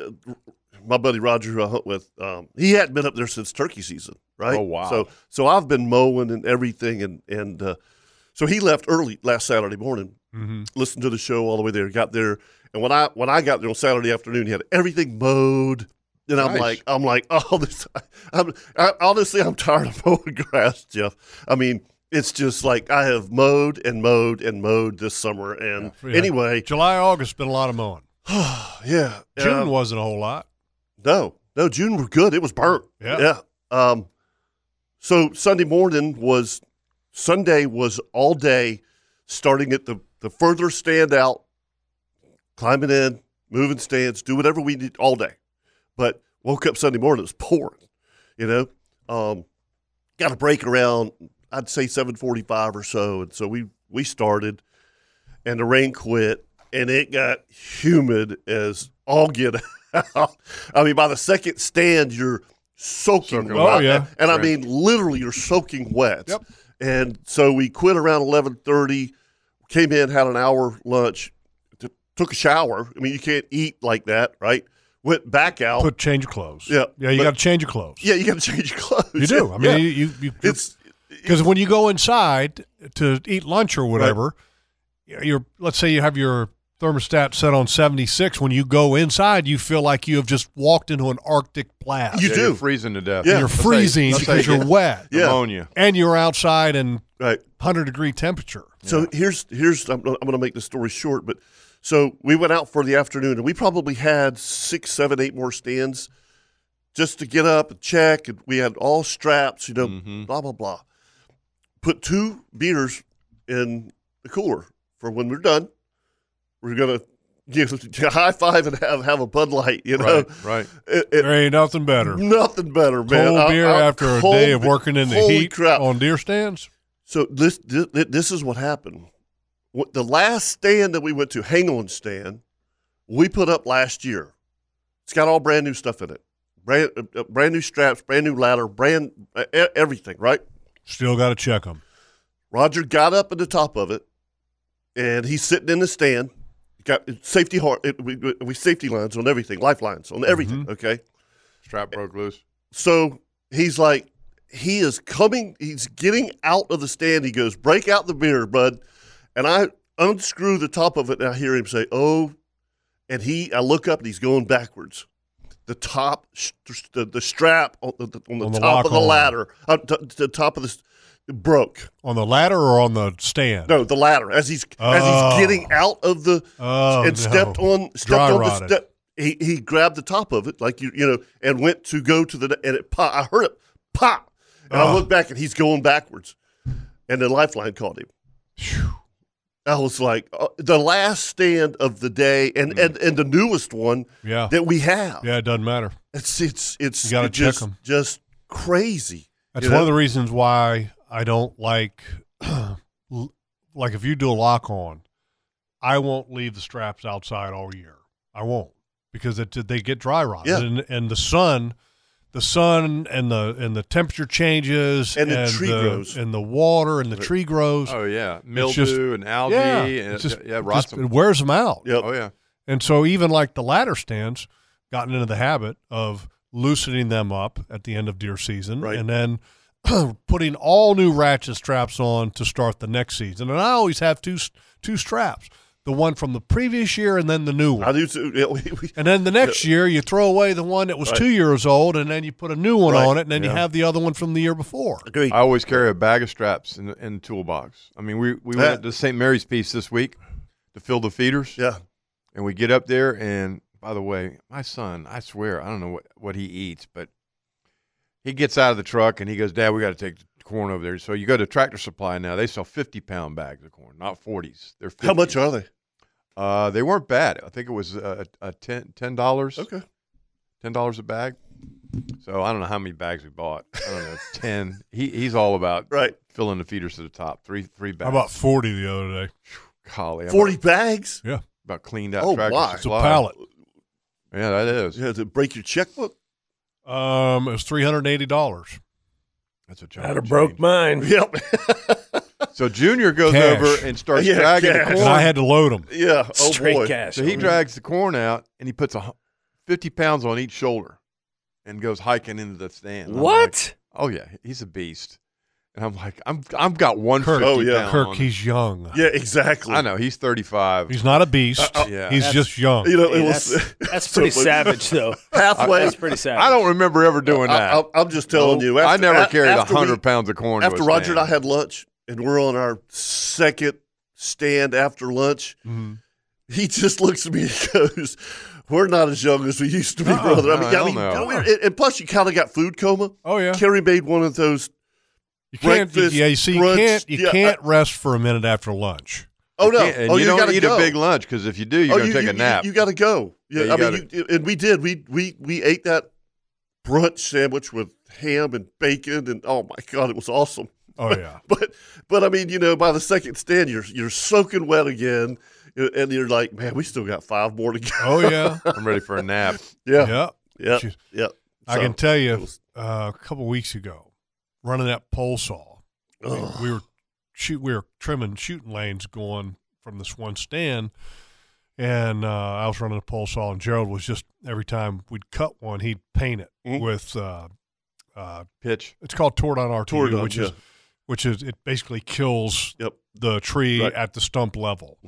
S2: my buddy Roger who I hunt with. Um, he hadn't been up there since turkey season, right?
S5: Oh, wow.
S2: So so I've been mowing and everything, and and uh, so he left early last Saturday morning.
S3: Mhm.
S2: Listened to the show all the way there. Got there, and when I when I got there on Saturday afternoon, he had everything mowed. And I'm
S5: Nice.
S2: like, I'm like, oh, this. I'm I, honestly, I'm tired of mowing grass, Jeff. I mean, it's just like I have mowed and mowed and mowed this summer. And
S3: Yeah.
S2: anyway,
S3: July, August, been a lot of mowing.
S2: yeah,
S3: June
S2: um,
S3: wasn't a whole lot.
S2: No, no, June were good. It was burnt.
S3: Yeah.
S2: Yeah. Um, so Sunday morning was Sunday was all day, starting at the the further stand out, climbing in, moving stands, do whatever we did all day. But woke up Sunday morning, it was pouring. You know, um, got a break around I'd say seven forty five or so, and so we we started, and the rain quit, and it got humid as all get out. I mean, by the second stand, you're soaking.
S5: Soaking
S2: wet.
S3: wet. Oh, yeah.
S2: and I
S5: Right.
S2: mean literally, you're soaking wet.
S3: Yep.
S2: And so we quit around eleven thirty, came in, had an hour lunch, t- took a shower. I mean, you can't eat like that, right? Went back out.
S3: Put change of clothes.
S2: Oh. Yeah,
S3: yeah. You
S2: but-
S3: got to change your clothes.
S2: yeah, you got to change your clothes.
S3: you do. I mean,
S2: Yeah.
S3: you, you, you
S2: it's
S3: because when you go inside to eat lunch or whatever, you're let's say you have your thermostat set on seventy six. When you go inside, you feel like you have just walked into an Arctic blast.
S2: You
S5: Yeah,
S2: do.
S5: you're freezing to death.
S2: Yeah.
S3: You're
S2: Let's
S5: say-
S3: freezing
S5: let's say
S3: because you're
S5: it's
S3: wet,
S2: Yeah.
S5: Pneumonia.
S3: and you're outside in
S2: right.
S3: hundred degree temperature.
S2: So here's here's I'm, I'm going to make the story short, but so we went out for the afternoon, and we probably had six, seven, eight more stands just to get up and check, and we had all straps, you know,
S5: Mm-hmm.
S2: blah blah blah. Put two beers in the cooler for when we're done. We're gonna give a high five and have have a Bud Light, you know.
S5: Right, right.
S2: It- it-
S3: There ain't nothing better.
S2: Nothing better, man.
S3: Cold
S2: I-
S3: beer
S2: I-
S3: after a
S2: cold
S3: day of
S2: beer.
S3: working in the
S2: Holy
S3: heat
S2: crap.
S3: on deer stands.
S2: So this, this this is what happened. What the last stand that we went to, Hang On Stand, we put up last year. It's got all brand new stuff in it, brand uh, uh, brand new straps, brand new ladder, brand uh, e- everything. Right?
S3: Still got to check them.
S2: Roger got up at the top of it, and he's sitting in the stand. Got safety har- it, we, we- we safety lines on everything, lifelines on everything. Okay,
S5: Strap broke loose.
S2: so he's like, he is coming, he's getting out of the stand. He goes, break out the beer, bud. And I unscrew the top of it and I hear him say, oh. And he, I look up and he's going backwards. The top, st- the, the strap on the, the- on the
S3: On the
S2: top of the
S3: lock-on.
S2: ladder, uh, t- t- the top of this broke.
S3: On the ladder or on the stand?
S2: No, the ladder as he's as
S3: Oh.
S2: he's getting out of the
S3: Oh,
S2: and stepped
S3: no.
S2: on stepped
S3: Dry
S2: on
S3: rotted.
S2: the step. He he grabbed the top of it like you you know and went to go to the and it pop. I heard it pop, and I
S3: Ugh.
S2: looked back and he's going backwards, and the lifeline caught him. I was like uh, the last stand of the day and and, and the newest one
S3: Mm. Yeah.
S2: that we have.
S3: Yeah, it doesn't matter.
S2: It's it's it's
S3: You gotta
S2: it's just
S3: check 'em.
S2: just crazy.
S3: That's
S2: you
S3: one
S2: know?
S3: of the reasons why I don't like, l- like if you do a lock on, I won't leave the straps outside all year. I won't because it, they get dry rotted,
S2: Yeah.
S3: and and the sun, the sun and the and the temperature changes,
S2: And the tree grows.
S3: and the water, and the tree grows.
S5: Oh, yeah.
S3: It's just-
S5: Mildew and algae
S3: yeah,
S5: and-
S3: it's just,
S5: yeah, it rots
S3: just-
S5: them.
S3: It wears them out.
S5: Oh, yeah.
S3: And so even like the ladder stands, gotten into the habit of loosening them up at the end of deer season, and then putting all new ratchet straps on to start the next season. And I always have two s- two straps. The one from the previous year and then the new one. I
S2: do too.
S3: and then the next year, you throw away the one that was
S5: Right.
S3: two years old, and then you put a new one
S5: Right.
S3: on it, and then you
S5: Yeah.
S3: have the other one from the year before.
S5: I always carry a bag of straps in the, in the toolbox. I mean, we, we
S3: That-
S5: went to St. Mary's Piece this week to fill the feeders.
S2: Yeah.
S5: And we get up there, and by the way, my son, I swear, I don't know what, what he eats, but he gets out of the truck and he goes, Dad, we got to take the corn over there. So you go to Tractor Supply now. They sell 50 pound bags of corn, not 40s. They're 50.
S2: How much are they?
S5: Uh, they weren't bad. I think it was uh, a ten ten dollars.
S2: Okay,
S5: ten dollars a bag. So I don't know how many bags we bought. I don't know ten. He he's all about
S2: right
S5: filling the feeders to the top. Three three bags.
S3: I bought 40 the other day.
S5: Golly, I'm
S2: 40 bags?
S3: Yeah.
S5: about cleaned out.
S2: Oh,
S5: Tractor
S2: my. It's a
S5: Supply.
S3: pallet.
S5: Yeah, that is.
S2: Yeah, to break your checkbook.
S3: Um, it was three hundred and eighty dollars.
S5: That's a chunk.
S3: That
S5: of
S3: broke mine.
S2: Yep.
S5: So Junior goes
S3: Cash.
S5: over and starts
S3: Yeah,
S5: dragging
S3: cash.
S5: the corn.
S3: And I had to load 'em.
S2: Yeah, oh Straight boy. cash,
S5: So
S2: I
S5: he
S2: mean.
S5: drags the corn out and he puts a hu- fifty pounds on each shoulder, and goes hiking into the stand. And I'm
S3: What?
S5: like, oh yeah, he's a beast. And I'm like, I'm I've got one.
S3: Kirk,
S5: 50
S3: oh, yeah.
S5: pound
S3: Kirk,
S5: on
S3: he's
S5: it.
S3: young.
S2: Yeah, exactly. Uh,
S5: I know he's thirty five.
S3: He's not a beast.
S5: yeah,
S3: He's just young.
S2: You know, it was so- Halfway,
S5: I don't remember ever doing
S2: I-
S5: that.
S2: I, am just telling
S5: Nope.
S2: you.
S5: I
S2: After,
S5: never
S2: a-
S5: carried
S2: after we-
S5: hundred pounds of corn. to
S2: After
S5: a
S2: Roger
S5: stand.
S2: and I had lunch, and we're on our second stand after lunch,
S5: Mm-hmm.
S2: he just looks at me and goes, "We're not as young as we used to be, brother." I mean,
S5: no,
S2: I mean,
S5: Uh-uh. Uh, hell no.
S2: and- and plus you kind of got food coma.
S3: Oh yeah,
S2: Kerry made one of those.
S3: You can't.
S2: breakfast,
S3: yeah, you see, you
S2: brunch-
S3: can't. You
S2: yeah, I-
S3: can't rest for a minute after lunch.
S2: Oh no!
S5: can't- and
S2: oh,
S5: you don't
S2: gotta
S5: eat a
S2: go.
S5: big lunch, 'cause if you do, you're
S2: Oh,
S5: gonna take a nap.
S2: You, got to go. Yeah,
S5: Yeah, you
S2: I mean, you, and we did. We we we ate that brunch sandwich with ham and bacon, and oh my god, it was awesome.
S3: Oh yeah.
S2: but but I mean, you know, by the second stand, you're you're soaking wet again, and and you're like, man, we still got five more to go.
S3: Oh yeah.
S5: I'm ready for a nap.
S2: Yeah.
S3: Yeah.
S2: Yeah.
S3: Jeez.
S2: Yeah.
S3: I
S2: So,
S3: can tell you, uh, a couple weeks ago, running that pole saw, we- we, were shoot, we were trimming shooting lanes going from this one stand, and uh, I was running a pole saw, and Gerald was just every time we'd cut one, he'd paint it
S2: Mm-hmm.
S3: with uh, uh,
S5: pitch.
S3: It's called Tordon RTU,
S2: Tordon,
S3: which is
S2: yeah.
S3: which is it basically kills
S2: Yep.
S3: the tree
S2: Right.
S3: at the stump level,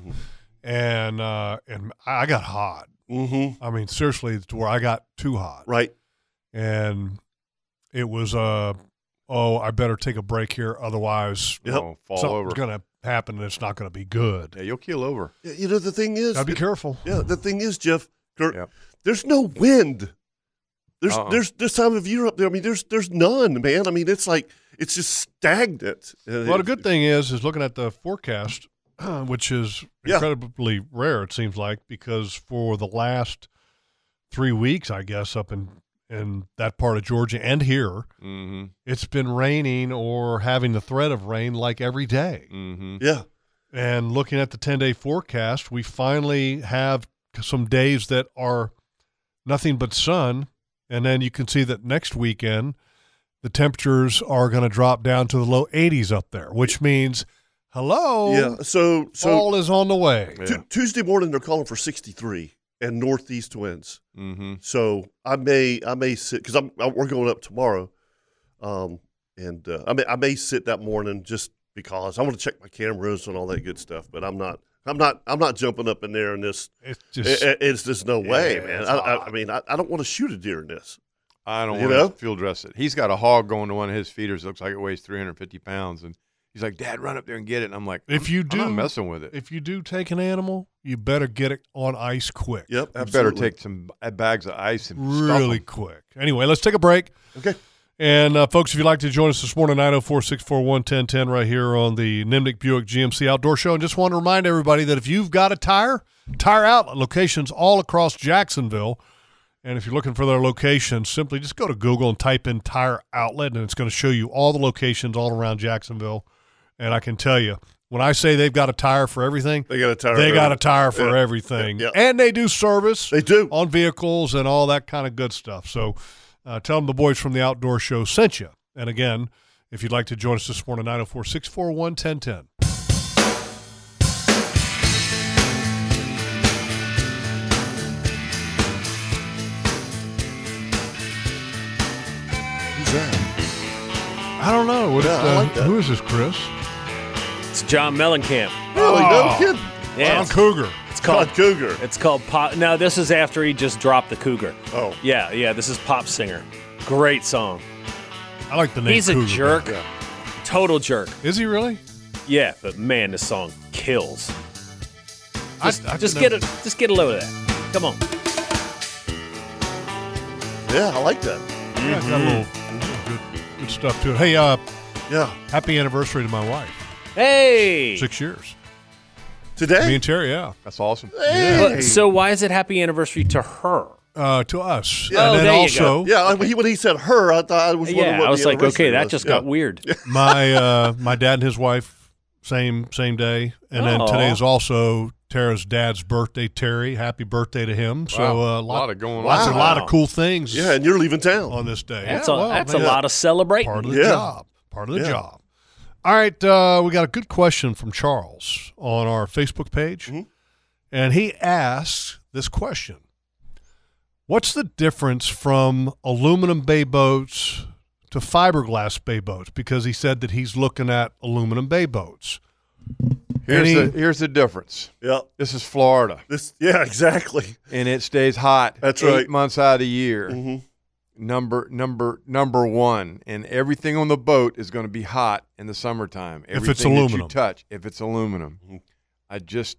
S3: and uh, and I got hot.
S2: Mm-hmm.
S3: I mean, seriously, to where I got too hot.
S2: Right.
S3: And it was uh oh, I better take a break here, otherwise,
S2: Yep. Oh, fall
S3: something's
S2: over.
S3: gonna happen, and it's not gonna be good.
S5: Yeah, you'll keel over.
S2: Yeah, You know, the thing is,
S3: Gotta be careful.
S2: Yeah, the thing is, Jeff, Kurt, there's no wind. There's
S3: Uh-uh.
S2: there's this time of year up there. I mean, there's there's none, man. I mean, it's like it's just stagnant. Uh,
S3: Well, the good thing is, is looking at the forecast, which is
S2: Yeah.
S3: incredibly rare. It seems like because for the last three weeks, I guess, up in in that part of Georgia and here,
S5: Mhm.
S3: it's been raining or having the threat of rain like every day.
S5: Mm-hmm.
S2: Yeah.
S3: And looking at the ten day forecast, we finally have some days that are nothing but sun, and then you can see that next weekend the temperatures are going to drop down to the low 80s up there, which means hello.
S2: Yeah. So so
S3: fall is on the way.
S2: Tu- Tuesday morning they're calling for 63 and northeast winds.
S5: Mm-hmm.
S2: So I may I may sit because I'm I, we're going up tomorrow, um, and uh, I may I may sit that morning just because I want to check my cameras and all that good stuff. But I'm not I'm not I'm not jumping up in there in this.
S3: It's just-
S2: I- I- it's just no way,
S5: Yeah,
S2: man.
S5: it's
S2: I, I, I mean I, I don't want to shoot a deer in this.
S5: I don't
S2: You
S5: want
S2: know?
S5: to field dress it. He's got a hog going to one of his feeders. Looks like it weighs 350 pounds, and he's like, "Dad, run up there and get it." And I'm like,
S3: If you do
S5: I'm not messing with it."
S3: If you do take an animal, you better get it on ice quick.
S2: Yep,
S5: You better take some b- bags of ice and stuff 'em.
S3: really quick. Anyway, let's take a break.
S2: Okay.
S3: And uh, folks, if you'd like to join us this morning, 904 641 1010 right here on the Nimnik Buick GMC Outdoor Show. And just want to remind everybody that if you've got a tire, tire outlet locations all across Jacksonville. And if you're looking for their locations, simply just go to Google and type in tire outlet, and it's going to show you all the locations all around Jacksonville. And I can tell you, When I say they've got a tire for everything,
S2: they got a tire.
S3: They
S2: for
S3: got a
S2: everything.
S3: tire for
S2: Yeah.
S3: everything,
S2: Yeah.
S3: and they do service.
S2: They do
S3: on vehicles and all that kind of good stuff. So, uh, tell them the boys from the outdoor show sent you. And again, if you'd like to join us this morning, 904 641 1010. I don't know. What
S4: Yeah,
S3: is,
S4: I
S3: uh,
S4: like that.
S3: Who is this, Chris?
S4: It's John Mellencamp.
S2: Really? No kidding.
S4: Yeah,
S3: John Oh. Cougar.
S4: It's called
S2: Cougar.
S4: It's called Pop. No, this is after he just dropped the Cougar.
S2: Oh.
S4: Yeah, yeah. This is Pop Singer. Great song.
S3: I like the name
S4: He's a
S3: Cougar,
S4: jerk.
S3: though.
S4: Total jerk.
S3: Is he really?
S4: Yeah, but man, this song kills.
S3: I-
S4: Just,
S3: I
S4: just get
S3: didn't know-
S4: a just get a load of that. Come on.
S2: Yeah, I like that.
S3: Yeah, it's got a little, good, good stuff to it. Hey, uh,
S2: yeah.
S3: Happy anniversary to my wife.
S4: Hey.
S3: Six years.
S2: Today?
S3: Me and Terry, yeah.
S5: That's awesome.
S4: But- So why is it happy anniversary to her?
S3: Uh, to us.
S4: Yeah.
S3: and
S4: Oh,
S3: then
S4: there you go.
S3: also,
S2: Yeah, I- he, when he said her, I thought I was wondering
S4: Yeah,
S2: what
S4: I
S2: the
S4: was like,
S2: anniversary
S4: okay, that
S2: was.
S4: just
S2: Yeah.
S4: got weird.
S3: my uh, my dad and his wife, same same day. And then
S4: Aw.
S3: today is also Tara's dad's birthday, Terry. Happy birthday to him. So
S5: Wow.
S3: uh,
S5: A lot of going
S3: lots
S5: on.
S3: A lot
S5: Wow.
S3: of cool things.
S2: Yeah, and you're leaving town
S3: on this day.
S4: That's
S3: yeah,
S4: a,
S3: well,
S4: that's
S3: man.
S4: a lot of celebrating.
S3: Part of the job. Part of the job. All right, uh, we got a good question from Charles on our Facebook page,
S5: Mm-hmm.
S3: and he asks this question: What's the difference from aluminum bay boats to fiberglass bay boats? Because he said that he's looking at aluminum bay boats.
S5: Here's
S3: Any-
S5: the here's the difference.
S2: Yeah.
S5: This is Florida.
S2: This yeah, exactly.
S5: And it stays hot.
S2: That's
S5: eight
S2: right. Mm-hmm.
S5: months out of the year. Number number number one, and everything on the boat is going to be hot in the summertime.
S3: If it's
S5: Everything that you
S3: aluminum.
S5: touch if it's aluminum. I just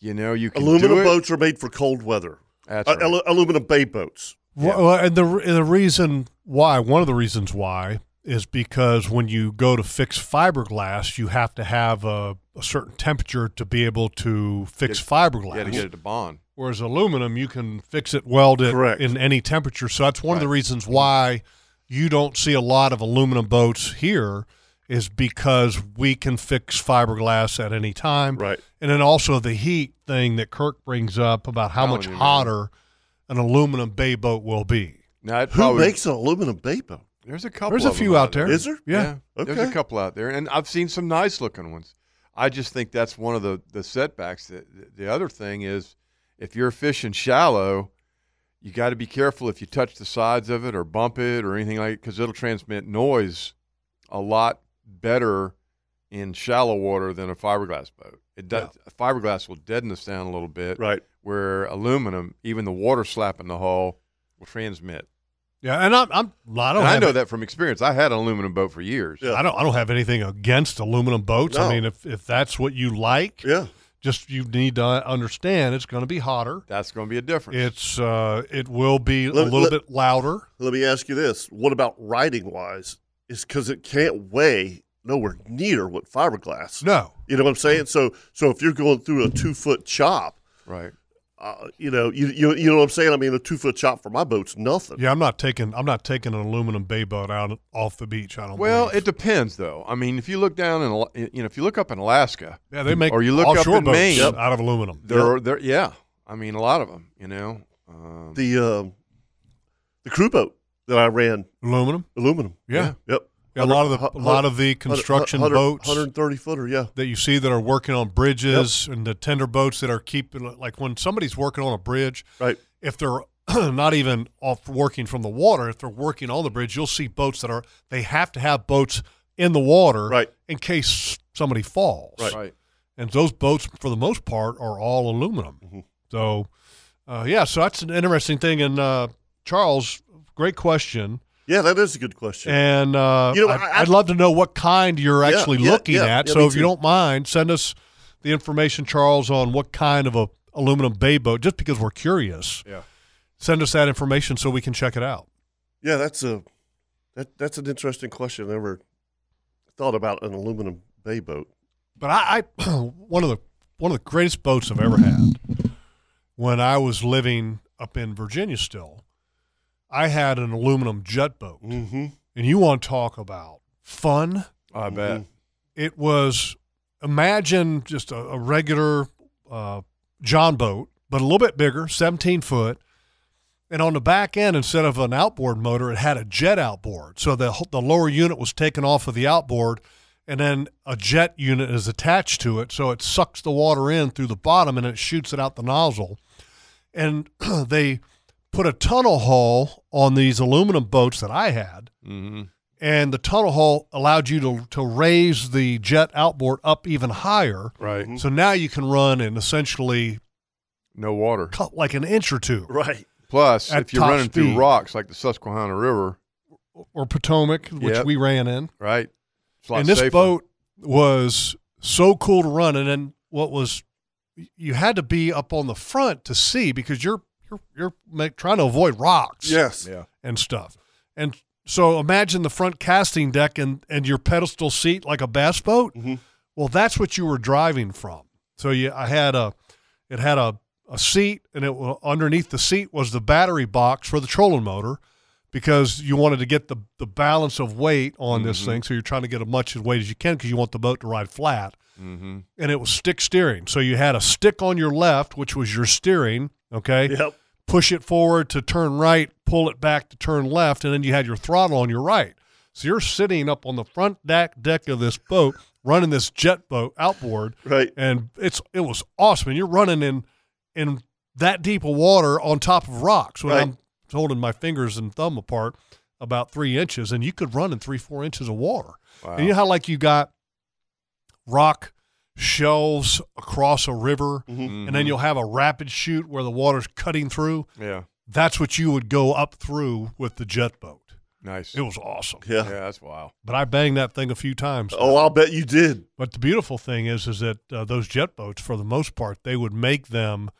S5: you know you can
S2: Mm-hmm. Aluminum
S5: do it.
S2: boats are made for cold weather.
S5: That's
S2: Uh,
S5: right.
S2: alu- aluminum bay boats.
S3: Well, well, and the and the reason why, one of the reasons why, is because when you go to fix fiberglass, you have to have a, a certain temperature to be able to fix
S5: Get-
S3: fiberglass.
S5: Yeah, to get it to bond.
S3: Whereas aluminum, you can fix it, weld it in any temperature. So that's one of the reasons why you don't see a lot of aluminum boats here is because we can fix fiberglass at any time.
S2: Right.
S3: And then also the heat thing that Kirk brings up about how
S5: Telling
S3: much
S5: you, man.
S3: hotter an aluminum bay boat will be.
S5: Now, it
S2: Who
S5: probably-
S2: makes an aluminum bay boat?
S5: There's a couple.
S3: There's a
S5: of
S3: few
S5: them
S3: out there. Is there? Yeah.
S5: There's a
S2: Okay.
S5: couple out there, and I've seen some nice looking ones. I just think that's one of the the setbacks. The, the other thing is, if you're fishing shallow, you got to be careful if you touch the sides of it or bump it or anything like because it'll transmit noise a lot better in shallow water than a fiberglass boat. It does. Fiberglass will deaden the sound a little bit.
S2: Right.
S5: Where aluminum, even the water slapping the hull, will transmit.
S3: Yeah, and I'm, I'm I don't
S5: And I
S3: have
S5: know
S3: it-
S5: that from experience. I had an aluminum boat for years.
S3: I don't I don't have anything against aluminum boats.
S5: No.
S3: I mean, if if that's what you like,
S2: yeah.
S3: Just you need to understand it's going to be hotter.
S5: That's going to be a difference.
S3: It's uh, it will be a
S2: Let-
S3: little
S2: let-
S3: bit louder.
S2: Let me ask you this: What about riding wise? Is because it can't weigh nowhere near what fiberglass.
S3: No,
S2: you know what I'm saying. So, so if you're going through a two foot chop,
S5: right?
S2: Uh, you know, you, you you know what I'm saying. I mean, a two foot chop for my boat's nothing.
S3: Yeah, I'm not taking I'm not taking an aluminum bay boat out off the beach. I don't.
S5: Well, it depends, though. I mean, if you look down in, Al- you know, if you look up in Alaska,
S3: Yeah, they make
S5: or you look up
S3: offshore
S5: in
S3: boats
S5: Maine
S3: Yep. out of aluminum.
S5: There
S3: Yep.
S5: are there, yeah. I mean, a lot of them. You know, um,
S2: The um, the crew boat that I ran,
S3: aluminum,
S2: aluminum.
S3: Yeah.
S2: yep.
S3: Yeah, a lot of the- a lot of the construction boats-
S2: hundred thirty footer. Yeah,
S3: that you see that are working on bridges and the tender boats that are keeping like when somebody's working on a bridge,
S2: right?
S3: If they're not even off working from the water, if they're working on the bridge, you'll see boats that are they have to have boats in the water, right. in case somebody falls,
S5: Right. Right.
S3: And those boats, for the most part, are all aluminum. So, uh, yeah, so that's an interesting thing. And uh, Charles, great question.
S2: Yeah, that is a good question.
S3: And uh,
S2: You know,
S3: I'd,
S2: I- I-
S3: I'd love to know what kind you're
S2: Yeah,
S3: actually
S2: yeah,
S3: looking
S2: yeah,
S3: at.
S2: yeah,
S3: so
S2: me
S3: if you
S2: too.
S3: don't mind, send us the information, Charles, on what kind of a aluminum bay boat, just because we're curious.
S5: Yeah.
S3: Send us that information so we can check it out.
S2: Yeah, that's a that that's an interesting question. I never thought about an aluminum bay boat.
S3: But I, I one of the one of the greatest boats I've ever had when I was living up in Virginia still, I had an aluminum jet boat. Mm-hmm. And you want to talk about fun?
S5: I bet.
S3: It was imagine just a, a regular uh, John boat, but a little bit bigger, 17 foot. And on the back end, instead of an outboard motor, it had a jet outboard. So the, wh- the lower unit was taken off of the outboard, and then a jet unit is attached to it. So it sucks the water in through the bottom and it shoots it out the nozzle. And they put a tunnel hull on these aluminum boats that I had
S5: Mm-hmm.
S3: and the tunnel hull allowed you to to raise the jet outboard up even higher.
S2: Right.
S3: So now you can run in essentially
S5: no water,
S3: like an inch or two.
S2: Right.
S5: Plus,
S3: At
S5: if you're
S3: top
S5: running
S3: speed.
S5: through rocks like the Susquehanna River,
S3: or Potomac, which
S5: Yep.
S3: we ran in.
S5: Right. It's a lot
S3: And this
S5: safer.
S3: boat was so cool to run. And then what was you had to be up on the front to see because you're you're you're make, trying to avoid rocks.
S2: Yes. Yeah.
S3: And stuff. And so imagine the front casting deck and and your pedestal seat like a bass boat. Well, that's what you were driving from. So you, I had a, it had a a seat, and it wa- underneath the seat was the battery box for the trolling motor because you wanted to get the, the balance of weight on this
S5: Mhm.
S3: thing. So you're trying to get as much weight as you can because you want the boat to ride flat.
S5: Mm-hmm.
S3: And it was stick steering. So you had a stick on your left, which was your steering. Okay.
S2: Yep.
S3: Push it forward to turn right, pull it back to turn left, and then you had your throttle on your right. So you're sitting up on the front deck deck of this boat, running this jet boat outboard.
S2: Right.
S3: And it's it was awesome. And you're running in in that deep of water on top of rocks when
S2: Right.
S3: I'm holding my fingers and thumb apart about three inches, and you could run in three, four inches of water. And you know how like you got rock shelves across a river,
S2: Mm-hmm.
S3: and then
S5: Mhm.
S3: you'll have a rapid shoot where the water's cutting through.
S5: Yeah.
S3: That's what you would go up through with the jet boat.
S5: Nice.
S3: It was awesome.
S2: Yeah.
S5: Yeah, that's wild.
S3: But I banged that thing a few times.
S2: Oh, I'll bet you did.
S3: But the beautiful thing is, is that uh, those jet boats, for the most part, they would make them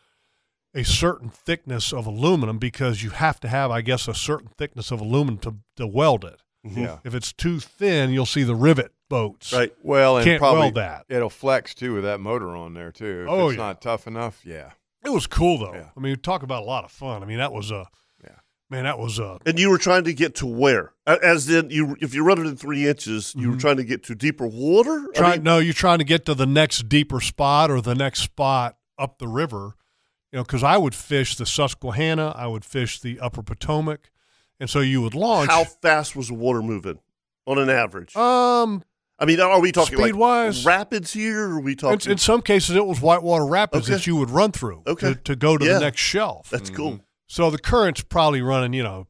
S3: a certain thickness of aluminum because you have to have, I guess, a certain thickness of aluminum to, to weld it.
S5: Mhm. Yeah.
S3: If it's too thin, you'll see the rivet boats.
S5: Well, and
S3: can't
S5: probably
S3: weld that.
S5: It'll flex too with that motor on there too. If
S3: Oh,
S5: it's
S3: yeah.
S5: not tough enough, yeah.
S3: It was cool though. I mean, talk about a lot of fun. I mean, that was a yeah. man, that was a
S2: And you were trying to get to where? A- As in, you if you run it in three inches, you were
S3: Mhm.
S2: trying to get to deeper water. I
S3: Try,
S2: mean,
S3: no, you're trying to get to the next deeper spot or the next spot up the river, you know, because I would fish the Susquehanna, I would fish the Upper Potomac, and so you would launch.
S2: how fast was the water moving on an average?
S3: Um,
S2: I mean, are we talking like
S3: speed-wise?
S2: rapids here? Or are we talking?
S3: in, in some cases, it was whitewater rapids
S2: Okay.
S3: that you would run through
S2: Okay.
S3: to, to go to
S2: Yeah.
S3: the next shelf.
S5: Mm-hmm.
S2: That's cool.
S3: Mm-hmm. So the current's probably running, you know,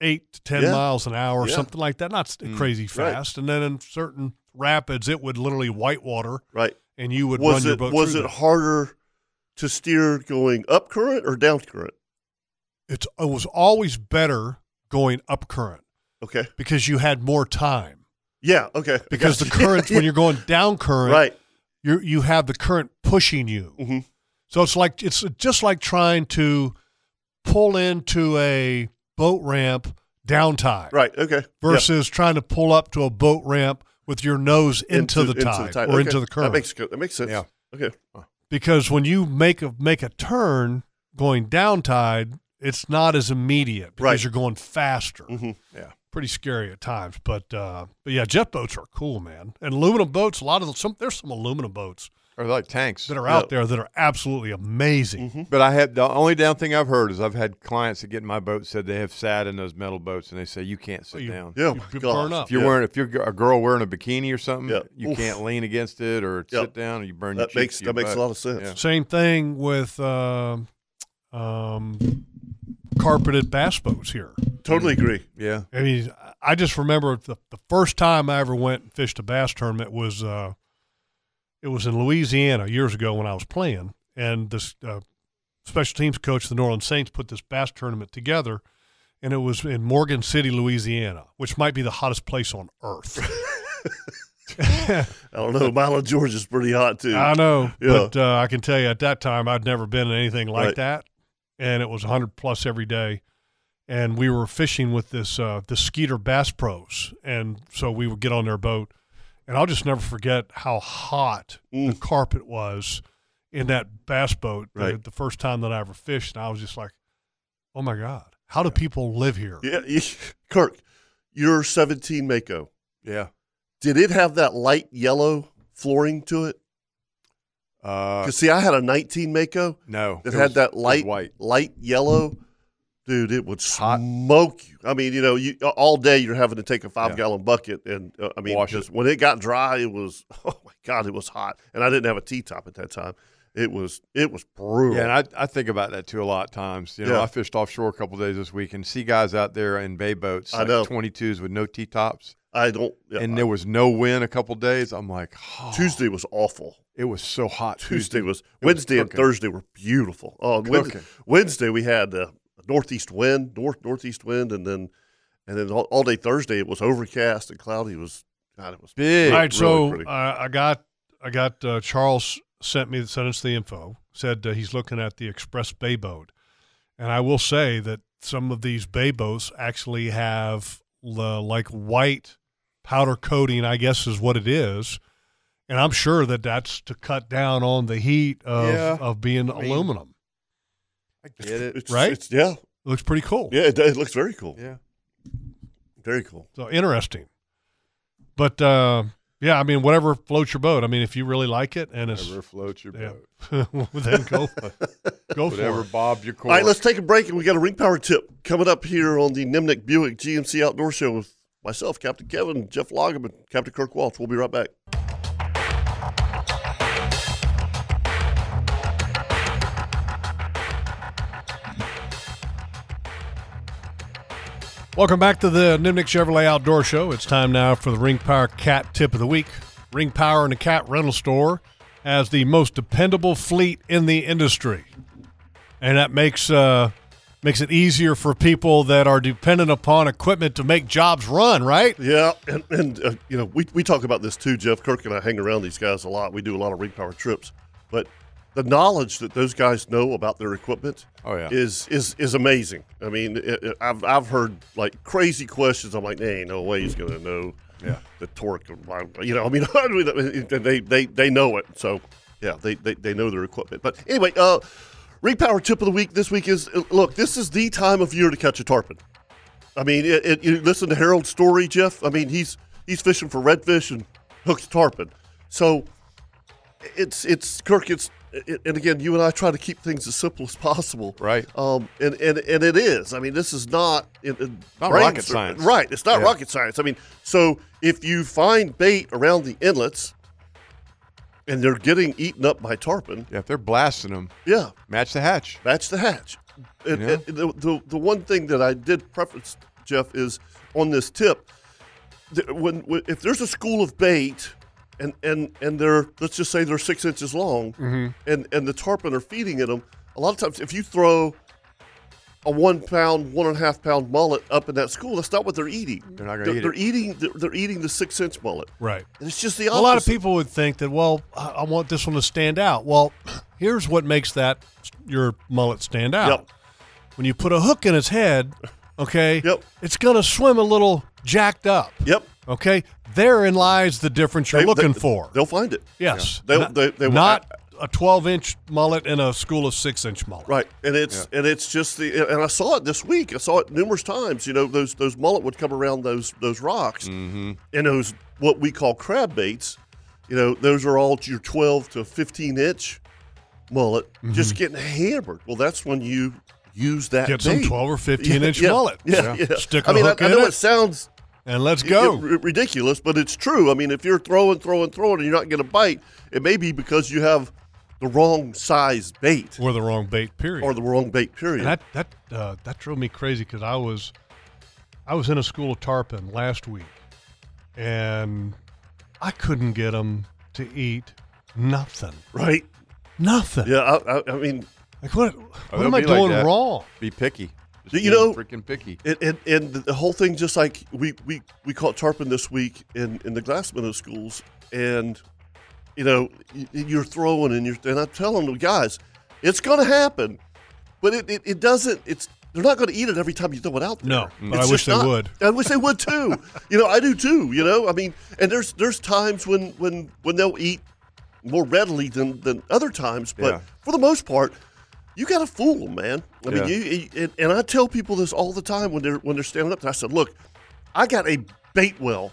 S3: eight to ten
S2: Yeah.
S3: miles an hour, or
S2: Yeah.
S3: something like that. Not s-
S2: Mm.
S3: crazy
S2: Right.
S3: fast. And then in certain rapids, it would literally whitewater.
S2: Right.
S3: And you would
S2: was
S3: run your
S2: it
S3: boat.
S2: was
S3: through
S2: it
S3: that.
S2: harder to steer going up current or down current?
S3: it's it was always better going up current.
S2: Okay.
S3: Because you had more time.
S2: Yeah. Okay. I
S3: Because the
S2: got you.
S3: currents when you're going down current,
S2: Right. Mm-hmm.
S3: You you have the current pushing you. So it's like it's just like trying to pull into a boat ramp down tide
S2: Right. Okay. Yeah.
S3: versus trying to pull up to a boat ramp with your nose into, the tide or
S2: Okay.
S3: into the current.
S2: That makes good- that makes sense. Yeah. Okay.
S3: because when you make a make a turn going down tide, it's not as immediate because
S2: Right.
S3: you're going faster.
S5: Yeah,
S3: pretty scary at times, but uh, but yeah, jet boats are cool, man. And aluminum boats, a lot of the, some there's some aluminum boats
S5: or like tanks
S3: that are out there that are absolutely amazing.
S2: Mm-hmm.
S5: But I have the only down thing I've heard is I've had clients that get in my boat said they have sat in those metal boats and they say you can't
S2: Oh,
S5: sit
S3: you-
S5: down.
S3: yeah, you burn up.
S5: If you're
S3: Yeah.
S5: wearing if you're a girl wearing a bikini or something,
S2: Yeah.
S5: you
S2: Oof.
S5: can't lean against it or
S2: Yeah.
S5: sit down or you burn your
S2: That
S5: cheeks
S2: makes-
S5: to your
S2: that makes a
S5: butt.
S2: lot of sense.
S5: Yeah.
S3: Same thing with um um, carpeted bass boats here.
S2: Totally agree.
S5: Yeah.
S3: I mean, I just remember the, the first time I ever went and fished a bass tournament was uh, it was in Louisiana years ago when I was playing, and this uh, special teams coach of the New Orleans Saints put this bass tournament together, and it was in Morgan City, Louisiana, which might be the hottest place on earth.
S2: I don't know. Milo George is pretty hot too.
S3: I know,
S2: Yeah.
S3: but uh, I can tell you at that time I'd never been in anything like
S2: Right.
S3: that, and it was 100 plus every day, and we were fishing with this uh, the Skeeter Bass Pros, and so we would get on their boat, and I'll just never forget how hot
S2: Mm.
S3: the carpet was in that bass boat the-
S2: Right.
S3: the, first time that I ever fished, and I was just like, oh my god, how do people live here?
S2: Yeah, you, Kirk, you're 17 Mako.
S5: Yeah.
S2: Did it have that light yellow flooring to it? Because see, I had a 19 Mako.
S5: Uh, No,
S2: that
S5: it
S2: had
S5: was- it
S2: that
S5: was
S2: light,
S5: white.
S2: light yellow. Dude, it would smoke you. I mean, you know, you all day you're having to take a five gallon bucket, and uh, I mean, just when it got dry, it was oh my god, it was hot, and I didn't have a T top at that time. It was it was brutal.
S5: Yeah, and I, I think about that too a lot of times. You know,
S2: Yeah.
S5: I fished offshore a couple days this week and see guys out there in bay boats,
S2: I
S5: like
S2: know.
S5: 22s with no T tops.
S2: I don't. yeah,
S5: and there was no wind a couple days. I'm like, oh,
S2: Tuesday was awful.
S5: It was so hot.
S2: Tuesday, was
S5: It
S2: Wednesday and
S5: cooking.
S2: Thursday were beautiful. Oh, and Wed-
S5: Cooking.
S2: Wednesday we had uh, a northeast wind, north northeast wind, and then and then all, all day Thursday it was overcast and cloudy. It was God, it was
S3: All right,
S2: really
S3: so
S2: pretty.
S3: uh, I got I got uh, Charles sent me sent us the info. Said uh, he's looking at the Express Bay boat, and I will say that some of these bay boats actually have l- like white powder coating. I guess is what it is, and I'm sure that that's to cut down on the heat of
S2: Yeah.
S3: of being
S2: I mean,
S3: aluminum.
S5: I get it.
S2: It's-
S3: right?
S2: it's- yeah,
S3: looks pretty cool.
S2: Yeah, it, it looks very cool.
S5: Yeah,
S2: very cool.
S3: So interesting. But uh, yeah, I mean, whatever floats your boat. I mean, if you really like it and it's
S5: Whatever floats your
S3: boat, then go go for it.
S2: All right, let's take a break, and we got a ring power tip coming up here on the Nimnik Buick GMC Outdoor Show with myself, Captain Kevin, Jeff Loggeman, Captain Kirk Walsh. We'll be right back.
S3: Welcome back to the Nimnik Chevrolet Outdoor Show. It's time now for the Ring Power Cat Tip of the Week. Ring Power and the Cat Rental Store has the most dependable fleet in the industry, and that makes uh, makes it easier for people that are dependent upon equipment to make jobs run. Right?
S2: Yeah, and, and uh, you know, we, we talk about this too, Jeff. Kirk and I hang around these guys a lot. We do a lot of ring power trips, but the knowledge that those guys know about their equipment
S5: Oh, yeah.
S2: is is is amazing. I mean, it, it- I've I've heard like crazy questions. I'm like, there ain't no way he's gonna know
S5: Yeah.
S2: the torque. of my-" You know, I mean, I mean, they they they know it. So yeah, they they, they know their equipment. But anyway, uh, ring power tip of the week this week is look. This is the time of year to catch a tarpon. I mean, it, it, you listen to Harold's story, Jeff. I mean, he's he's fishing for redfish and hooks tarpon. So it's it's Kirk. It's it, and again, you and I try to keep things as simple as possible, right? Um, and and and it is. I mean, this is not it, it-
S5: Not
S2: brain
S5: rocket
S2: sur-
S5: science.
S2: right? It's not
S5: Yeah.
S2: rocket science. I mean, so if you find bait around the inlets and they're getting eaten up by tarpon,
S5: yeah, if they're blasting them,
S2: yeah,
S5: match the hatch.
S2: Match the hatch. And,
S5: You know?
S2: and the, the, the one thing that I did preference, Jeff, is on this tip. th- When, when if there's a school of bait, and and and they're let's just say they're six inches long,
S5: Mm-hmm.
S3: Mhm.
S2: and and the tarpon are feeding in them. A lot of times, if you throw a one pound, one and a half pound mullet up in that school, that's not what they're eating. They're
S5: not gonna
S2: They're,
S5: eat it.
S2: they're eating. They're, they're eating the six inch mullet.
S3: Right.
S2: And it's just the
S3: A lot of
S2: opposite.
S3: people would think that, well, I I want this one to stand out. Well, here's what makes that your mullet stand out. When you put a hook in its head, okay, yep. it's going to swim a little jacked up.
S2: Yep.
S3: Okay. Therein lies the difference you're
S2: They-
S3: looking
S2: they-
S3: for.
S2: They'll find it.
S3: Yes.
S2: Yeah. They'll-
S3: Not,
S2: they- they will-
S3: not a 12 inch mullet and a school of six inch mullet.
S2: Right, and it's and it's just the and I saw it this week. I saw it numerous times. You know, those those mullet would come around those those rocks, and those what we call crab baits. You know, those are all your twelve to fifteen inch mullet,
S3: Mm-hmm.
S2: just getting hammered. Well, that's when you use that
S3: Get some
S2: bait.
S3: 12 or 15
S2: Yeah,
S3: inch
S2: yeah,
S3: mullet.
S2: Yeah,
S3: Yeah.
S2: yeah.
S3: Stick
S2: I
S3: a
S2: mean,
S3: hook
S2: I, I
S3: in
S2: know
S3: it.
S2: it sounds
S3: And let's
S2: it-
S3: go.
S2: it- r- ridiculous, but it's true. I mean, if you're throwing, throwing, throwing, and you're not going to bite, it may be because you have the wrong size bait
S3: or the wrong bait period
S2: or the wrong bait period.
S3: And that that uh, that drove me crazy because I was I was in a school of tarpon last week, and I couldn't get them to eat nothing.
S2: Right.
S3: Nothing.
S2: Yeah, I, I, I mean,
S3: like what?
S5: Oh,
S3: what am
S5: they'll
S3: I
S5: be like
S3: doing
S5: that.
S3: wrong?
S5: Be picky. Just
S2: you
S5: be
S2: know,
S5: freaking picky.
S2: And, and and the whole thing, just like we we we caught tarpon this week in in the Glassmeadow schools, and you know y- you're throwing and you're and I'm telling the guys, it's going to happen, but it, it, it doesn't. It's they're not going to eat it every time you throw it out there.
S3: No, but
S2: It's
S3: I wish
S2: just
S3: they
S2: not-
S3: would.
S2: I wish they would too. you know, I do too. You know, I mean, and there's there's times when when when they'll eat more readily than than other times, but
S5: Yeah.
S2: for the most part, you got to fool them, man. I mean,
S5: Yeah.
S2: you and, and I tell people this all the time when they're when they're standing up. And I said, look, I got a bait well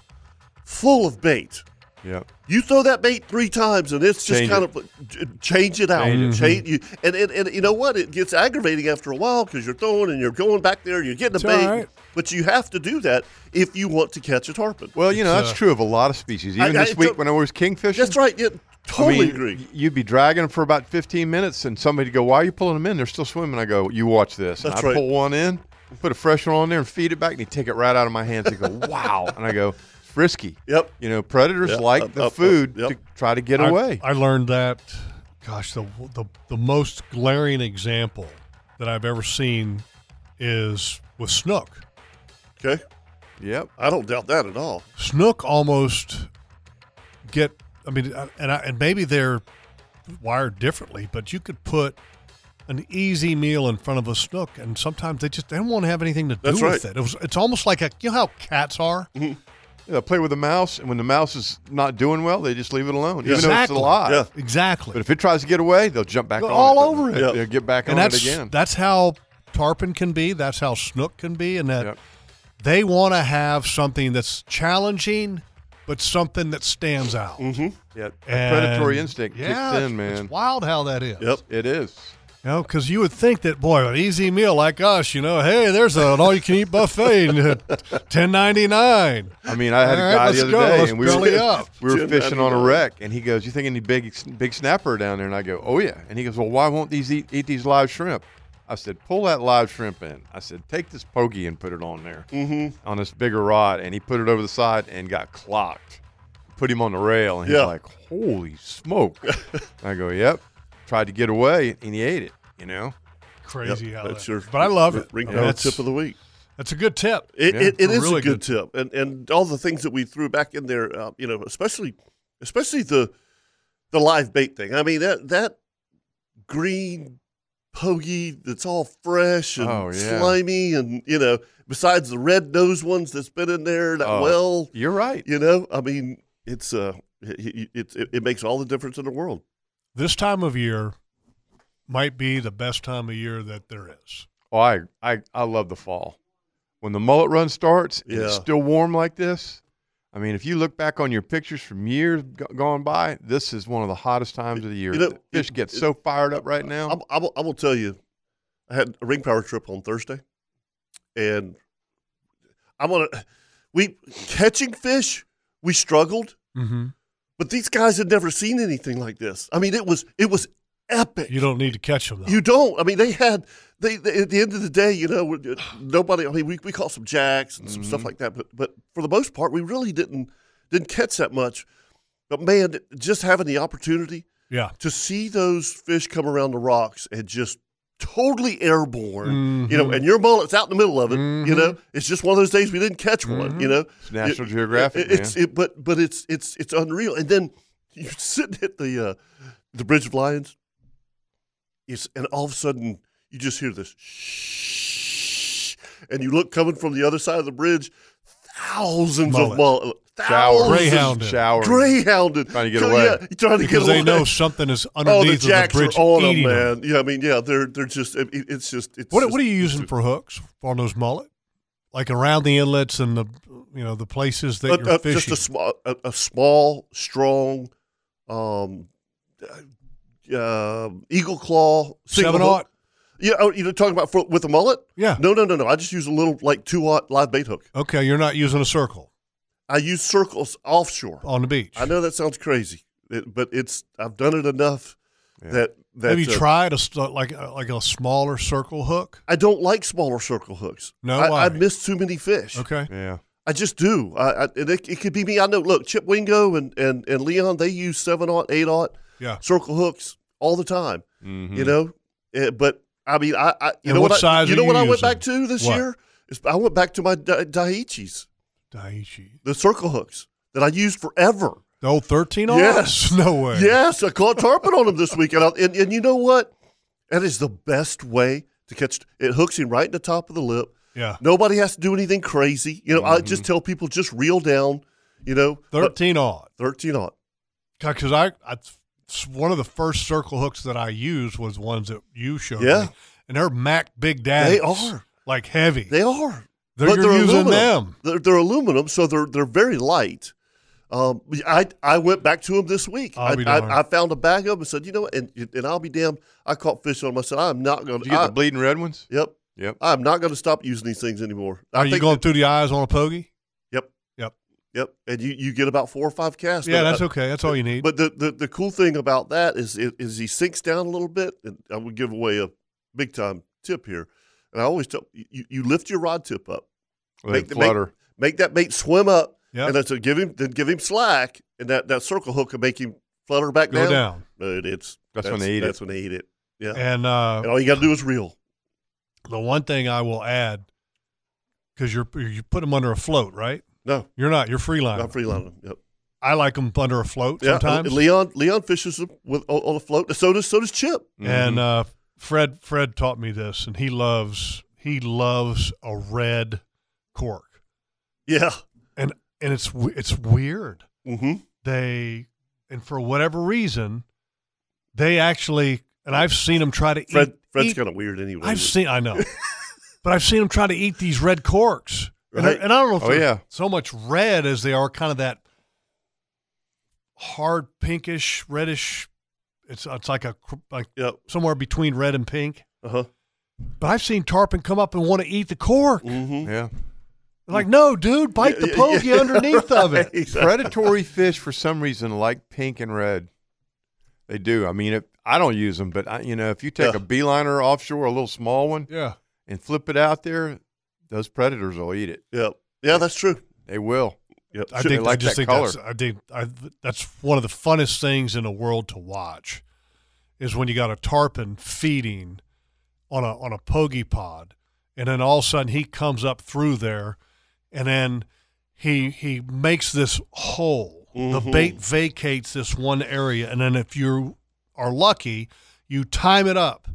S2: full of bait.
S5: Yeah.
S2: You throw that bait three times, and it's just
S5: Change
S2: kind
S5: it.
S2: of ch- change it out.
S5: Change it. Mm-hmm.
S2: Change you, and, and and you know what? It gets aggravating after a while because you're throwing and you're going back there. You're getting a
S5: It's all
S2: bait,
S5: right.
S2: but you have to do that if you want to catch a tarpon.
S5: Well, you know,
S3: uh,
S5: that's true of a lot of species. Even
S2: I- I-
S5: this week when I was kingfishing.
S2: That's right. Yeah, totally
S5: I mean,
S2: agree.
S5: You'd be dragging them for about 15 minutes, and somebody would go, "Why are you pulling them in? They're still swimming." I go, "You watch this." And
S2: That's
S5: I
S2: right.
S5: pull one in, put a fresh one on there, and feed it back, and he take it right out of my hands. He go, "Wow!" and I go, "Frisky."
S2: Yep.
S5: You know, predators
S3: Yep,
S5: like
S3: up,
S5: the
S3: up, up,
S5: food
S3: yep.
S5: to try to get
S3: I-
S5: away.
S3: I learned that. Gosh, the, the the most glaring example that I've ever seen is with snook.
S2: Okay.
S5: Yep.
S2: I don't doubt that at all.
S3: Snook almost get. I mean, I- and I, and maybe they're wired differently, but you could put an easy meal in front of a snook, and sometimes they just they don't want to have anything to do
S5: That's
S3: with
S5: right. Mm-hmm.
S3: it. It was it's almost like a you know how cats are.
S5: Yeah, play with a mouse, and when the mouse is not doing well, they just leave it alone, even though it's
S3: Exactly.
S5: alive.
S3: Yeah. Exactly.
S5: But if it tries to get away, they'll jump back
S3: They're
S5: on
S3: all
S5: it.
S3: over it.
S5: They'll- They'll get back
S3: and
S5: on it
S3: that's,
S5: again.
S3: That's how tarpon can be. That's how snook can be, and that they want to have something that's challenging, but something that stands out. Mm-hmm.
S5: Yeah, that predatory instinct kicks in, man.
S3: It's wild how that is.
S2: Yep,
S5: it is.
S3: You know, because you would think that boy, an easy meal like us, you know, hey, there's an all-you-can-eat buffet, and ten ninety nine.
S5: I mean, I had
S3: All
S5: a
S3: right,
S5: guy
S3: let's
S5: the other
S3: go.
S5: day,
S3: Let's
S5: and we
S3: belly
S5: were
S3: up.
S5: we were
S3: Jim,
S5: fishing
S3: I
S5: on a
S3: know.
S2: uh,
S5: wreck, and he goes, "You think any big big snapper down there?" And I go, "Oh yeah." And he goes, "Well, why won't these eat, eat these live shrimp?" I said, "Pull that live shrimp in." I said, "Take this pokey and put it on there
S2: Mhm.
S5: on this bigger rod," and he put it over the side and got clocked. Put him on the rail, and he's
S2: Yeah.
S5: like, "Holy smoke!" I go, "Yep." Tried to get away, and he ate it. You know,
S3: Crazy how that- but I love it.
S2: Ring
S3: I mean,
S2: power
S3: that's-
S2: tip of the week.
S3: That's a good tip.
S2: It, it, it
S3: A
S2: is
S3: really
S2: a good, tip, and and all the things that we threw back in there, uh, you know, especially especially the the live bait thing. I mean that that green pogey that's all fresh and
S5: Oh, yeah.
S2: slimy, and you know, besides the red nose ones that's been in there that
S5: Oh,
S2: well,
S5: you're right.
S2: You know, I mean, it's uh, it, it, it, it makes all the difference in the world.
S3: This time of year might be the best time of year that there is.
S5: Oh, I, I, I love the fall. When the mullet run starts and it's
S3: Yeah.
S5: still warm like this, I mean, if you look back on your pictures from years g- gone by, this is one of the hottest times of the year. The fish get so fired up right now.
S2: I'm, I'm, I'm gonna tell you, I had a ring power trip on Thursday, and I'm gonna we catching fish. We struggled,
S3: Mm-hmm.
S2: but these guys had never seen anything like this. I mean, it was it was epic.
S3: You don't need to catch them. Though.
S2: You don't. I mean, they had they, they at the end of the day, you know, uh, nobody. I mean, we, we caught some jacks and some
S5: Mm-hmm.
S2: stuff like that, but but for the most part, we really didn't didn't catch that much. But man, just having the opportunity,
S3: Yeah.
S2: to see those fish come around the rocks and just totally airborne, you know,
S5: Mhm.
S2: and your mullet's out in the middle of it, you know, it's just one of those days we didn't catch one, you know.
S5: Mm-hmm. It's National
S2: It-
S5: Geographic,
S2: it- it's
S5: man.
S2: it, but but it's it's it's unreal. And then you're sitting at the uh, the Bridge of Lions, it's, and all of a sudden you just hear this shh, and you look coming from the other side of the bridge, thousands of
S5: Mullet.
S2: mullet,
S5: Shower.
S2: thousands
S5: Greyhounded. Showering.
S2: greyhounded,
S5: Trying to get
S2: Yeah,
S5: away.
S2: trying to
S3: Because
S2: get
S3: they
S2: away.
S3: know something is underneath
S2: oh, the
S3: of the
S2: jacks
S3: bridge
S2: are on
S3: eating
S2: them, man.
S3: them.
S2: Yeah, I mean, yeah, they're they're just it, it- it's just it's
S3: What,
S2: just,
S3: what are you using for hooks on those mullet? Like around the inlets and the you know the places that
S2: a-
S3: you're
S2: a-
S3: fishing.
S2: Uh, Just a small, a, a small, strong, um, uh, eagle claw, single
S3: Seven
S2: hook.
S3: aught?
S2: Yeah, oh, you're talking about for, with a mullet?
S3: Yeah.
S2: No, no, no, no. I just use a little like two aught live bait hook.
S3: okay, you're not using a circle
S2: I use circles offshore
S3: on the beach.
S2: I know that sounds crazy, it, but it's I've done it enough that that
S3: Have you
S2: uh,
S3: tried a st- like a- like a smaller circle hook?
S2: I don't like smaller circle hooks.
S3: No,
S2: I,
S3: why?
S2: I miss too many fish.
S3: Okay.
S5: Yeah.
S2: I just do. I, I and it, it could be me. I know. Look, Chip Wingo and and and Leon, they use seven aught, eight aught,
S3: Yeah.
S2: circle hooks all the time.
S5: Mhm.
S2: You know, Eh, but I mean, I, I you
S3: And
S2: know
S3: what
S2: what, I,
S3: size
S2: you
S3: are
S2: know
S3: you
S2: what I went back
S3: using?
S2: to this
S3: What?
S2: year. Is I went back to my da- Daiichis,
S3: Daiichi,
S2: the circle hooks that I used forever.
S3: the old thirteen. aught?
S2: Yes.
S3: no way.
S2: Yes, I caught tarpon on him this weekend. I- And, and you know what? That is the best way to catch. It hooks him right in the top of the lip.
S3: Yeah. Mm-hmm.
S2: Nobody has to do anything crazy. You know, I just tell people just reel down. You know,
S3: thirteen aught.
S2: Thirteen aught.
S3: God, because I, I it's one of the first circle hooks that I used was ones that you showed
S2: Yeah.
S3: me, and they're Mac Big Daddies.
S2: They are.
S3: like heavy.
S2: They are.
S3: They're,
S2: But
S3: you're using
S2: aluminum.
S3: them.
S2: They're, they're aluminum, so they're they're very light. Um, I I went back to him this week.
S3: I'll
S2: I,
S3: be darned.
S2: I, I found a bag of them and said, you know, what, and and I'll be damned. I caught fish on them. I said, I'm not going. to
S5: you get the
S2: bleeding red ones? Yep.
S5: Yep.
S2: I'm not going to stop using these things anymore. I
S3: Are you
S2: think
S3: going through the eyes on a pokey?
S2: Yep.
S3: Yep.
S2: Yep. And you, you get about four or five casts.
S3: Yeah,
S2: But
S3: that's
S2: I-
S3: okay. That's all you need.
S2: But the, the, the cool thing about that is is he sinks down a little bit, and I would give away a big time tip here. And I always tell you, you lift your rod tip up,
S5: Let it
S2: the
S5: flutter.
S2: make, that bait swim up, and then so give him then give him slack, and that, that circle hook can make him flutter back
S3: Go
S2: down.
S3: down.
S2: But it's
S5: That's when they eat it.
S2: That's when they eat it. Yeah.
S3: And, uh,
S2: all you got to do is reel.
S3: The one thing I will add, because you're you put them under a float, right?
S2: No,
S3: you're not. You're freelining.
S2: I'm freelining them. Yep.
S3: I like them under a float
S2: Yeah, uh,
S3: sometimes.
S2: Leon Leon fishes them with on- on a float. So does so does Chip.
S5: Mm.
S2: Mm-hmm.
S3: And uh, Fred Fred taught me this, and he loves he loves a red cork.
S2: Yeah,
S3: and and it's w- it's weird.
S2: Mm-hmm.
S3: They and for whatever reason, they actually and I've seen them try to
S2: Fred
S3: eat.
S2: Fred's
S3: eat-
S2: kind of weird anyway.
S3: I've seen I know, but I've seen them try to eat these red corks. And,
S2: Right.
S3: I- and I don't know if
S2: Oh,
S3: they're
S2: yeah.
S3: so much red as they are kind of that hard pinkish reddish. It's it's like a cr- like somewhere between red and pink.
S2: Uh-huh.
S3: But I've seen tarpon come up and want to eat the cork.
S2: Mm-hmm.
S5: Yeah.
S3: Like no, dude, bite the
S5: Yeah, yeah,
S3: pokey
S5: yeah,
S3: underneath of it.
S5: Right. Predatory fish, for some reason, like pink and red. They do. I mean, if, I don't use them, but I, you know, if you take a beeliner offshore, a little small one,
S3: Yeah.
S5: and flip it out there, those predators will eat it.
S2: Yep. Yeah, that's true.
S5: They will.
S2: Yep.
S3: I
S5: They
S3: think
S5: like
S3: I just
S5: that
S3: think
S5: color.
S3: that's I think I, that's one of the funnest things in the world to watch is when you got a tarpon feeding on a on a pogey pod, and then all of a sudden he comes up through there, and then he he makes this hole. The
S5: Mm-hmm.
S13: Mhm.
S3: bait vacates this one area, and then if you are lucky, you time it up,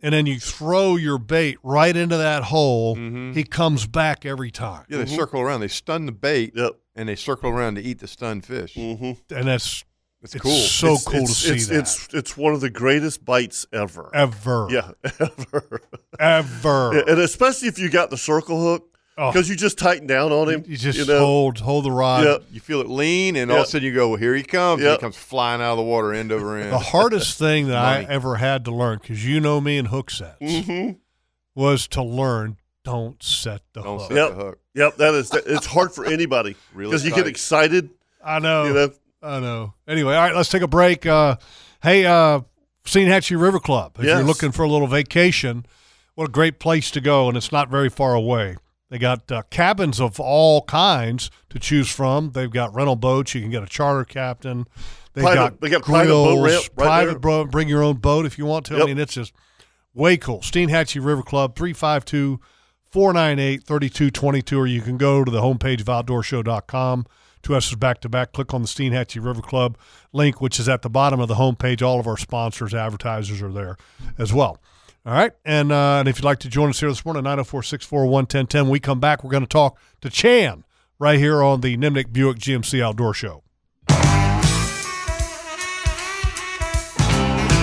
S3: and then you throw your bait right into that hole. He comes back every time.
S5: Mm-hmm. Yeah, they
S2: Mm-hmm.
S5: circle around. They stun the bait, and they circle around to eat the stunned fish.
S2: Mm-hmm.
S3: and that's
S5: It's
S3: it's,
S5: cool.
S3: So
S2: It's-
S3: cool
S2: it's-
S3: to see
S2: it's,
S3: that.
S2: It's it's one of the greatest bites ever.
S3: Ever.
S2: Yeah, ever.
S3: Ever.
S2: Yeah, and especially if you got the circle hook
S3: Oh.
S2: because you just tighten down on him.
S3: You just
S2: know?
S3: hold hold the rod.
S2: Yeah.
S5: You feel it lean, and all
S2: Yeah.
S5: of a sudden you go, well, "Here he comes!" And
S2: Yeah.
S5: he comes flying out of the water, end over end.
S3: The hardest thing that I
S5: Money.
S3: ever had to learn, because you know me and hook sets,
S2: Mm-hmm.
S3: was to learn don't set the hook.
S2: yep. Yep. That is. that- it's hard for anybody
S3: Really
S2: because you get
S3: tight.
S2: excited.
S3: I know.
S2: You know.
S3: I know. Anyway, all right, let's take a break. Uh, hey, uh, Hatchie River Club. If you're
S2: Yes.
S3: looking for a little vacation, what a great place to go, and it's not very far away. They got uh, cabins of all kinds to choose from. They've got rental boats. You can get a charter captain. They've
S2: Private-
S3: got
S2: they got private boat
S3: grills,
S2: ramp right
S3: private
S2: there.
S3: bro- bring your own boat if you want to. I
S2: Yep.
S3: mean, it's just way cool. Hatchie River Club, 352 498 3222, or you can go to the homepage of outdoorshow.com. Two S's back to back. Click on the Steenhatchee River Club link, which is at the bottom of the homepage. All of our sponsors, advertisers are there as well. All right. And, uh, and if you'd like to join us here this morning, 904 641 1010, we come back. We're going to talk to Chan right here on the Nimnik Buick GMC Outdoor Show.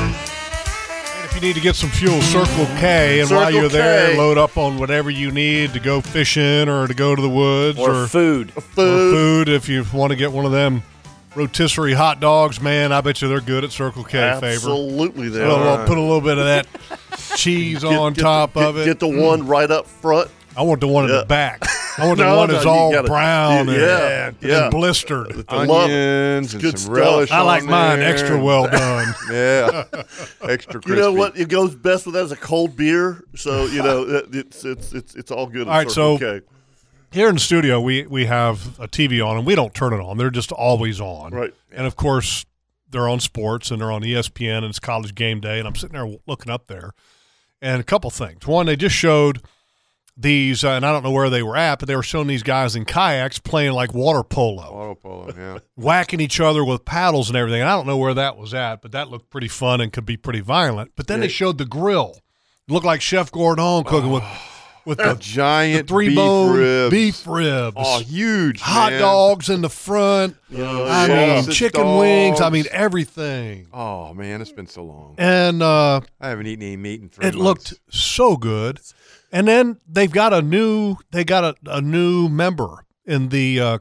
S3: If you need to get some fuel, Circle K, and while
S2: Circle
S3: you're there,
S2: K.
S3: load up on whatever you need to go fishing or to go to the woods
S4: Or food.
S3: or
S2: Food.
S3: food. If you want to get one of them rotisserie hot dogs, man, I bet you they're good at Circle K.
S2: Absolutely
S3: favor.
S2: they
S3: Put a little-
S2: are.
S3: Put a little bit of that cheese
S2: Get-
S3: on
S2: get the-
S3: top of
S2: get-
S3: it.
S2: Get the one right up front.
S3: I want the one in
S2: Yeah.
S3: the back. I want the
S2: No,
S3: one
S2: no,
S3: that's
S2: you
S3: all
S2: gotta-
S3: brown
S2: you-
S3: and,
S2: yeah,
S3: and
S2: yeah.
S3: blistered.
S2: I love it.
S5: Onions
S2: It's
S5: and
S2: good
S5: some
S2: stuff.
S5: relish.
S2: I like
S5: on
S2: mine
S5: there.
S2: extra well done.
S5: yeah, extra crispy.
S2: You know what? It goes best with that is a cold beer. So you know it- it's it's it's, it's all good. at
S3: All right,
S2: Circle
S3: so
S2: K.
S3: here in the studio, we we have a TV on, and we don't turn it on. They're just always on.
S2: Right.
S3: And of course, they're on sports, and they're on E ESPN, and it's college game day, and I'm sitting there looking up there, and a couple things. One, they just showed these, uh, and I don't know where they were at, but they were showing these guys in kayaks playing like water polo,
S5: Water polo, yeah.
S3: whacking each other with paddles and everything. And I don't know where that was at, but that looked pretty fun and could be pretty violent. But then
S5: Yeah.
S3: they showed the grill. It looked like Chef Gordon cooking with with the
S5: giant
S3: the three
S5: beef
S3: bone
S5: ribs.
S3: beef ribs.
S5: Oh, huge
S3: hot
S5: man.
S3: dogs in the front. I
S5: yeah.
S3: mean, chicken wings. I mean,
S5: Dogs.
S3: everything.
S5: Oh man, it's been so long.
S3: And uh,
S5: I haven't eaten any meat in three
S3: it
S5: months.
S3: looked so good. And then they've got a new they got a, a new member in the uh,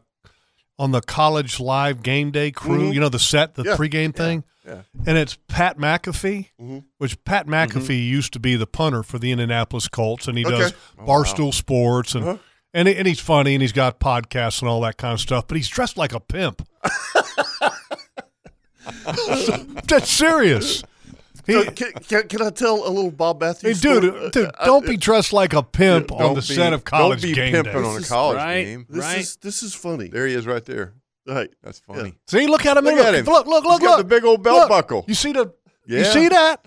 S3: on the college live game day crew.
S5: Mhm.
S3: You know the set, the
S5: Yeah.
S3: pregame thing.
S5: Yeah. Mm-hmm.
S3: And it's Pat McAfee, which Pat McAfee used to be the punter for the Indianapolis Colts, and he
S5: Okay.
S3: does
S5: Oh, wow.
S3: barstool sports and.
S5: Uh-huh.
S3: And, he- and he's funny and he's got podcasts and all that kind of stuff, but he's dressed like a pimp. That's serious.
S2: Can, can- can I tell a little Bob
S3: Hey,
S2: Matthews?
S3: dude,
S2: story?
S3: dude,
S2: Uh,
S3: don't be dressed like a pimp on
S5: Don't
S3: the
S5: be-
S3: set of college
S5: don't be
S3: game
S5: pimping
S3: day.
S5: on a college game.
S2: This is this is funny.
S5: There he is, right there.
S2: Right,
S5: that's funny.
S3: See, look at him.
S5: Look
S3: look,
S5: at him.
S3: look, look,
S5: He's
S3: look,
S5: got
S3: look.
S5: the big old belt
S3: Look.
S5: buckle.
S3: You see the? You
S5: Yeah.
S3: see that?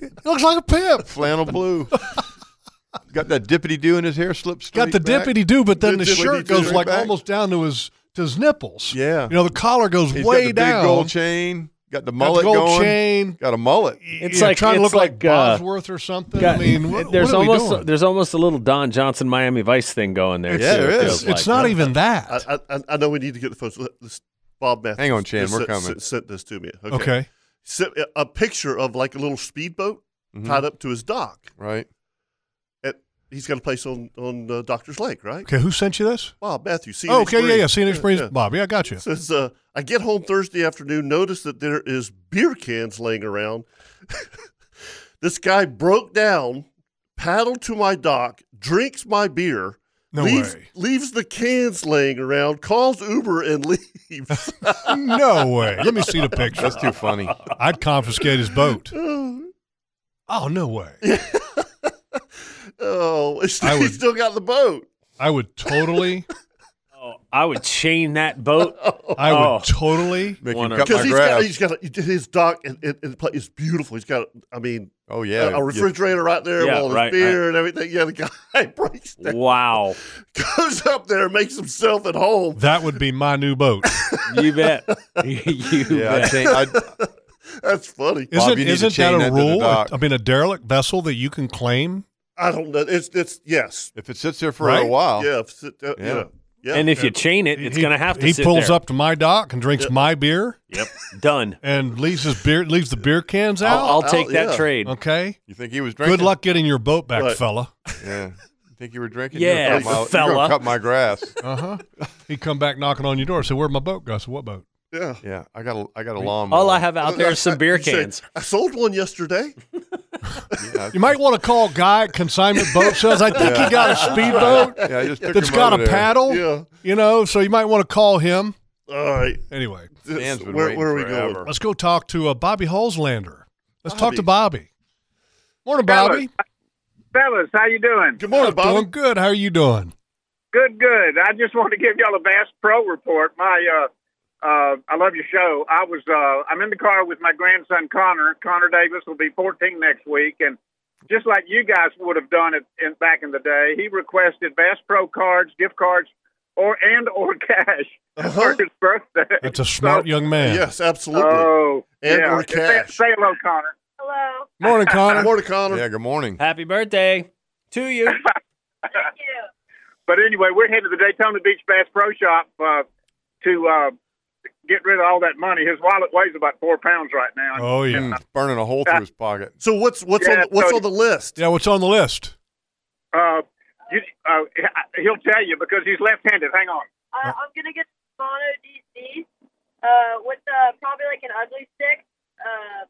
S3: He looks like a pimp.
S5: flannel blue. got that dippity do in his hair, slips.
S3: Got the dippity do, but then the, shirt goes like
S5: back.
S3: almost down to his to his nipples.
S5: Yeah,
S3: You know, the collar goes
S5: He's
S3: way
S5: got the
S3: down.
S5: Big gold chain. Got
S3: Got
S5: the
S3: the
S5: mullet
S3: gold
S5: going.
S3: chain.
S5: Got a mullet.
S3: It's Yeah, like- trying to it's look like like, uh, Bosworth or something. I mean, what-
S4: there's
S3: what are we
S4: almost
S3: doing?
S4: there's almost a little Don Johnson Miami Vice thing going there. too, it feels like.
S3: that.
S2: I, I, I know we need to get the photos. Let- This, Bob Matthews.
S5: Hang on, Chan,
S2: just
S5: we're
S2: sent,
S5: coming.
S2: Sent, sent this to me. Okay.
S5: Okay.
S2: Sent a- a picture of like a little speedboat
S5: Mhm.
S2: tied up to his dock.
S5: Right.
S2: At, he's got a place on on uh, Doctor's Lake, right?
S3: Okay, who sent you this?
S2: Bob Matthews. CNH
S3: Oh, okay, yeah,
S2: Marine.
S3: yeah, CNH Marines, Bob. Yeah, I got you.
S2: It says, uh, I get home Thursday afternoon, notice that there is beer cans laying around. this guy broke down, paddled to my dock, drinks my beer,
S3: No
S2: leaves,
S3: way.
S2: leaves the cans laying around, calls Uber and leaves.
S3: no way. Let me see the picture.
S2: That's too
S5: funny.
S3: I'd confiscate his boat.
S2: oh,
S3: Oh no way.
S2: it's,
S3: I
S2: he
S3: would-
S2: still got the boat.
S3: I would totally.
S4: Oh, I would chain that boat.
S3: I would
S4: Oh.
S3: totally.
S5: Make
S4: Wonder-
S2: Because he's got, he's got a, his dock and, and, and pla- it's beautiful. He's got, I mean,
S5: oh yeah,
S2: a, a refrigerator right there
S4: Yeah,
S2: with all his
S4: right,
S2: beer and everything. Yeah, the guy breaks down.
S4: wow.
S2: goes up there and makes himself at home.
S3: That would be my new boat.
S4: You bet. you
S5: Yeah, I
S4: bet.
S5: think I,
S2: That's funny.
S5: Bob,
S3: Isn't,
S5: you need to
S3: isn't that
S5: chain that
S3: a
S5: to the
S3: rule?
S5: dock.
S3: I mean, a derelict vessel that you can claim.
S2: I don't know. It's it's yes.
S5: if it sits there for a
S3: Right?
S5: while,
S2: Yeah. if it- uh,
S5: Yeah.
S2: yeah. yeah.
S4: And if you chain it, it's
S3: He-
S4: going to have to
S3: He
S4: sit
S3: pulls
S4: there.
S3: up to my dock and drinks my beer
S4: Yep. Done.
S3: and leaves his beer, leaves the beer cans out.
S4: I'll, I'll take that
S2: yeah.
S4: trade.
S3: okay.
S5: you think he was drinking?
S3: Good luck getting your boat back,
S2: Right.
S3: fella.
S5: Yeah, you think you were drinking?
S4: Yeah,
S5: You're gonna cut my-
S4: fella.
S5: you're gonna cut my grass.
S3: Uh huh. He'd come back knocking on your door. Say, "Where'd my boat go?" I said, "What boat?"
S2: yeah.
S5: Yeah, I got a, I got a lawnmower.
S4: All I have out there is some beer
S2: You say,
S4: cans.
S2: I sold one yesterday.
S5: Yeah,
S3: You might want to call Guy at Consignment Boat Sales. I think he got a speedboat
S5: yeah, I just took
S3: that's
S5: him
S3: got
S5: over
S3: a
S5: there.
S3: paddle.
S2: Yeah.
S3: You know, so you might want to call him.
S2: All
S5: Uh,
S2: right.
S3: Anyway,
S5: Stan's been
S2: Where,
S5: waiting
S2: where are we
S5: forever.
S2: going?
S3: let's go talk to uh, Bobby Holzlander. Let's talk to Bobby. Morning,
S13: Hello.
S3: Bobby.
S13: Fellas, how you doing?
S2: Good morning, Bobby.
S3: Doing good. How are you doing?
S13: Good, good. I just want to give y'all a Bass Pro report. My, uh, uh, I love your show. I was, uh, I'm in the car with my grandson Connor. Connor Davis will be 14 next week, and just like you guys would have done it in, back in the day, he requested Bass Pro cards, gift cards, or and or cash for his birthday.
S3: That's a smart young man.
S2: Uh-huh. Yes, absolutely.
S13: Oh,
S2: And
S13: yeah.
S2: or cash.
S13: Say, say hello, Connor.
S12: Hello.
S3: Morning, Connor.
S2: Good morning, Connor.
S5: Yeah, good morning.
S4: Happy birthday to you.
S13: But anyway, we're headed to the Daytona Beach Bass Pro Shop uh, to uh, get rid of all that money. His wallet weighs about four pounds right now.
S3: Oh yeah.
S5: Mm, it's burning a hole through his pocket.
S2: So what's what's on
S13: Yeah,
S2: the, what's
S13: so-
S2: on the list?
S3: Yeah. What's on the list?
S13: Uh, you, uh, he'll tell you because he's left-handed. Hang on.
S12: Uh, I'm gonna get mono DC uh, with uh, probably like an ugly stick, uh,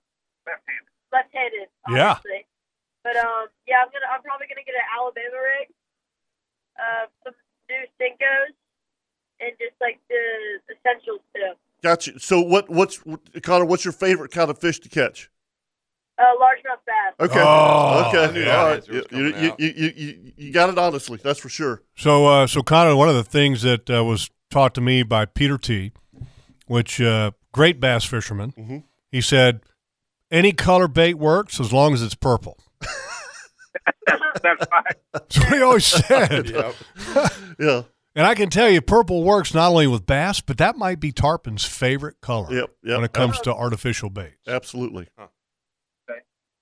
S13: Left-handed.
S12: left-handed.
S3: Yeah.
S12: Obviously. But um, yeah, I'm gonna I'm probably gonna get an Alabama rig, uh, some new Cinco's, and just like the essentials too.
S2: Got you. So what what's Connor? What's your favorite kind of fish to catch?
S12: Uh, largemouth bass.
S2: Okay.
S3: Oh,
S2: okay.
S5: yeah.
S2: All right.
S5: It was
S2: You,
S5: coming
S2: you,
S5: out.
S2: you, you, you, you got it honestly. That's for sure.
S3: So, uh, so Connor, one of the things that uh, was taught to me by Peter T, which uh, great bass fisherman,
S13: Mm-hmm.
S3: he said, any color bait works as long as it's purple.
S13: That's right.
S3: That's what he always said.
S2: Yeah.
S3: And I can tell you, purple works not only with bass, but that might be tarpon's favorite color
S2: Yep, yep.
S3: when it
S13: Uh-huh.
S3: comes to artificial bait.
S2: Absolutely.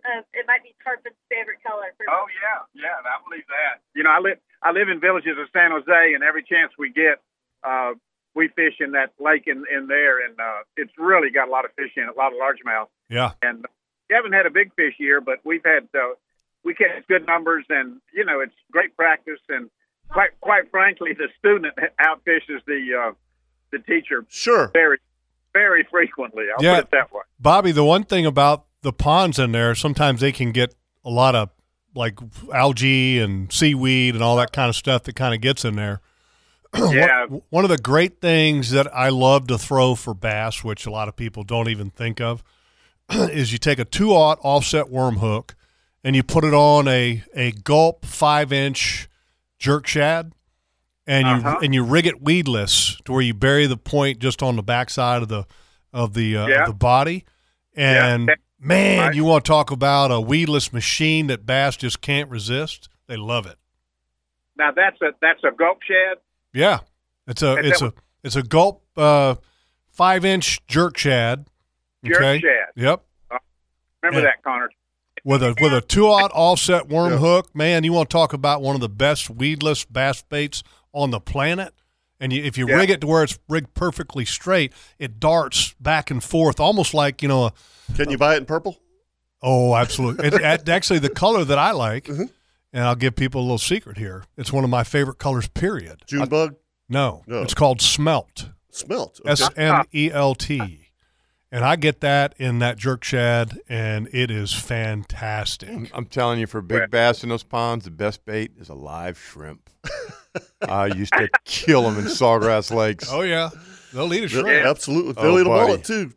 S12: Um, it might be tarpon's favorite color. For
S13: Oh yeah, yeah. I believe that. You know, I live I live in villages of San Jose, and every chance we get, uh, we fish in that lake in in there, and uh, it's really got a lot of fish in it, a lot of largemouth.
S3: Yeah.
S13: and we haven't had a big fish year, but we've had uh, we catch good numbers, and you know it's great practice. And quite quite frankly, the student outfishes the uh, the teacher.
S2: Sure.
S13: Very, very frequently. I'll
S3: Yeah.
S13: put it that way.
S3: Bobby, the one thing about the ponds in there, sometimes they can get a lot of like algae and seaweed and all that kind of stuff that kind of gets in there.
S13: Yeah.
S3: One, one of the great things that I love to throw for bass, which a lot of people don't even think of, is you take a two aught offset worm hook and you put it on a, a gulp five inch jerk shad and you
S14: Uh-huh.
S3: and you rig it weedless to where you bury the point just on the backside of the of the uh,
S14: Yeah.
S3: of the body. And man, you want to talk about a weedless machine that bass just can't resist? They love it.
S13: Now that's a that's a gulp shad.
S3: Yeah, it's a
S13: And
S3: it's
S13: that
S3: a it's a gulp uh, five inch jerk shad.
S13: Jerk shad.
S3: Yep.
S13: Remember
S3: Yeah.
S13: that, Connor?
S3: With a with a two aught offset worm hook, man, you want to talk about one of the best weedless bass baits on the planet. And you, if you
S14: Yeah.
S3: rig it to where it's rigged perfectly straight, it darts back and forth, almost like you know. A,
S2: Can you buy it in purple?
S3: Oh, absolutely! It, it- actually, the color that I like,
S2: Mm-hmm.
S3: and I'll give people a little secret here. It's one of my favorite colors. Period.
S2: June bug?
S3: No, it's called smelt.
S2: Smelt. okay.
S3: S M E L T. And I get that in that jerk shad, and it is fantastic.
S5: I'm telling you, for big bass in those ponds, the best bait is a live shrimp. I used to kill them in sawgrass lakes.
S3: Oh yeah, they'll eat a
S2: Yeah,
S3: shrimp.
S2: absolutely.
S5: Oh,
S2: They'll eat a
S5: buddy.
S2: wallet too.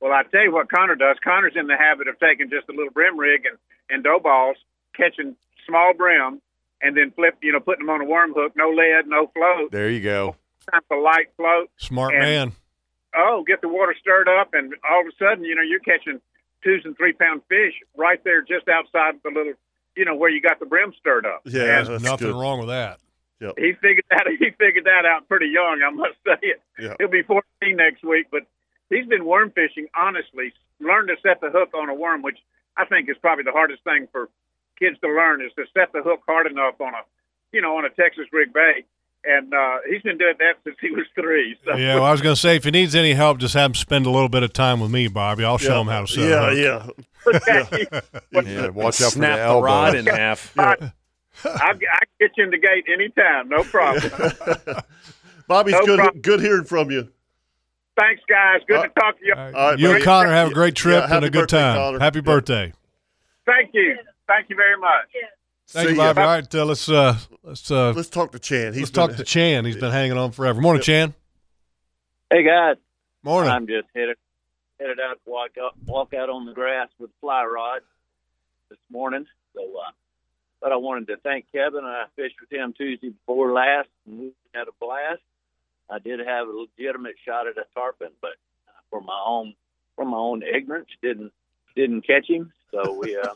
S13: Well, I tell you what Connor does. Connor's in the habit of taking just a little brim rig and and dough balls, catching small brim, and then flip. You know, putting them on a worm hook. No lead, no float.
S5: There you go.
S13: Sometimes a light float.
S3: Smart
S13: And-
S3: man.
S13: Oh, get the water stirred up, and all of a sudden, you know, you're catching twos and three pound fish right there, just outside the little, you know, where you got the brim stirred up.
S3: There's
S13: And
S3: nothing wrong with that. Oh.
S2: Yep.
S13: He figured that he figured that out pretty young, I must say it.
S2: Yeah.
S13: He'll be 14 next week, but he's been worm fishing. Honestly, learned to set the hook on a worm, which I think is probably the hardest thing for kids to learn is to set the hook hard enough on a, you know, on a Texas rig bait. And uh, he's been doing that since he was three. So.
S3: Yeah, well, I was going to say, if he needs any help, just have him spend a little bit of time with me, Bobby. I'll show
S2: Yeah.
S3: him how to set
S2: Yeah,
S3: a
S2: yeah.
S5: Yeah, watch out for
S3: Snap
S5: the
S3: the
S5: elbow.
S3: rod in half.
S13: I, I, I can get you in the gate anytime, no problem.
S2: Bobby's
S13: No
S2: good.
S13: problem.
S2: Good hearing from you.
S13: Thanks, guys.
S3: Uh,
S13: Good to talk to you.
S3: You and Connor have a great trip
S2: happy
S3: and a good
S2: birthday,
S3: time.
S2: Connor.
S3: Happy birthday.
S13: Thank you. Thank you very much.
S3: Thank you, Bobby. All right, uh, let's uh, let's uh,
S2: let's talk to Chan. He's
S3: let's
S2: been-
S3: talk to Chan. He's been hanging on forever. Morning, Chan.
S15: Hey guys.
S3: Morning.
S15: I'm just headed headed out to walk out walk out on the grass with a fly rod this morning. So, uh, but I wanted to thank Kevin. I fished with him Tuesday before last. and we Had a blast. I did have a legitimate shot at a tarpon, but for my own for my own ignorance, didn't didn't catch him. So we uh,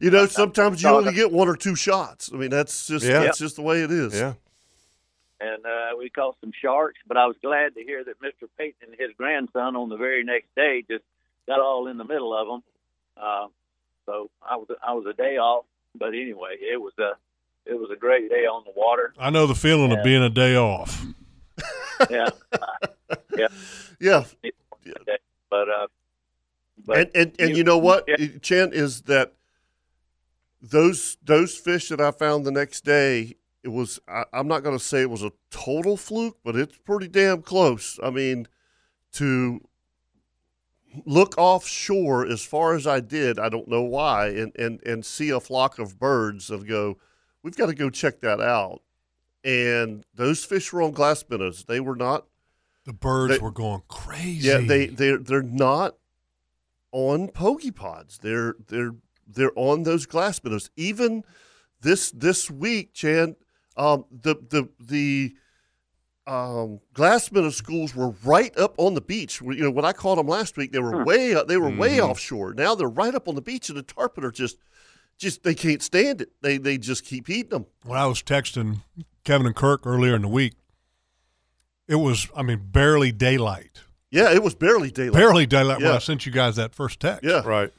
S2: You know, sometimes you
S15: No,
S2: only
S15: that-
S2: get one or two shots. I mean, that's just
S15: Yeah.
S2: that's just the way it is.
S5: Yeah.
S15: and uh, we caught some sharks. But I was glad to hear that Mr. Peyton and his grandson on the very next day just got all in the middle of them. Uh, so I was I was a day off, but anyway, it was a it was a great day on the water.
S3: I know the feeling of being a day off.
S15: Yeah, yeah,
S2: yeah.
S15: But uh,
S2: and and, and you, know what, Chan is that those those fish that I found the next day. It was I, I'm not going to say it was a total fluke, but it's pretty damn close. I mean, to look offshore as far as I did, I don't know why, and and and see a flock of birds and go, we've got to go check that out. And those fish were on glass minnows. They were not.
S3: The birds
S2: they-
S3: were going crazy.
S2: yeah, they they they're not on pokepods. They're they're they're on those glass minnows. Even this this week, Chan, um, the the the um, glass minnow schools were right up on the beach. You know, when I caught them last week, they were way up, they were way
S3: Mm-hmm.
S5: Mhm.
S2: offshore. Now they're right up on the beach, and the tarpon are just just they can't stand it. They they just keep eating them.
S3: when I was texting Kevin and Kirk earlier in the week, it was I mean barely daylight.
S2: Yeah, it was barely daylight.
S3: Barely daylight when I
S2: Yeah.
S3: sent you guys that first text.
S2: Yeah.
S5: Right.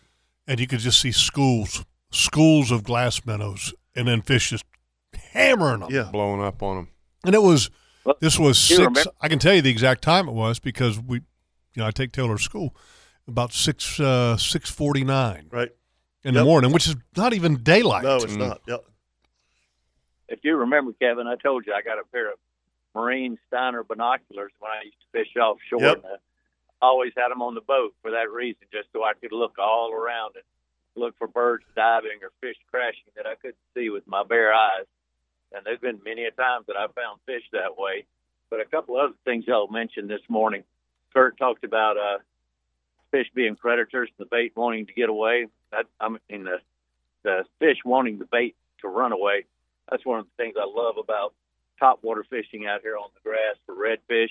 S3: And you could just see schools, schools of glass minnows, and then fish just hammering them.
S2: Yeah.
S5: Blowing up on them.
S3: And it was this was
S5: you
S3: six.
S5: remember-
S3: I can tell you the exact time it was because we, you know, I take Taylor to school about six uh, six forty nine.
S2: Right.
S3: In the
S15: Yep.
S3: morning, which is not even daylight.
S15: if you remember, Kevin, I told you I got a pair of Marine Steiner binoculars when I used to fish offshore.
S14: Yep.
S15: And I always had them on the boat for that reason, just so I could look all around and look for birds diving or fish crashing that I couldn't see with my bare eyes. And there's been many a times that I found fish that way. But a couple other things I'll mention this morning. Kurt talked about uh, fish being predators and the bait wanting to get away. That, I mean, the, the fish wanting the bait to run away. That's one of the things I love about topwater fishing out here on the grass for redfish.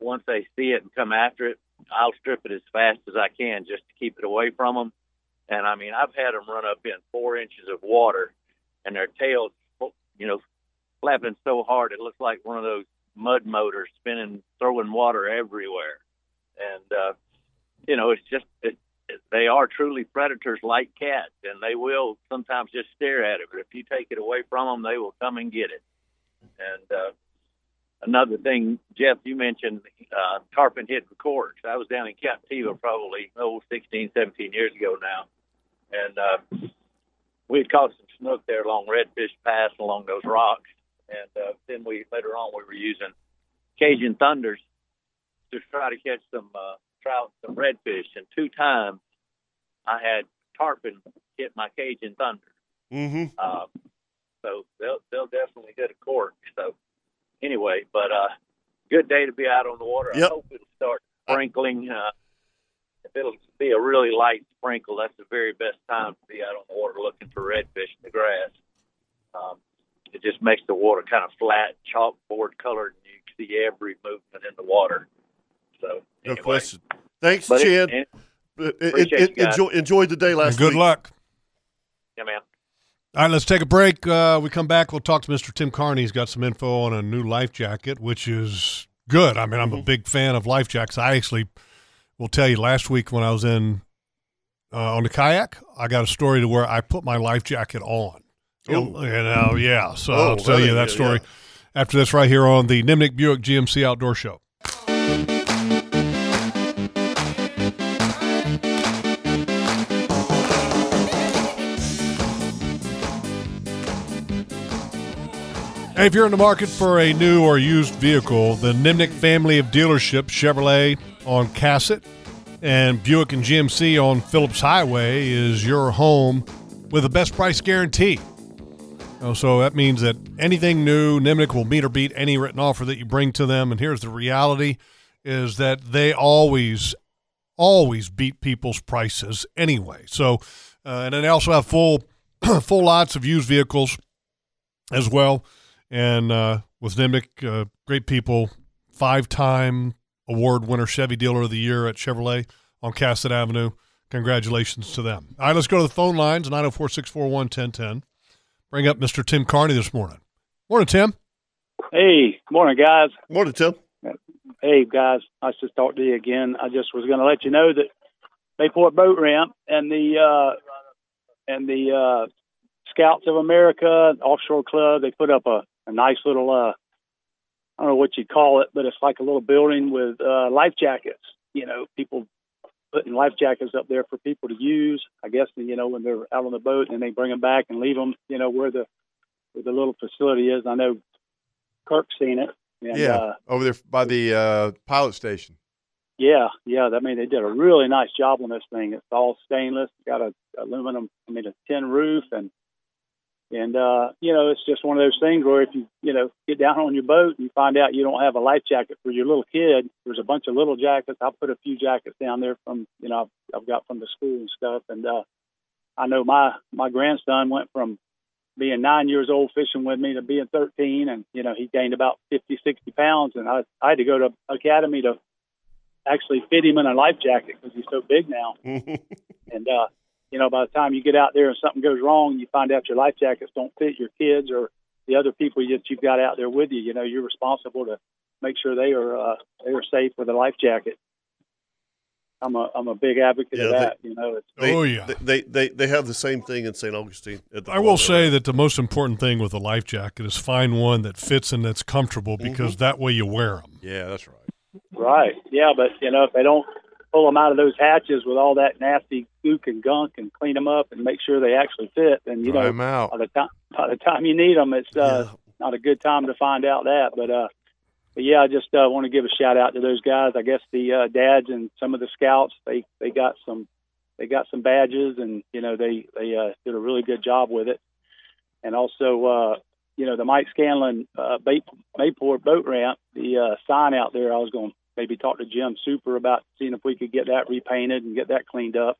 S15: Once they see it and come after it, I'll strip it as fast as I can just to keep it away from them. And I mean, I've had them run up in four inches of water, and their tails, you know, flapping so hard it looks like one of those mud motors spinning, throwing water everywhere. And uh, you know, it's just it, it- they are truly predators like cats, and they will sometimes just stare at it. But if you take it away from them, they will come and get it. And uh, another thing, Jeff, you mentioned uh, tarpon hitting corks. I was down in Captiva probably oh, 16, 17 years ago now, and uh, we had caught some snook there along Redfish Pass and along those rocks. And uh, then we later on we were using Cajun Thunders to try to catch some uh, trout, some redfish, and two times I had tarpon hit my Cajun Thunder.
S2: Mm-hmm.
S15: Um, so they'll they'll definitely get a cork. So anyway, but uh, good day to be out on the water.
S2: Yep.
S15: I hope it'll start sprinkling. Uh, if it'll be a really light sprinkle, that's the very best time to be out on the water looking for redfish in the grass. Um, it just makes the water kind of flat, chalkboard colored, and you can see every movement in the water. So
S2: No question. Thanks,
S15: But it-
S2: Chad.
S15: it-
S2: But
S15: appreciate you guys.
S2: enjoy, enjoy the day last
S3: And good
S2: week.
S3: luck.
S15: yeah, man.
S3: All right, let's take a break. Uh, we come back. We'll talk to Mr. Tim Carney. He's got some info on a new life jacket, which is good. I mean, I'm a big fan of life jackets. I actually will tell you last week when I was in uh, on the kayak, I got a story to where I put my life jacket on.
S2: Ooh.
S3: You know, Oh. yeah. So
S2: Oh,
S3: I'll tell
S2: that
S3: you
S2: is
S3: that
S2: good,
S3: story after this right here on the Nimnik Buick GMC Outdoor Show. Hey, if you're in the market for a new or used vehicle, the Nimnik family of dealerships, Chevrolet on Cassett and Buick and GMC on Phillips Highway, is your home with the best price guarantee. Oh, so that means that anything new, Nimnik will meet or beat any written offer that you bring to them. And here's the reality is that they always, always beat people's prices anyway. So, uh, and then they also have full, full lots of used vehicles as well. And uh, with Nimnik, uh, great people, five time award winner Chevy Dealer of the Year at Chevrolet on Cassett Avenue. Congratulations to them. All right, let's go to the phone lines 904 641 1010. Bring up Mr. Tim Carney this morning. Morning, Tim.
S16: Hey, good morning, guys.
S2: Morning, Tim.
S16: Hey, guys. Nice to talk to you again. I just was going to let you know that Bayport Boat Ramp and the uh, and the uh, Scouts of America Offshore Club they put up a, a nice little uh, I don't know what you'd call it, but it's like a little building with uh, life jackets. You know, people putting life jackets up there for people to use. I guess you know when they're out on the boat and they bring them back and leave them. You know where the where the little facility is. I know Kirk's seen it. And,
S5: yeah,
S16: Uh,
S5: over there by the uh, pilot station.
S16: yeah, yeah. I mean, they did a really nice job on this thing. It's all stainless. Got a aluminum, I mean, a tin roof, and and uh, you know, it's just one of those things where if you you know get down on your boat and you find out you don't have a life jacket for your little kid, there's a bunch of little jackets. I put a few jackets down there from you know I've, I've got from the school and stuff, and uh, I know my my grandson went from being nine years old fishing with me to being 13 and you know he gained about 50 60 pounds and i, I had to go to academy to actually fit him in a life jacket because he's so big now. and uh, you know, by the time you get out there and something goes wrong, you find out your life jackets don't fit your kids or the other people that you've got out there with you. You know, you're responsible to make sure they are uh, they are safe with a life jacket. I'm a I'm a big advocate of
S2: Yeah, they-
S16: that. you know, it's,
S2: They-
S3: Oh, yeah.
S2: They, they they have the same thing in St. Augustine. At the
S3: I will say that the most important thing with a life jacket is find one that fits and that's comfortable
S16: Mm-hmm.
S3: because that way you wear them.
S5: Yeah, that's right.
S16: Right. Yeah, but you know, if they don't pull them out of those hatches with all that nasty gook and gunk and clean them up and make sure they actually fit, then you
S5: Dry
S16: know,
S5: 'em out.
S16: by the time by the time you need them, it's uh, not a good time to find out that. But uh, but yeah, I just uh, want to give a shout out to those guys. I guess the uh, dads and some of the scouts they they got some they got some badges and you know they they uh, did a really good job with it. And also uh, you know the Mike Scanlon uh, bait, Mayport boat ramp the uh, sign out there. I was going to maybe talk to Jim Super about seeing if we could get that repainted and get that cleaned up.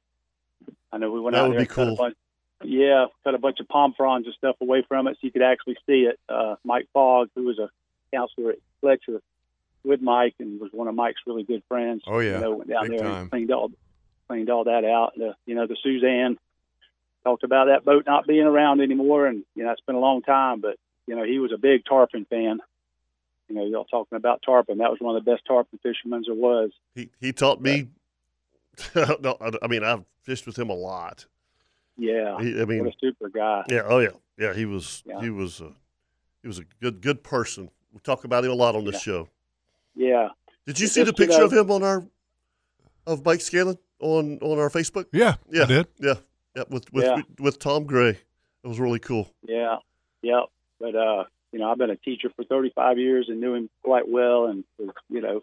S16: I know we went
S2: That
S16: out
S2: would
S16: there
S2: be
S16: and cut a
S2: cool.
S16: bunch- yeah, cut a bunch of palm fronds and stuff away from it so you could actually see it. Uh, Mike Fogg, who was a counselor at Fletcher with Mike and was one of Mike's really good friends.
S5: Oh, yeah.
S16: you know, went down
S5: Big
S16: there
S5: time.
S16: and cleaned all cleaned all that out. The, you know, the Suzanne talked about that boat not being around anymore, and you know it's been a long time, but you know he was a big tarpon fan. You know, y'all talking about tarpon. That was one of the best tarpon fishermen there was.
S2: He he taught me. no, I, I mean I've fished with him a lot.
S16: Yeah,
S2: He- I mean,
S16: what a super guy.
S2: Yeah. Oh yeah. Yeah. He was.
S16: Yeah.
S2: He was. A, he was a good good person. We talk about him a lot on this show.
S16: Yeah.
S2: Did you
S16: It's
S2: see the
S16: just, you
S2: picture
S16: know-
S2: of him on our of Mike Scanlon on on our Facebook?
S3: Yeah.
S2: Yeah.
S3: I did.
S2: Yeah. Yeah. With with
S16: Yeah.
S2: with Tom Gray. It was really cool.
S16: Yeah, yeah. But uh, you know, I've been a teacher for 35 years and knew him quite well, and you know,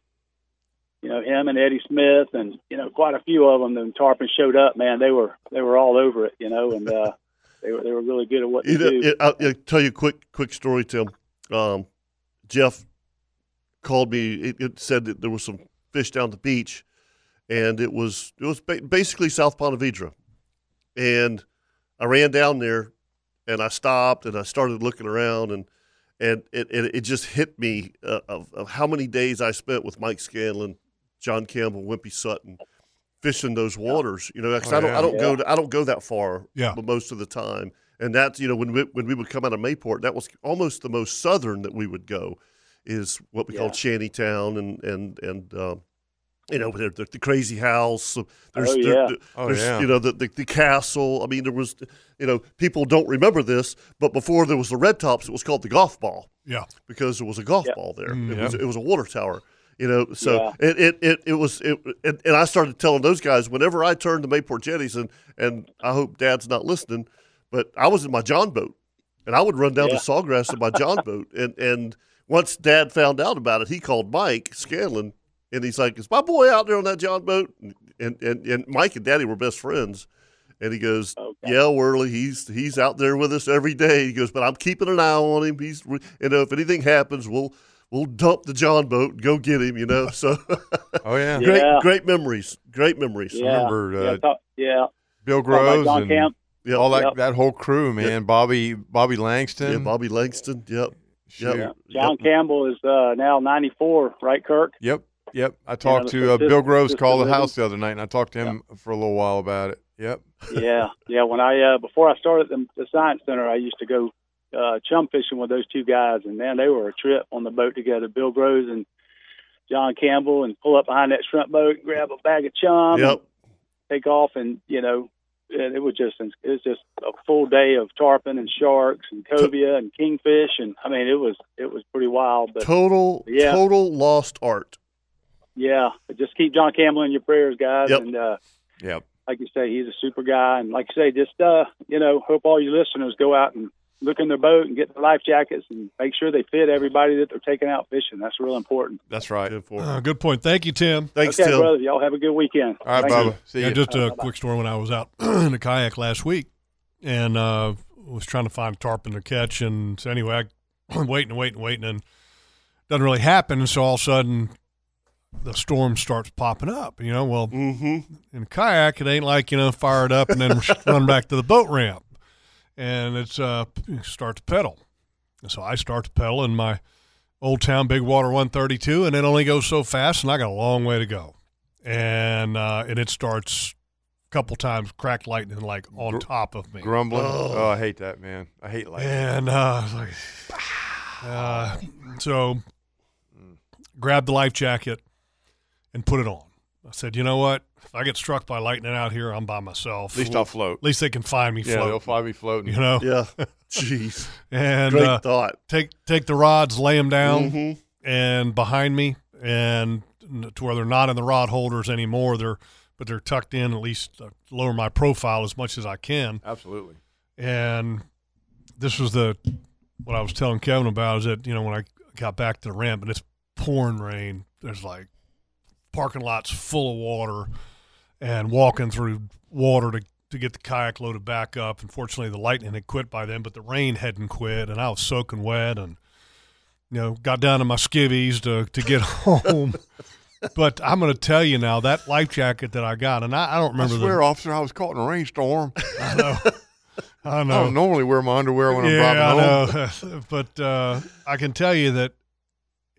S16: you know him and Eddie Smith, and you know, quite a few of them. When Tarpon showed up, man, they were they were all over it, you know, and uh, they were they were really good at what they
S2: You know,
S16: do.
S2: it, I'll, I'll tell you a quick quick story, Tim. Um, Jeff called me. It, it said that there was some fish down the beach, and it was it was ba- basically South Pontevedra, and I ran down there, and I stopped and I started looking around and. And it, it, it just hit me uh, of, of how many days I spent with Mike Scanlon, John Campbell, Wimpy Sutton, fishing those waters. You know, 'cause
S3: Oh,
S2: I don't
S3: yeah.
S2: I don't go
S3: Yeah.
S2: to, I don't go that far
S3: Yeah.
S2: but most of the time. And that's, you know, when we, when we would come out of Mayport, that was almost the most southern that we would go is what we
S3: Yeah.
S2: call Shantytown and, and, and, um, you know, there, there, the crazy house. There's,
S3: Oh,
S2: there-
S3: yeah.
S2: there-
S3: Oh,
S2: there's,
S3: yeah.
S2: you know, the, the, the castle. I mean, there was, you know, people don't remember this, but before there was the Red Tops, it was called the Golf Ball
S3: Yeah.
S2: because there was a golf ball there.
S3: Mm,
S2: it,
S3: yeah.
S2: was, it was a water tower. You know, so it, it, it, it was it, and, and I started telling those guys whenever I turned to Mayport Jetties and and I hope Dad's not listening, but I was in my John boat and I would run down
S3: Yeah.
S2: to Sawgrass in my John boat and and once Dad found out about it, he called Mike Scanlon and he's like, "Is my boy out there on that John boat?" And and and Mike and Daddy were best friends. And he goes, "Yeah, Worley, he's he's out there with us every day." He goes, "But I'm keeping an eye on him. He's re- you know, if anything happens, we'll we'll dump the John boat, and go get him." You know, so
S5: oh yeah, uh,
S2: great
S16: Yeah.
S2: great memories, great memories.
S16: yeah, yeah, talk- yeah.
S5: Bill
S16: Talk about
S5: Groves
S16: John
S5: and
S16: Camp.
S5: all that
S16: Yep.
S5: that whole crew, man. Bobby Bobby Langston.
S2: Yeah, Bobby Langston. Yep.
S5: Shoot.
S16: John Campbell is uh, now 94, right, Kirk?
S5: Yep. Yep. I talked
S16: the
S5: to uh, Bill
S16: consist-
S5: Groves called the
S16: consistent
S5: house the other night, and I talked to him for a little while about it. Yep.
S16: yeah, yeah. When I uh, before I started the, the science center, I used to go uh, chum fishing with those two guys, and man, they were a trip on the boat together. Bill Groves and John Campbell, and pull up behind that shrimp boat, grab a bag of chum,
S2: Yep.
S16: take off, and you know, it, it was just it was just a full day of tarpon and sharks and cobia and kingfish, and I mean, it was it was pretty wild. But
S2: Total
S16: yeah.
S2: total lost art.
S16: yeah, just keep John Campbell in your prayers, guys,
S2: Yep.
S16: and. uh
S5: Yep.
S16: like you say, he's a super guy. And like you say, just uh, you know, hope all your listeners go out and look in their boat and get their life jackets and make sure they fit everybody that they're taking out fishing. That's real important.
S5: That's right. Good
S2: for
S3: Uh, good point. Thank you, Tim.
S16: okay, brother. Y'all have a good weekend.
S5: All right,
S16: Thank you.
S5: Bubba. See
S3: yeah,
S5: ya.
S3: just
S5: All
S3: a
S5: right, bye-bye.
S3: quick story. When I was out in a kayak last week, and uh, was trying to find tarpon to catch, and so anyway, I waiting and waiting and waiting, and doesn't really happen. And so all of a sudden, the storm starts popping up. You know, well,
S5: Mm-hmm.
S3: in kayak, it ain't like you know, fire it up and then run back to the boat ramp, and it's uh, start to pedal. And so I start to pedal in my old town big water 132, and it only goes so fast, and I got a long way to go. And uh, and it starts a couple times, crack lightning like on top of me,
S5: Grumbling.
S3: Ugh.
S5: Oh. I hate that, man. I hate life.
S3: And uh, I was like, uh, so grabbed the life jacket and put it on. I said, you know what? If I get struck by lightning out here, I'm by myself.
S5: At least I'll float.
S3: At least they can find me
S5: Yeah,
S3: floating.
S5: they'll find me floating.
S3: You know?
S5: Yeah.
S2: Jeez.
S3: and
S5: Great
S3: uh,
S2: thought.
S3: Take take the rods, lay them down,
S2: Mhm.
S3: and behind me, and n- to where they're not in the rod holders anymore. They're but they're tucked in. At least uh, lower my profile as much as I can.
S5: Absolutely.
S3: And this was the what I was telling Kevin about is that you know when I got back to the ramp and it's pouring rain, there's like parking lots full of water, and walking through water to to get the kayak loaded back up. Unfortunately, the lightning had quit by then, but the rain hadn't quit, and I was soaking wet and you know got down to my skivvies to to get home. But I'm going to tell you now that life jacket that I got, and I, I don't remember
S5: I
S3: the-
S5: swear, officer, I was caught in a rainstorm. I
S3: know. I know.
S5: don't normally wear my underwear when
S3: yeah,
S5: I'm driving
S3: I
S5: home.
S3: know. but uh, I can tell you that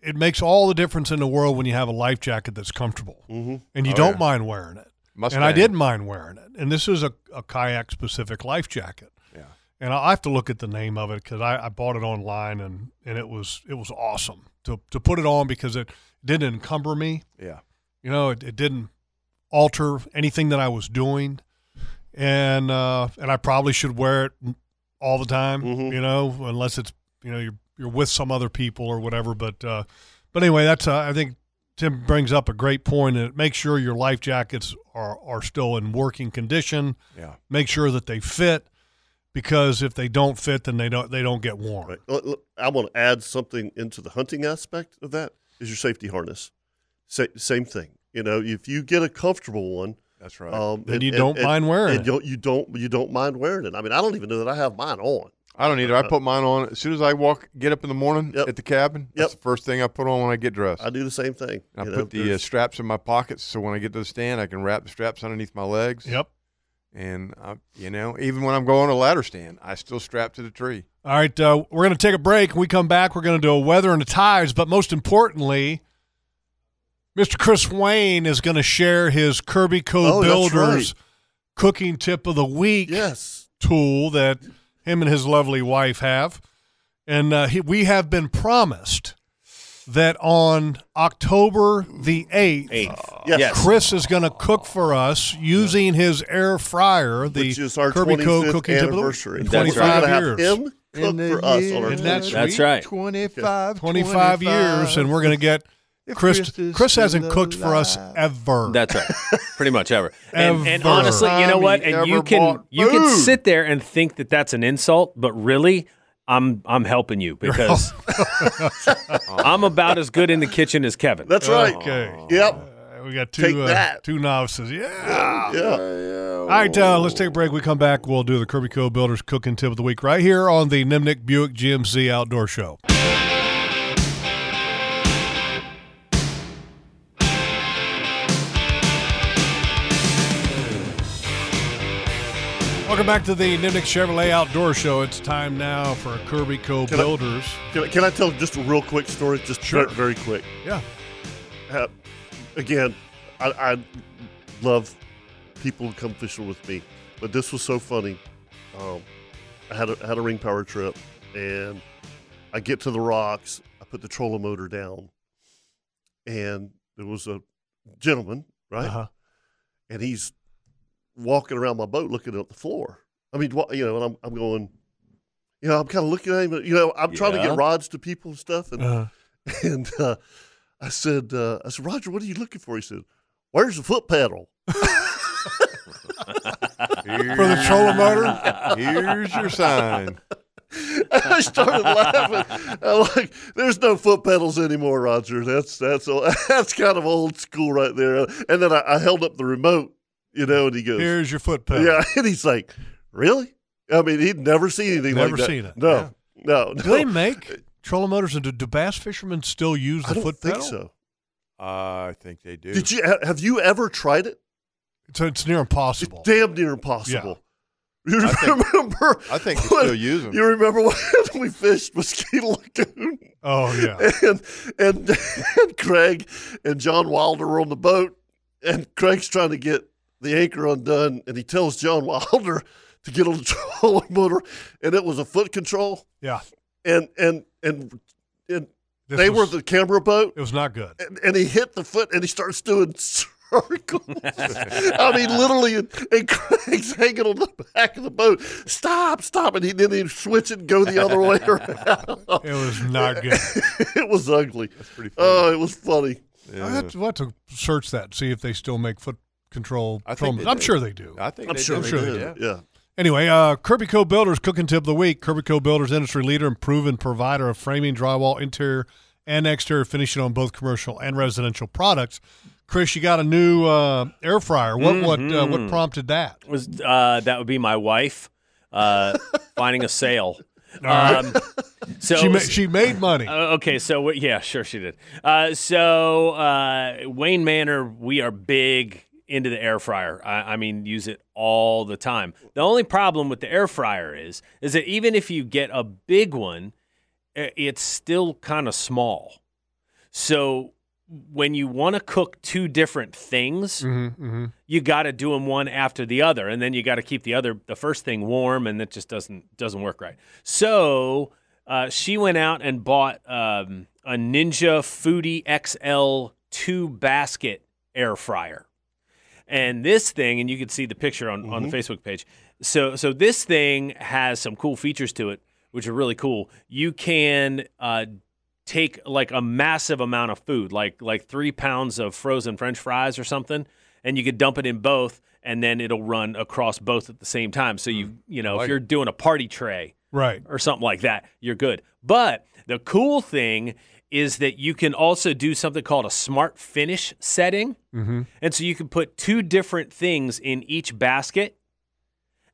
S3: it makes all the difference in the world when you have a life jacket that's comfortable and you
S5: Oh,
S3: don't
S5: yeah.
S3: mind wearing it.
S5: Mustang.
S3: And I didn't mind wearing it. And this is a, a kayak specific life jacket.
S5: Yeah.
S3: And I have to look at the name of it because I, I bought it online and, and it was it was awesome to, to put it on because it didn't encumber me.
S5: Yeah.
S3: You know, it, it didn't alter anything that I was doing, and uh, and I probably should wear it all the time. You know, unless it's you know you're you're with some other people or whatever. But uh, but anyway, that's uh, I think Tim brings up a great point, and make sure your life jackets are are still in working condition.
S5: Yeah.
S3: make sure that they fit. Because if they don't fit, then they don't they don't get warm.
S2: Right. Look, look, I want to add something into the hunting aspect of that is your safety harness. Sa- same thing. You know, if you get a comfortable one, um,
S5: that's right.
S3: Then you don't mind wearing it.
S2: You don't you don't mind wearing it. I mean, I don't even know that I have mine on. Uh,
S5: I don't either. I put mine on as soon as I walk, get up in the morning at the cabin. That's the first thing I put on when I get dressed.
S2: I do the same thing.
S5: And I
S2: You know,
S5: put the uh,
S2: there's-
S5: straps in my pockets so when I get to the stand, I can wrap the straps underneath my legs.
S3: Yep.
S5: And I, you know, even when I'm going to ladder stand, I still strap to the tree.
S3: All right, uh, we're going to take a break. When we come back, we're going to do a weather and the tides, but most importantly, Mr. Chris Wayne is going to share his Kirby Code
S2: Oh, that's
S3: Builders
S2: right.
S3: cooking tip of the week
S2: yes.
S3: tool that him and his lovely wife have. And uh, he, we have been promised that on October the 8th,
S2: Yes. Yes.
S3: Chris is going to cook for us using his air fryer, the
S2: which is our
S3: Kirby Code
S2: 25th
S3: cooking tip of the week.
S2: anniversary. We're gonna have him cook for us on our
S3: Isn't that sweet?
S2: 25th.
S5: 25,
S3: 25 years, and we're going to get
S5: If
S3: Chris.
S5: Chris is
S3: Chris hasn't
S5: still
S3: cooked for us ever.
S4: That's right. Pretty much ever. And, and
S3: Ever.
S4: honestly, you know what?
S3: Time
S4: And
S3: he
S4: you
S3: ever
S4: can
S3: bought
S4: you can
S3: food.
S4: sit there and think that that's an insult, but really, I'm I'm helping you because I'm about as good in the kitchen as Kevin.
S2: That's right.
S3: Okay.
S2: Yep.
S3: Uh, We got
S2: Take
S3: two uh,
S2: that.
S3: two novices. Yeah.
S2: Yeah.
S3: All right, uh, let's take a break. We come back. We'll do the Kirby Co. Builders Cooking Tip of the Week right here on the Nimnik Buick GMC Outdoor Show. Welcome back to the Nimnik Chevrolet Outdoor Show. It's time now for Kirby Co.
S2: Can I-
S3: Builders.
S2: Can I, can I tell just a real quick story? Just
S3: Sure.
S2: very, very quick.
S3: Yeah.
S2: Uh, again, I, I love people who come fishing with me, but this was so funny. Um, I had a, had a ring power trip, and I get to the rocks. I put the trolling motor down, and there was a gentleman, right?
S3: Uh-huh.
S2: And he's walking around my boat looking at the floor. I mean, wa- you know, and I'm, I'm going, you know, I'm kind of looking at him. You know, I'm trying to
S14: Yeah.
S2: get rods to people and stuff. And,
S14: Uh-huh.
S2: and uh, I said, uh, I said, Roger, what are you looking for? He said, where's the foot pedal?
S5: For the trolling motor? Here's your sign.
S2: I started laughing. I'm like, "There's no foot pedals anymore, Roger. That's that's old- that's kind of old school right there." And then I, I held up the remote, you know, and he goes,
S3: Here's your foot pedal.
S2: Yeah, and he's like, "Really?" I mean, he'd never seen anything
S3: Never
S2: like that.
S3: seen it.
S2: No,
S3: Yeah.
S2: no, no.
S3: Do they make trolling motors, and do, do bass fishermen still use the
S2: I don't
S3: foot
S2: think
S3: pedal?
S2: so.
S5: I think they do.
S2: Did you ha- have you ever tried it?
S3: So it's near impossible.
S2: Damn near impossible. You
S3: I think-
S2: remember?
S5: I think they
S2: when-
S5: still use 'em.
S2: You remember when we fished Mosquito Lagoon?
S3: Oh yeah.
S2: and and, and Craig and John Wilder were on the boat, and Craig's trying to get the anchor undone, and he tells John Wilder to get on the trolling motor, and it was a foot control.
S3: Yeah.
S2: and and and and
S3: This
S2: they
S3: was-
S2: were the camera boat.
S3: It was not good.
S2: And, and he hit the foot, and he starts doing circles. I mean, literally, and, and Craig's hanging on the back of the boat. Stop, stop! And he didn't even switch it and go the other way around.
S3: It was not good.
S2: it was ugly. That's pretty funny. Oh, it was funny.
S3: I have to, we'll have to search that, see if they still make foot control.
S2: I think
S3: trolling-
S2: they
S3: I'm
S2: do.
S3: sure they do.
S2: I think I'm they sure do.
S3: I'm
S2: they
S3: sure
S2: do,
S3: they do.
S2: yeah.
S3: Anyway, uh, Kirby Co. Builders cooking tip of the week. Kirby Co. Builders industry leader and proven provider of framing, drywall, interior, and exterior finishing on both commercial and residential products. Chris, you got a new uh, air fryer. What what uh, what
S2: Mm-hmm.
S4: Mhm.
S3: prompted that?
S4: was uh, that would be my wife uh, finding a sale. Um,
S3: right.
S4: so
S3: She ma- she made money.
S4: Uh, okay, so we- yeah, sure she did. Uh, so uh, Wayne Manor, we are big into the air fryer. I, I mean, use it all the time. The only problem with the air fryer is, is that even if you get a big one, i- it's still kind of small. So when you want to cook two different things, you got to do them one after the other and then you got to keep the other the first thing warm and that just doesn't doesn't work right so uh, she went out and bought um, a ninja foodie xl 2 basket air fryer and this thing and you can see the picture on, on the facebook page so so this thing has some cool features to it which are really cool you can uh, take like a massive amount of food like like three pounds of frozen french fries or something and you could dump it in both and then it'll run across both at the same time so you you know
S3: like
S4: if you're doing a party tray
S3: Right.
S4: or something like that, you're good. But the cool thing is that you can also do something called a smart finish setting.
S3: Mhm.
S4: And so you can put two different things in each basket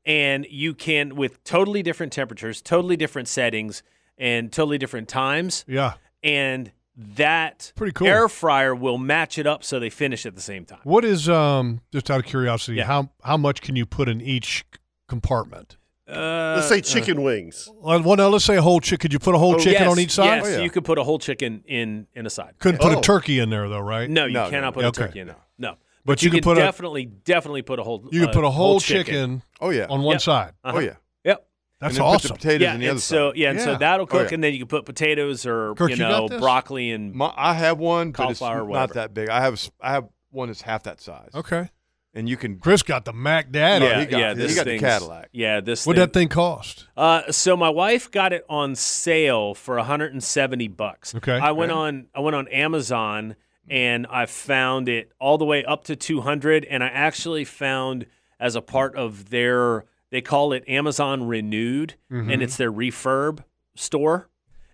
S4: and you can with totally different temperatures, totally different settings and totally different times
S3: Yeah.
S4: and that Pretty cool. air fryer will match it up so they finish at the same time.
S3: What is um just out of curiosity,
S4: Yeah.
S3: how how much can you put in each c- compartment?
S4: Uh,
S2: Let's say chicken wings.
S3: Well, well, now let's say a whole chicken. Could you put a whole
S4: Oh,
S3: chicken
S4: yes,
S3: on each side?
S4: Yes, you could put a whole chicken in in a side.
S3: Couldn't put
S4: Oh.
S3: a turkey in there though, right?
S4: No, you cannot put a turkey in there. No.
S3: But you
S4: can
S3: could put a-
S4: definitely, definitely put a whole.
S3: You could
S4: uh,
S3: put a whole, chicken.
S5: Oh yeah.
S3: On one
S4: Yep.
S3: side.
S4: Uh-huh. Yep.
S3: That's And then put the awesome. potatoes
S4: yeah,
S5: on the
S4: and
S5: other
S4: so,
S5: side.
S4: Yeah, and
S5: Yeah.
S4: so that'll
S5: Oh,
S4: cook,
S5: yeah.
S4: and then you can put potatoes or
S5: Kirk,
S4: you
S5: you got
S4: know
S5: this?
S4: broccoli and
S5: My, I have one, but it's
S4: cauliflower or
S5: not
S4: whatever.
S5: that big. I have a s- I have one that's half that size.
S3: Okay.
S5: And you can
S3: Chris got the Mac Daddy.
S5: Yeah, he got,
S4: yeah,
S5: he
S4: this
S5: got the
S4: thing's-
S5: Cadillac.
S4: Yeah, this.
S3: What'd that thing cost?
S4: Uh, so my wife got it on sale for 170 bucks.
S3: Okay.
S4: I went
S3: Yeah.
S4: on I went on Amazon and I found it all the way up to 200 and I actually found as a part of their they call it Amazon Renewed
S3: Mhm.
S5: Mm-hmm.
S4: and it's their refurb store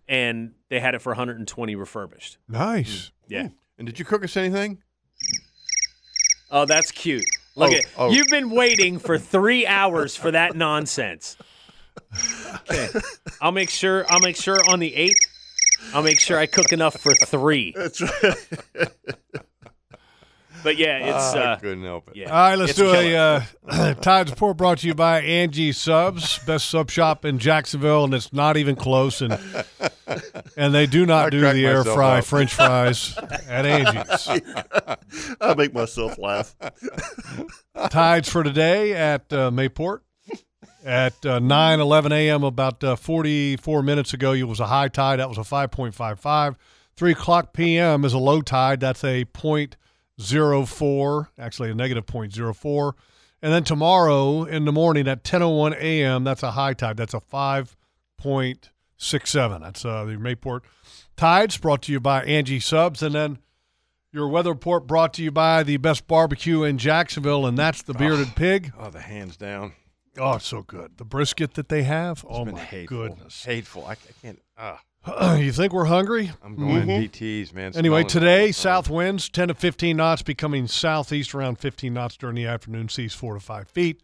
S4: and they had it for 120 refurbished. Mm.
S3: Nice.
S4: Yeah.
S5: And did Hmm. you cook us anything?
S4: Oh, that's cute. Look
S5: Oh,
S4: at
S5: oh.
S4: you've been waiting for 3 hours for that nonsense. Okay. I'll make sure I'll make sure on the 8th I'll make sure I cook enough for 3.
S2: That's right.
S4: But yeah, it's
S5: Ah, I
S4: uh,
S5: couldn't help it.
S4: Yeah.
S3: All right, let's
S4: It's
S3: do
S4: killer.
S3: a uh, Tides Report brought to you by Angie Subs, best sub shop in Jacksonville, and it's not even close. And and they do not
S2: I
S3: do
S2: cracked
S3: the air
S2: myself
S3: fry
S2: up.
S3: French fries at Angie's.
S2: I make myself laugh.
S3: Tides for today at uh, Mayport at uh, 9 11 a.m. about uh, 44 minutes ago. It was a high tide. That was a 5.55. 3 o'clock p.m. is a low tide. That's a 0.04, actually a negative 0.04. And then tomorrow in the morning at 10.01 a.m., that's a high tide. That's a 5.67. That's uh, the Mayport Tides brought to you by Angie Subs. And then your weather report brought to you by the best barbecue in Jacksonville, and that's the Bearded Pig.
S5: Oh, the hands down.
S3: Oh, it's so good. The brisket that they have. oh my goodness.
S5: Hateful. I, I can't. Uh,
S3: you think we're hungry? Mm-hmm.
S5: I'm going DTs, man.
S3: Anyway,
S5: Smelling it.
S3: today south winds 10 to 15 knots, becoming southeast around 15 knots during the afternoon, seas 4 to 5 feet,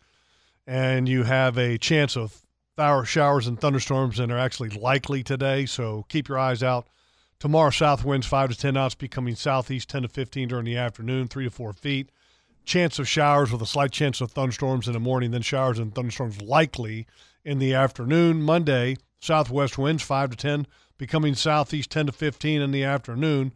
S3: and you have a chance of shower showers and thunderstorms, and they're actually likely today. So keep your eyes out. Tomorrow, south winds 5 to 10 knots, becoming southeast 10 to 15 during the afternoon, 3 to 4 feet. Chance of showers with a slight chance of thunderstorms in the morning, then showers and thunderstorms likely in the afternoon. Monday, southwest winds 5 to 10, becoming southeast 10 to 15 in the afternoon,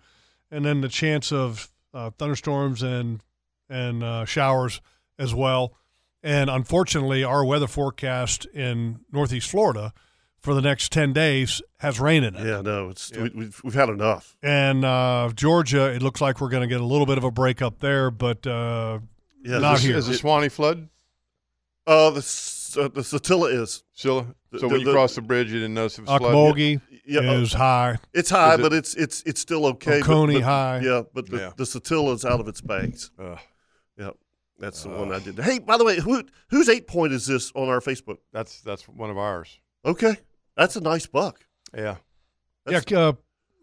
S3: and then the chance of uh, thunderstorms and and uh, showers as well. And unfortunately, our weather forecast in Northeast Florida for the next 10 days has rain in it.
S2: Yeah, no, it's we, we've, we've had enough.
S3: And uh, Georgia, it looks like we're going to get a little bit of a break up there, but uh,
S2: Yeah,
S3: not
S2: is this-
S3: here.
S2: is this
S5: Swanee flood.
S2: Uh, the S- uh, the Satilla is
S5: Scylla. So when you cross the bridge, you didn't notice it was flooded.
S3: Okmulgee
S2: Yeah, uh,
S3: is high.
S2: It's high,
S5: Is it-
S2: but it's it's it's still okay. but-
S3: Oconee
S2: but-
S3: high.
S2: Yeah, but the,
S5: Yeah.
S2: the Satilla's out of its banks.
S5: Ugh.
S2: Yep. That's the one I did. Hey, by the way, who whose eight point is this on our Facebook? That's that's one of ours. Okay, that's a nice buck.
S5: Yeah.
S3: yeah, uh,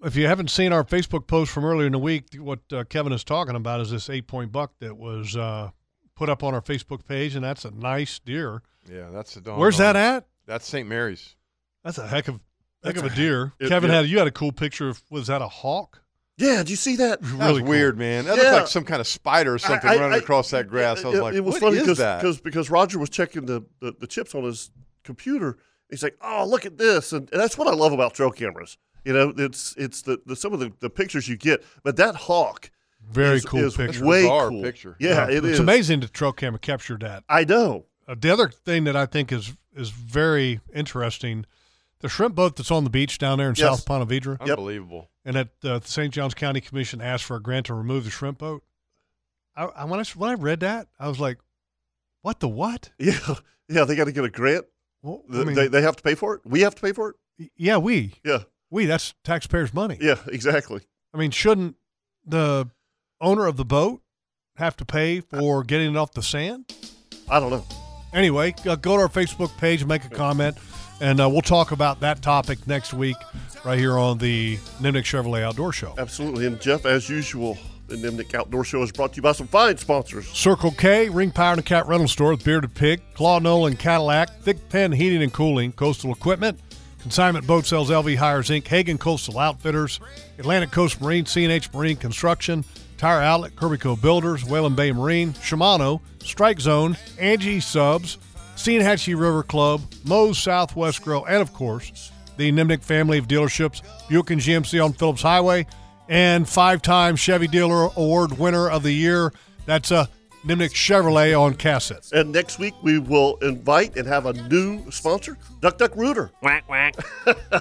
S3: if you haven't seen our Facebook post from earlier in the week, what uh, Kevin is talking about is this eight point buck that was uh, put up on our Facebook page, and that's a nice deer.
S5: Yeah, that's the dog.
S3: Where's that at?
S5: That's St. Mary's.
S3: That's a heck of heck
S5: That's
S3: of a
S5: a-
S3: deer.
S5: it-
S3: Kevin
S5: yeah.
S3: had you had a cool picture. of Was that a hawk?
S2: Yeah, did you see that?
S5: That was weird, man. That looked like some kind of spider or something running across that grass. I was
S2: it,
S5: like,
S2: it was
S5: "What
S2: funny
S5: is that?"
S2: because because Roger was checking the, the, the chips on his computer. He's like, "Oh, look at this," and, and that's what I love about trail cameras. You know, it's it's the, the some of the, the pictures you get, but that hawk,
S3: Very
S2: is-
S3: cool
S2: is
S3: picture.
S2: way cool Yeah, it
S3: it's
S2: is.
S3: amazing that trail camera captured that.
S2: I know.
S3: Uh, the other thing that I think is is very interesting, the shrimp boat that's on the beach down there in
S5: Yes.
S3: South Ponte Vedra.
S5: Unbelievable.
S3: And that uh, the St. Johns County Commission asked for a grant to remove the shrimp boat. I, I when I s- when I read that, I was like, "What the what?"
S2: Yeah, yeah, they got to get a grant.
S3: Well, I
S2: Th-
S3: mean-
S2: they they have to pay for it. We have to pay for it.
S3: Yeah, we.
S2: Yeah.
S3: We, that's taxpayers' money.
S2: Yeah, exactly.
S3: I mean, shouldn't the owner of the boat have to pay for getting it off the sand?
S2: I don't know.
S3: Anyway, uh, go to our Facebook page, make a comment, and uh, we'll talk about that topic next week right here on the Nimnik Chevrolet Outdoor Show.
S2: Absolutely. And Jeff, as usual, the Nimnik Outdoor Show is brought to you by some fine sponsors.
S3: Circle K, Ring Power and Cat Rental Store with Bearded Pig, Claw Nolan Cadillac, Thick Pen Heating and Cooling, Coastal Equipment, Consignment Boat Sales LV Hires Inc., Hagen Coastal Outfitters, Atlantic Coast Marine, CNH Marine Construction, Tire Outlet, Kirbyco Builders, Whalen Bay Marine, Shimano, Strike Zone, Angie Subs, Hatchie River Club, Moe's Southwest Grill, and of course, the Nimnik family of dealerships, Buick and GMC on Phillips Highway, and five-time Chevy Dealer Award winner of the year. That's a Nimnik Chevrolet on Cassett.
S2: And next week we will invite and have a new sponsor, Duck Duck Rooter.
S10: Quack, quack.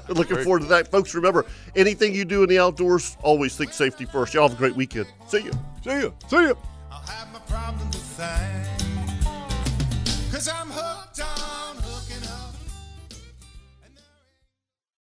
S2: Looking forward to that. Folks, remember, anything you do in the outdoors, always think safety first. Y'all have a great weekend. See you.
S3: See ya. See ya.
S1: I'll have my problem to find. Cause I'm